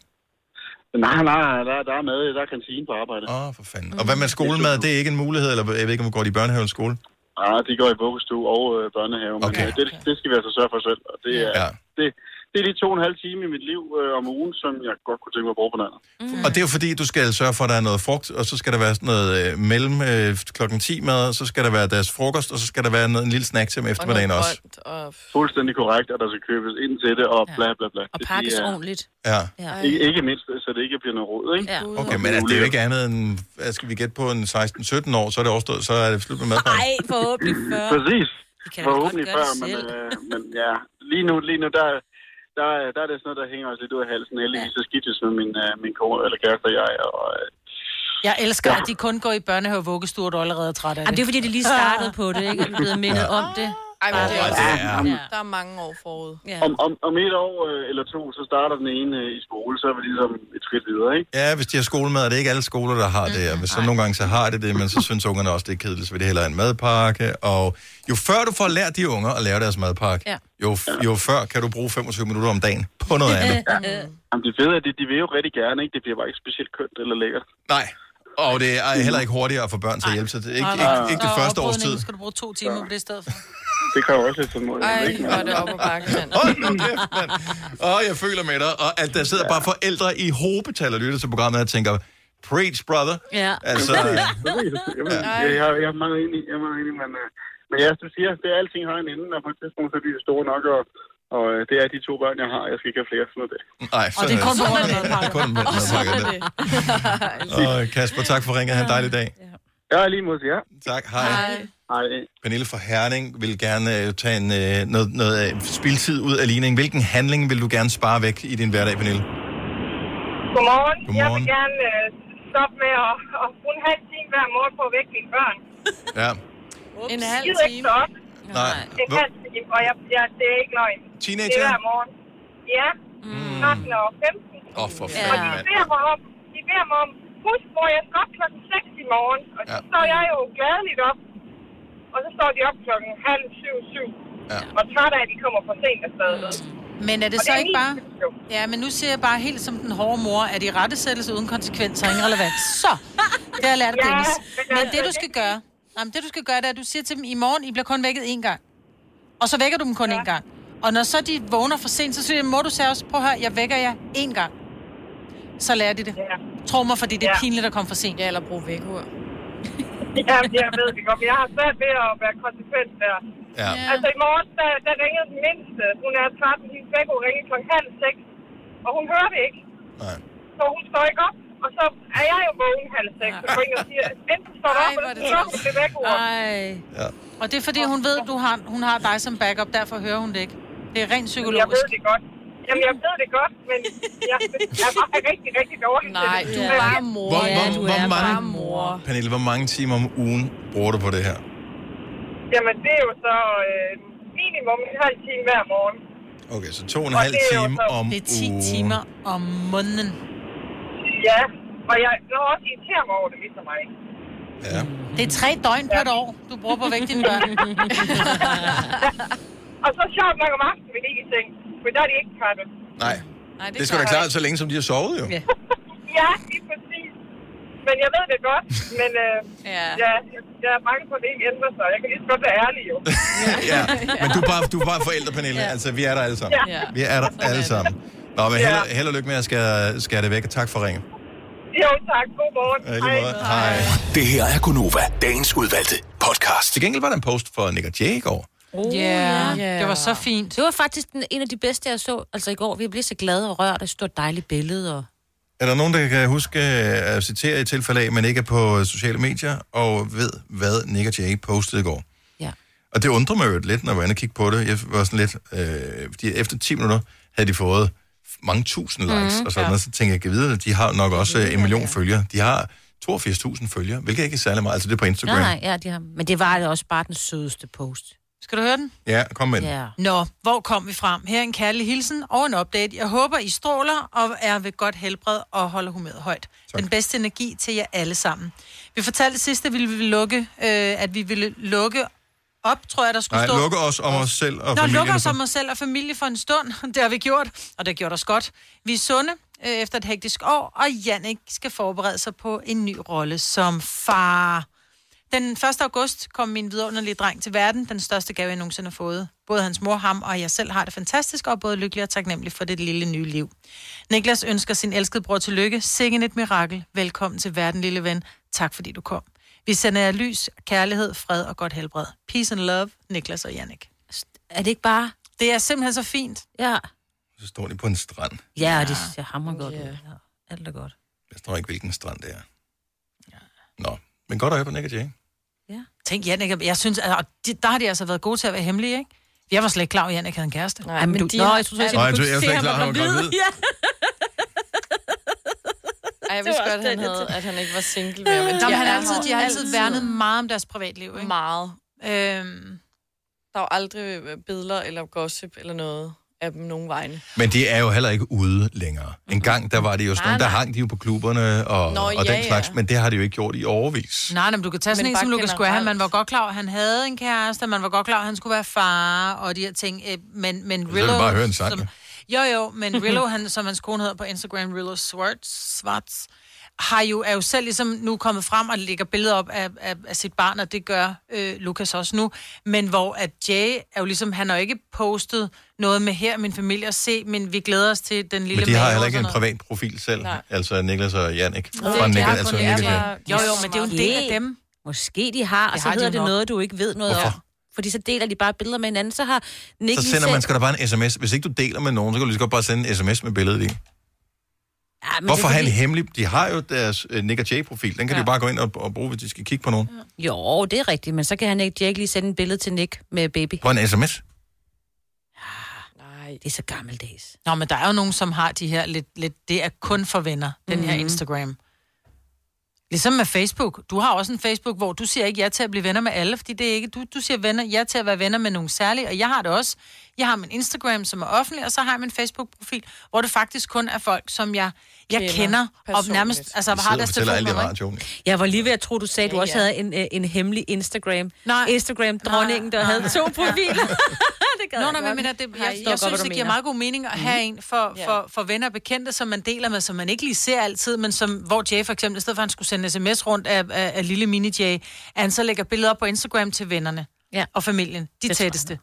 Speaker 27: Nej, nej, der, der er mad, der er kantine på arbejde. Mm.
Speaker 1: Åh, oh, for fanden. Og hvad med skolemad? Det er ikke en mulighed, eller jeg ved ikke, om går de i børnehave eller skole?
Speaker 2: Mm.
Speaker 27: Nej, de går i vuggestue og øh, børnehave, men okay. øh, det, det skal vi altså sørge for selv. Og det, er,
Speaker 1: Ja.
Speaker 27: det, det er lige to og en halv time i mit liv øh, om ugen, som jeg godt kunne tænke mig at bruge på noget. andet.
Speaker 1: Mm. Og det er jo fordi, du skal sørge for, at der er noget frugt, og så skal der være sådan noget øh, mellem øh, klokken 10 mad, og så skal der være deres frokost, og så skal der være noget, en lille snack til om eftermiddagen også.
Speaker 4: Og...
Speaker 27: Fuldstændig korrekt, at der skal købes ind til det, og bla bla bla. Og
Speaker 2: Pakkes ordentligt.
Speaker 1: Ja.
Speaker 27: Ikke, ikke mindst, så det ikke bliver noget råd, ikke?
Speaker 2: Ja.
Speaker 1: Okay, men altså, det er jo ikke andet end, hvad skal vi gætte på en 16-17 år, så er det overstået, så er det slut med madpakken.
Speaker 2: Nej, forhåbentlig før.
Speaker 27: Præcis.
Speaker 2: Vi kan da
Speaker 27: Forhåbentlig
Speaker 2: godt
Speaker 27: før,
Speaker 2: gøre det
Speaker 27: men,
Speaker 2: selv.
Speaker 27: øh, men ja, lige nu, lige nu der, der, der er det sådan noget, der hænger os lidt ud af halsen. Heldigvis så skiftes med min, øh, min kone, eller kæreste og jeg, og øh,
Speaker 3: Jeg elsker, at de kun går i børnehave og vuggestue, og du er allerede træt af det.
Speaker 2: Jamen, det er fordi, de lige startede på det, ikke? Og du er blevet mindet
Speaker 3: Ja.
Speaker 2: om det.
Speaker 4: Ej, men det er, også,
Speaker 27: det er-
Speaker 4: ja. der er mange år forud. Ja.
Speaker 27: om, om, om et år øh, eller to, så starter den ene øh, i skole, så er vi ligesom et skridt videre, ikke?
Speaker 1: Ja, hvis de har skolemad, er det ikke alle skoler, der har det. Og hvis så
Speaker 2: Mm,
Speaker 1: nogle gange så har det det, men så synes ungerne også, det er kedeligt, så vil det hellere have en madpakke. Og jo før du får lært de unger at lave deres madpakke,
Speaker 27: Ja.
Speaker 1: jo, f- jo før kan du bruge 25 minutter om dagen på noget andet.
Speaker 27: Øh, Jamen, det fede er, at de, de vil jo rigtig gerne, ikke? Det bliver bare ikke specielt kønt eller lækkert.
Speaker 1: Nej, og det er heller ikke hurtigere at få børn til at hjælpe sig. Det er ikke,
Speaker 3: Nej,
Speaker 1: ikke,
Speaker 3: nej.
Speaker 1: ikke det
Speaker 3: Og
Speaker 1: første års
Speaker 3: oprydningen
Speaker 1: tid.
Speaker 3: Skal du bruge to timer på det i stedet for?
Speaker 27: Det kræver også lidt tålmodighed.
Speaker 4: Ej, hvor er det op ad bakke, mand.
Speaker 1: Og jeg føler med dig, og at der sidder bare forældre i hobetal og lytter til programmet og tænker, preach, brother.
Speaker 2: Ja.
Speaker 1: Altså,
Speaker 27: Jeg, jeg, jeg er meget enig, jeg er meget enig, men, øh, men ja, som du siger, det er alting har en ende, og på et tidspunkt, så bliver det store nok, og, og øh, det er de to børn, jeg har, jeg skal ikke have flere sådan noget der.
Speaker 1: nej,
Speaker 27: Og det er kun på grund af
Speaker 1: kun med
Speaker 27: Og sådan er
Speaker 1: madpakker.
Speaker 27: det.
Speaker 1: Og øh, Kasper, tak for ringet. Ha' en dejlig dag.
Speaker 27: Ja, lige mod jer.
Speaker 1: Tak, hej. Hej.
Speaker 27: Hej.
Speaker 1: Pernille fra Herning vil gerne øh, tage en, øh, noget, noget øh, spildtid ud af ligningen. Hvilken handling vil du gerne spare væk i din hverdag, Pernille?
Speaker 13: Godmorgen.
Speaker 1: Godmorgen.
Speaker 13: Jeg vil gerne øh, vokset op med at, at bruge en halv time hver morgen på at vække mine børn.
Speaker 1: Ja.
Speaker 13: En halv time? Ikke så op.
Speaker 1: Nej.
Speaker 13: En
Speaker 1: Hvor-
Speaker 13: halv time, og jeg, jeg, det er ikke løgn. Det
Speaker 1: Teenager? Mm.
Speaker 13: er hver morgen. Ja, 13 og 15.
Speaker 1: Åh, oh, for
Speaker 13: Ja. Og
Speaker 1: fanden,
Speaker 13: de
Speaker 1: mand.
Speaker 13: beder mig om, de beder mig om, husk mor, jeg skal op klokken 6 i morgen. Og så
Speaker 1: Ja.
Speaker 13: står jeg jo gladeligt op. Og så står de op klokken halv syv, syv.
Speaker 1: Ja.
Speaker 13: Og træt af, at de kommer for sent afsted.
Speaker 3: Men er det
Speaker 13: Og
Speaker 3: så
Speaker 13: det er
Speaker 3: ikke
Speaker 13: min
Speaker 3: bare... Ja, men nu siger jeg bare helt som den hårde mor, at i rettesættelse uden konsekvenser er irrelevant. Så! Det har jeg lært af
Speaker 13: Ja,
Speaker 3: Dennis.
Speaker 13: men
Speaker 3: Men
Speaker 13: altså,
Speaker 3: det, du
Speaker 13: det-
Speaker 3: skal gøre... Jamen, det, du skal gøre, det er, at du siger til dem, i morgen, I bliver kun vækket én gang. Og så vækker du dem kun én gang. Og når så de vågner for sent, så siger jeg, mor, du sagde også, prøv at høre, jeg vækker jer én gang. Så lærer de det. Tro mig, fordi det er
Speaker 13: Ja.
Speaker 3: pinligt at komme for sent. Ja, eller bruge vækkeur.
Speaker 13: Ja, jeg ved det godt, men jeg har svært ved at være konsekvent der.
Speaker 1: Ja.
Speaker 13: Altså i morges, der, der ringede den mindste. Hun er 13, hendes vækko ringede klokken halv seks, og hun hører det ikke.
Speaker 1: Nej.
Speaker 13: Så hun står ikke op, og så er jeg jo vågen halv seks, og ringer og siger, enten står du op, eller så står du til vækkeordet.
Speaker 3: Ej.
Speaker 1: Ja.
Speaker 3: Og det er, fordi hun ved, du har, hun har dig som backup, derfor hører hun det ikke. Det er rent psykologisk.
Speaker 13: Jeg ved det godt. Jamen, jeg ved det godt, men jeg, jeg er bare rigtig, rigtig dårlig
Speaker 4: Nej,
Speaker 13: til det.
Speaker 4: du er bare mor.
Speaker 1: Hvor-
Speaker 4: ja,
Speaker 1: hvor-
Speaker 4: du
Speaker 1: hvor
Speaker 4: er
Speaker 1: mange-
Speaker 4: bare mor.
Speaker 1: Pernille, hvor mange timer om ugen bruger du på det her?
Speaker 13: Jamen, det er jo så øh, minimum en halv time hver morgen.
Speaker 1: Okay, så to og en halv
Speaker 13: det er jo
Speaker 1: time
Speaker 13: så-
Speaker 1: om ugen.
Speaker 13: Det er 10 timer.
Speaker 3: Om munden.
Speaker 13: Ja, og jeg når også irriterer mig over det, ligesom mig.
Speaker 3: Det er tre døgn på et år, du bruger på at vække dine børn.
Speaker 13: Og så sjovt nok om aftenen, vi ligger i seng, for der er de ikke trætte.
Speaker 1: Nej,
Speaker 13: Nej,
Speaker 1: det skal da klare så længe, som de har sovet jo.
Speaker 13: Ja, lige præcis. Men jeg ved det godt, men øh, ja. Ja, jeg er bange for, at det ikke ændrer sig. Jeg kan lige så godt være ærlig, jo.
Speaker 1: ja. Men du er bare, du er bare forældre, Pernille. Ja. Altså, vi er der alle sammen.
Speaker 13: Ja.
Speaker 1: Vi er der alle sammen. Nå, men held, og- held og lykke med at skære, skære det væk, og tak for ringen.
Speaker 13: Jo, tak. God morgen.
Speaker 1: Ja, i lige måde. Hej.
Speaker 5: Det her er Gunova, dagens udvalgte podcast.
Speaker 1: Til gengæld var der en post for Nick og Jay i går.
Speaker 2: Oh,
Speaker 3: Ja, det var så fint.
Speaker 2: Det var faktisk den, en af de bedste, jeg så altså i går. Vi blev så glade og rørt, og stod et dejligt billede. Og...
Speaker 1: Er der nogen, der kan huske øh, at citere i tilfælde af, man ikke er på øh, sociale medier, og ved, hvad Nick og Jay postede i går?
Speaker 2: Ja.
Speaker 1: Og det undrer mig jo lidt, når jeg var inde og kigge på det. Jeg var sådan lidt... Øh, fordi efter 10 minutter havde de fået mange tusind likes,
Speaker 14: Mhm,
Speaker 1: mm, og sådan
Speaker 14: ja.
Speaker 1: ja. noget, så tænker jeg, kan vide, de har nok også øh, en million følgere. De har 82.000 følgere, hvilket ikke er særlig meget. Altså det er på Instagram.
Speaker 2: Nej, nej, ja, de har... Men det var også bare den sødeste post.
Speaker 3: Skal du høre den?
Speaker 1: Ja, kom med den.
Speaker 2: Ja.
Speaker 3: Nå, hvor kom vi frem? Her er en kærlig hilsen og en update. Jeg håber, I stråler og er ved godt helbred og holder humøret højt. Tak. Den bedste energi til jer alle sammen. Vi fortalte sidst, at vi ville lukke, øh, at vi ville lukke op, tror jeg, der skulle
Speaker 1: Nej,
Speaker 3: stå.
Speaker 1: lukke os om os selv og
Speaker 3: Nå,
Speaker 1: familien.
Speaker 3: lukker os om os selv og familie for en stund. Det har vi gjort, og det har gjort os godt. Vi er sunde øh, efter et hektisk år, og Jannik skal forberede sig på en ny rolle som far. Den 1. august kom min vidunderlige dreng til verden, den største gave, jeg nogensinde har fået. Både hans mor, ham og jeg selv har det fantastisk, og er både lykkelig og taknemmelig for det lille nye liv. Niklas ønsker sin elskede bror tillykke. Sikken et mirakel. Velkommen til verden, lille ven. Tak fordi du kom. Vi sender jer lys, kærlighed, fred og godt helbred. Peace and love, Niklas og Jannik.
Speaker 2: Er det ikke bare...
Speaker 3: Det er simpelthen så fint.
Speaker 2: Ja.
Speaker 1: Så står de på en strand.
Speaker 2: Ja, og det ser hammer godt ud. Ja. Alt er godt.
Speaker 1: Jeg står ikke, hvilken strand det er. Nå, men godt øje på Nick og Jay.
Speaker 3: Tænk, Jannik, jeg synes, at og de- der har de altså været gode til at være hemmelige, ikke? Jeg var slet ikke klar, at Jannik havde en kæreste. Nej,
Speaker 2: men de har-
Speaker 1: Nå, jeg troede- jeg var slet ikke klar, han var gravid.
Speaker 3: Ja.
Speaker 4: Ej, jeg
Speaker 3: Det
Speaker 4: vidste
Speaker 3: var
Speaker 4: godt,
Speaker 3: også
Speaker 4: han
Speaker 3: det, jeg
Speaker 4: havde, at han ikke var single mere.
Speaker 3: Ja,
Speaker 4: Men
Speaker 3: men de, Jamen, han er altid, de har altid værnet meget om deres privatliv, ikke?
Speaker 4: Meget.
Speaker 3: Øhm.
Speaker 4: Der er jo aldrig øh, billeder eller gossip eller noget af dem nogen vegne.
Speaker 1: Men de er jo heller ikke ude længere. En gang, der var det jo sådan,
Speaker 4: Nej,
Speaker 1: nogle, der
Speaker 4: nej.
Speaker 1: hang de jo på klubberne og,
Speaker 3: Nå,
Speaker 1: og
Speaker 3: ja,
Speaker 1: den
Speaker 3: ja.
Speaker 1: slags, men det har de jo ikke gjort i overvis.
Speaker 3: Nej, nej, men du kan tage sådan
Speaker 1: Men
Speaker 3: en som
Speaker 1: bare
Speaker 3: Lucas
Speaker 1: generelt.
Speaker 3: Graham. Man var godt klar, over, at han havde en kæreste, man var godt klar, over, at han skulle være far, og de her ting. øh, Men, men
Speaker 1: Så kan
Speaker 3: Rillo...
Speaker 1: du bare høre en sang.
Speaker 3: som-
Speaker 1: Som...
Speaker 3: Jo, jo, men Rillo, han, som hans kone hedder på Instagram, Rillo Swartz, Swartz har jo, er jo selv ligesom nu kommet frem og lægger billeder op af, af, af sit barn, og det gør øh, Lukas også nu. Men hvor at Jay er jo ligesom, han har jo ikke postet noget med her, er min familie, og se, men vi glæder os til den lille
Speaker 1: Men de
Speaker 3: mave
Speaker 1: har
Speaker 3: og
Speaker 1: heller
Speaker 3: sådan
Speaker 1: ikke en
Speaker 3: noget.
Speaker 1: privat profil selv,
Speaker 3: Nej.
Speaker 1: altså Niklas og Jannik.
Speaker 3: Nej.
Speaker 1: Fra
Speaker 3: Det er
Speaker 1: Nick,
Speaker 3: kun
Speaker 1: altså
Speaker 3: jer,
Speaker 1: Niklas.
Speaker 3: der- Jo,
Speaker 1: Ja.
Speaker 3: jo, men det er jo en del af dem.
Speaker 2: Måske de har, og
Speaker 3: Det
Speaker 2: så
Speaker 3: har de
Speaker 2: hedder det
Speaker 3: nok.
Speaker 2: noget, du ikke ved noget
Speaker 1: Hvorfor?
Speaker 2: om. Fordi så deler de bare billeder med hinanden, så har Nick
Speaker 1: Så
Speaker 2: lige
Speaker 1: sender
Speaker 2: selv-
Speaker 1: man sgu da bare en sms. Hvis ikke du deler med nogen, så kan du lige så godt bare sende en sms med billedet i.
Speaker 2: Ja, men
Speaker 1: Hvorfor
Speaker 2: det er
Speaker 1: har en
Speaker 2: fordi-
Speaker 1: hemmelig? De har jo deres øh, Nick og Jay-profil. Den kan ja. de jo bare gå ind og, og bruge, hvis de skal kigge på nogen.
Speaker 2: Jo, det er rigtigt, men så kan han ikke, Jack lige sende en billede til Nick med baby.
Speaker 1: På en sms.
Speaker 2: Nej, det er så gammeldags.
Speaker 3: Nå, men der er jo nogen, som har de her lidt, lidt det er kun for venner, den her
Speaker 2: Mhm.
Speaker 3: Instagram. Ligesom med Facebook. Du har også en Facebook, hvor du siger ikke ja til at blive venner med alle, fordi det er ikke, du, du siger venner, ja til at være venner med nogen særlige, og jeg har det også. Jeg har min Instagram, som er offentlig, og så har jeg min Facebook-profil, hvor det faktisk kun er folk, som jeg, jeg kender,
Speaker 2: Kender
Speaker 3: kender og
Speaker 2: personligt.
Speaker 3: nærmest altså, har deres telefonnummer. ikke?
Speaker 2: Jeg var lige ved at tro, du sagde, at du
Speaker 3: Ja,
Speaker 2: også
Speaker 3: ja.
Speaker 2: havde en, øh, en hemmelig Instagram. Nej. Instagram-dronningen, der havde to profiler. det
Speaker 3: Nå, nej,
Speaker 2: godt.
Speaker 3: men Ah, det, jeg,
Speaker 2: Jeg
Speaker 3: jeg,
Speaker 2: forstår
Speaker 3: jeg
Speaker 2: godt,
Speaker 3: synes,
Speaker 2: hvad du
Speaker 3: det
Speaker 2: mener.
Speaker 3: giver
Speaker 2: Mhm.
Speaker 3: meget god mening at have en for,
Speaker 2: Ja.
Speaker 3: for, for venner og bekendte, som man deler med, som man ikke lige ser altid, men som, hvor Jay for eksempel, i stedet for at han skulle sende sms rundt af, af, af lille mini-Jay, at han så lægger billeder op på Instagram til vennerne
Speaker 2: ja.
Speaker 3: og familien, de
Speaker 2: Det tror jeg.
Speaker 3: tætteste.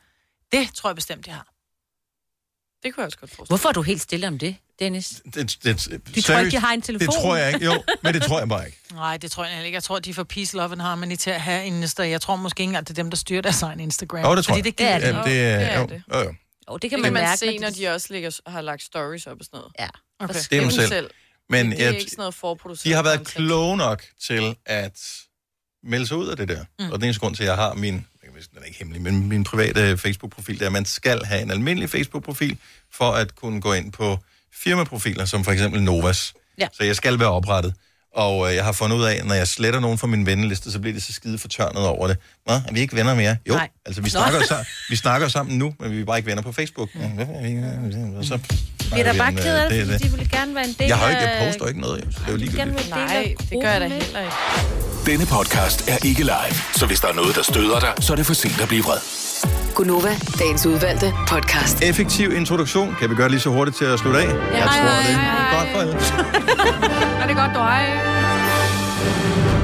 Speaker 3: Det tror jeg bestemt, de har.
Speaker 4: Det kunne jeg også godt forstå.
Speaker 2: Hvorfor er du helt stille om det, Dennis?
Speaker 1: Det, det,
Speaker 2: de
Speaker 1: seriøst,
Speaker 2: har en telefon?
Speaker 1: Det tror jeg ikke, jo, men det tror jeg bare ikke.
Speaker 3: Nej, det tror jeg heller ikke. Jeg tror, de får Peace, Love and Harmony til at have en Insta. Jeg tror måske ikke engang, det er dem, der styrer deres egen Instagram.
Speaker 1: Jo, det tror
Speaker 3: Fordi
Speaker 1: jeg.
Speaker 3: Det, gider de
Speaker 1: Jamen,
Speaker 3: ikke.
Speaker 1: det,
Speaker 4: det er
Speaker 1: jo,
Speaker 4: det.
Speaker 1: jo, jo.
Speaker 2: Jo,
Speaker 4: Det kan man, man se, når de også ligger, har lagt stories op og sådan noget.
Speaker 2: Ja.
Speaker 1: Okay. Det er dem selv. Men
Speaker 4: Men det er
Speaker 1: jeg-
Speaker 4: ikke sådan noget forproduceret.
Speaker 1: De har været kloge nok til at melde sig ud af det der.
Speaker 4: Mm.
Speaker 1: Mm. Og det er eneste grund til, at jeg har min, jeg kan- den er ikke hemmelig, men min private Facebook-profil, der man skal have en almindelig Facebook-profil, for at kunne gå ind på firmaprofiler, som for eksempel Novas.
Speaker 2: Ja.
Speaker 1: Så jeg skal være oprettet. Og øh, jeg har fundet ud af, at når jeg sletter nogen fra min venneliste, så bliver det så skide fortørnet over det. Nå, er vi ikke venner mere? Jo,
Speaker 2: Nej.
Speaker 1: Nej. altså vi
Speaker 2: Nå.
Speaker 1: snakker, så, vi snakker sammen nu, men vi er bare ikke venner på Facebook. Mm. Og så
Speaker 2: Vi er da bare
Speaker 1: om, øh,
Speaker 2: ked af det,
Speaker 1: er
Speaker 2: fordi de ville gerne være en del
Speaker 1: Jeg, har jo ikke,
Speaker 2: af-
Speaker 1: jeg poster ikke noget, jo, så det er jo
Speaker 2: de vil
Speaker 1: ligegyldigt.
Speaker 2: gerne være en
Speaker 4: Nej,
Speaker 2: del af
Speaker 4: det gør jeg da
Speaker 2: gruppen,
Speaker 4: heller ikke.
Speaker 5: Denne podcast er ikke live, så hvis der er noget, der støder dig, så er det for sent at blive vred.
Speaker 14: Gunova, dagens udvalgte podcast.
Speaker 1: Effektiv introduktion. Kan vi gøre det lige så hurtigt til at slutte af? jeg tror, det er godt for alle.
Speaker 14: Er det godt, du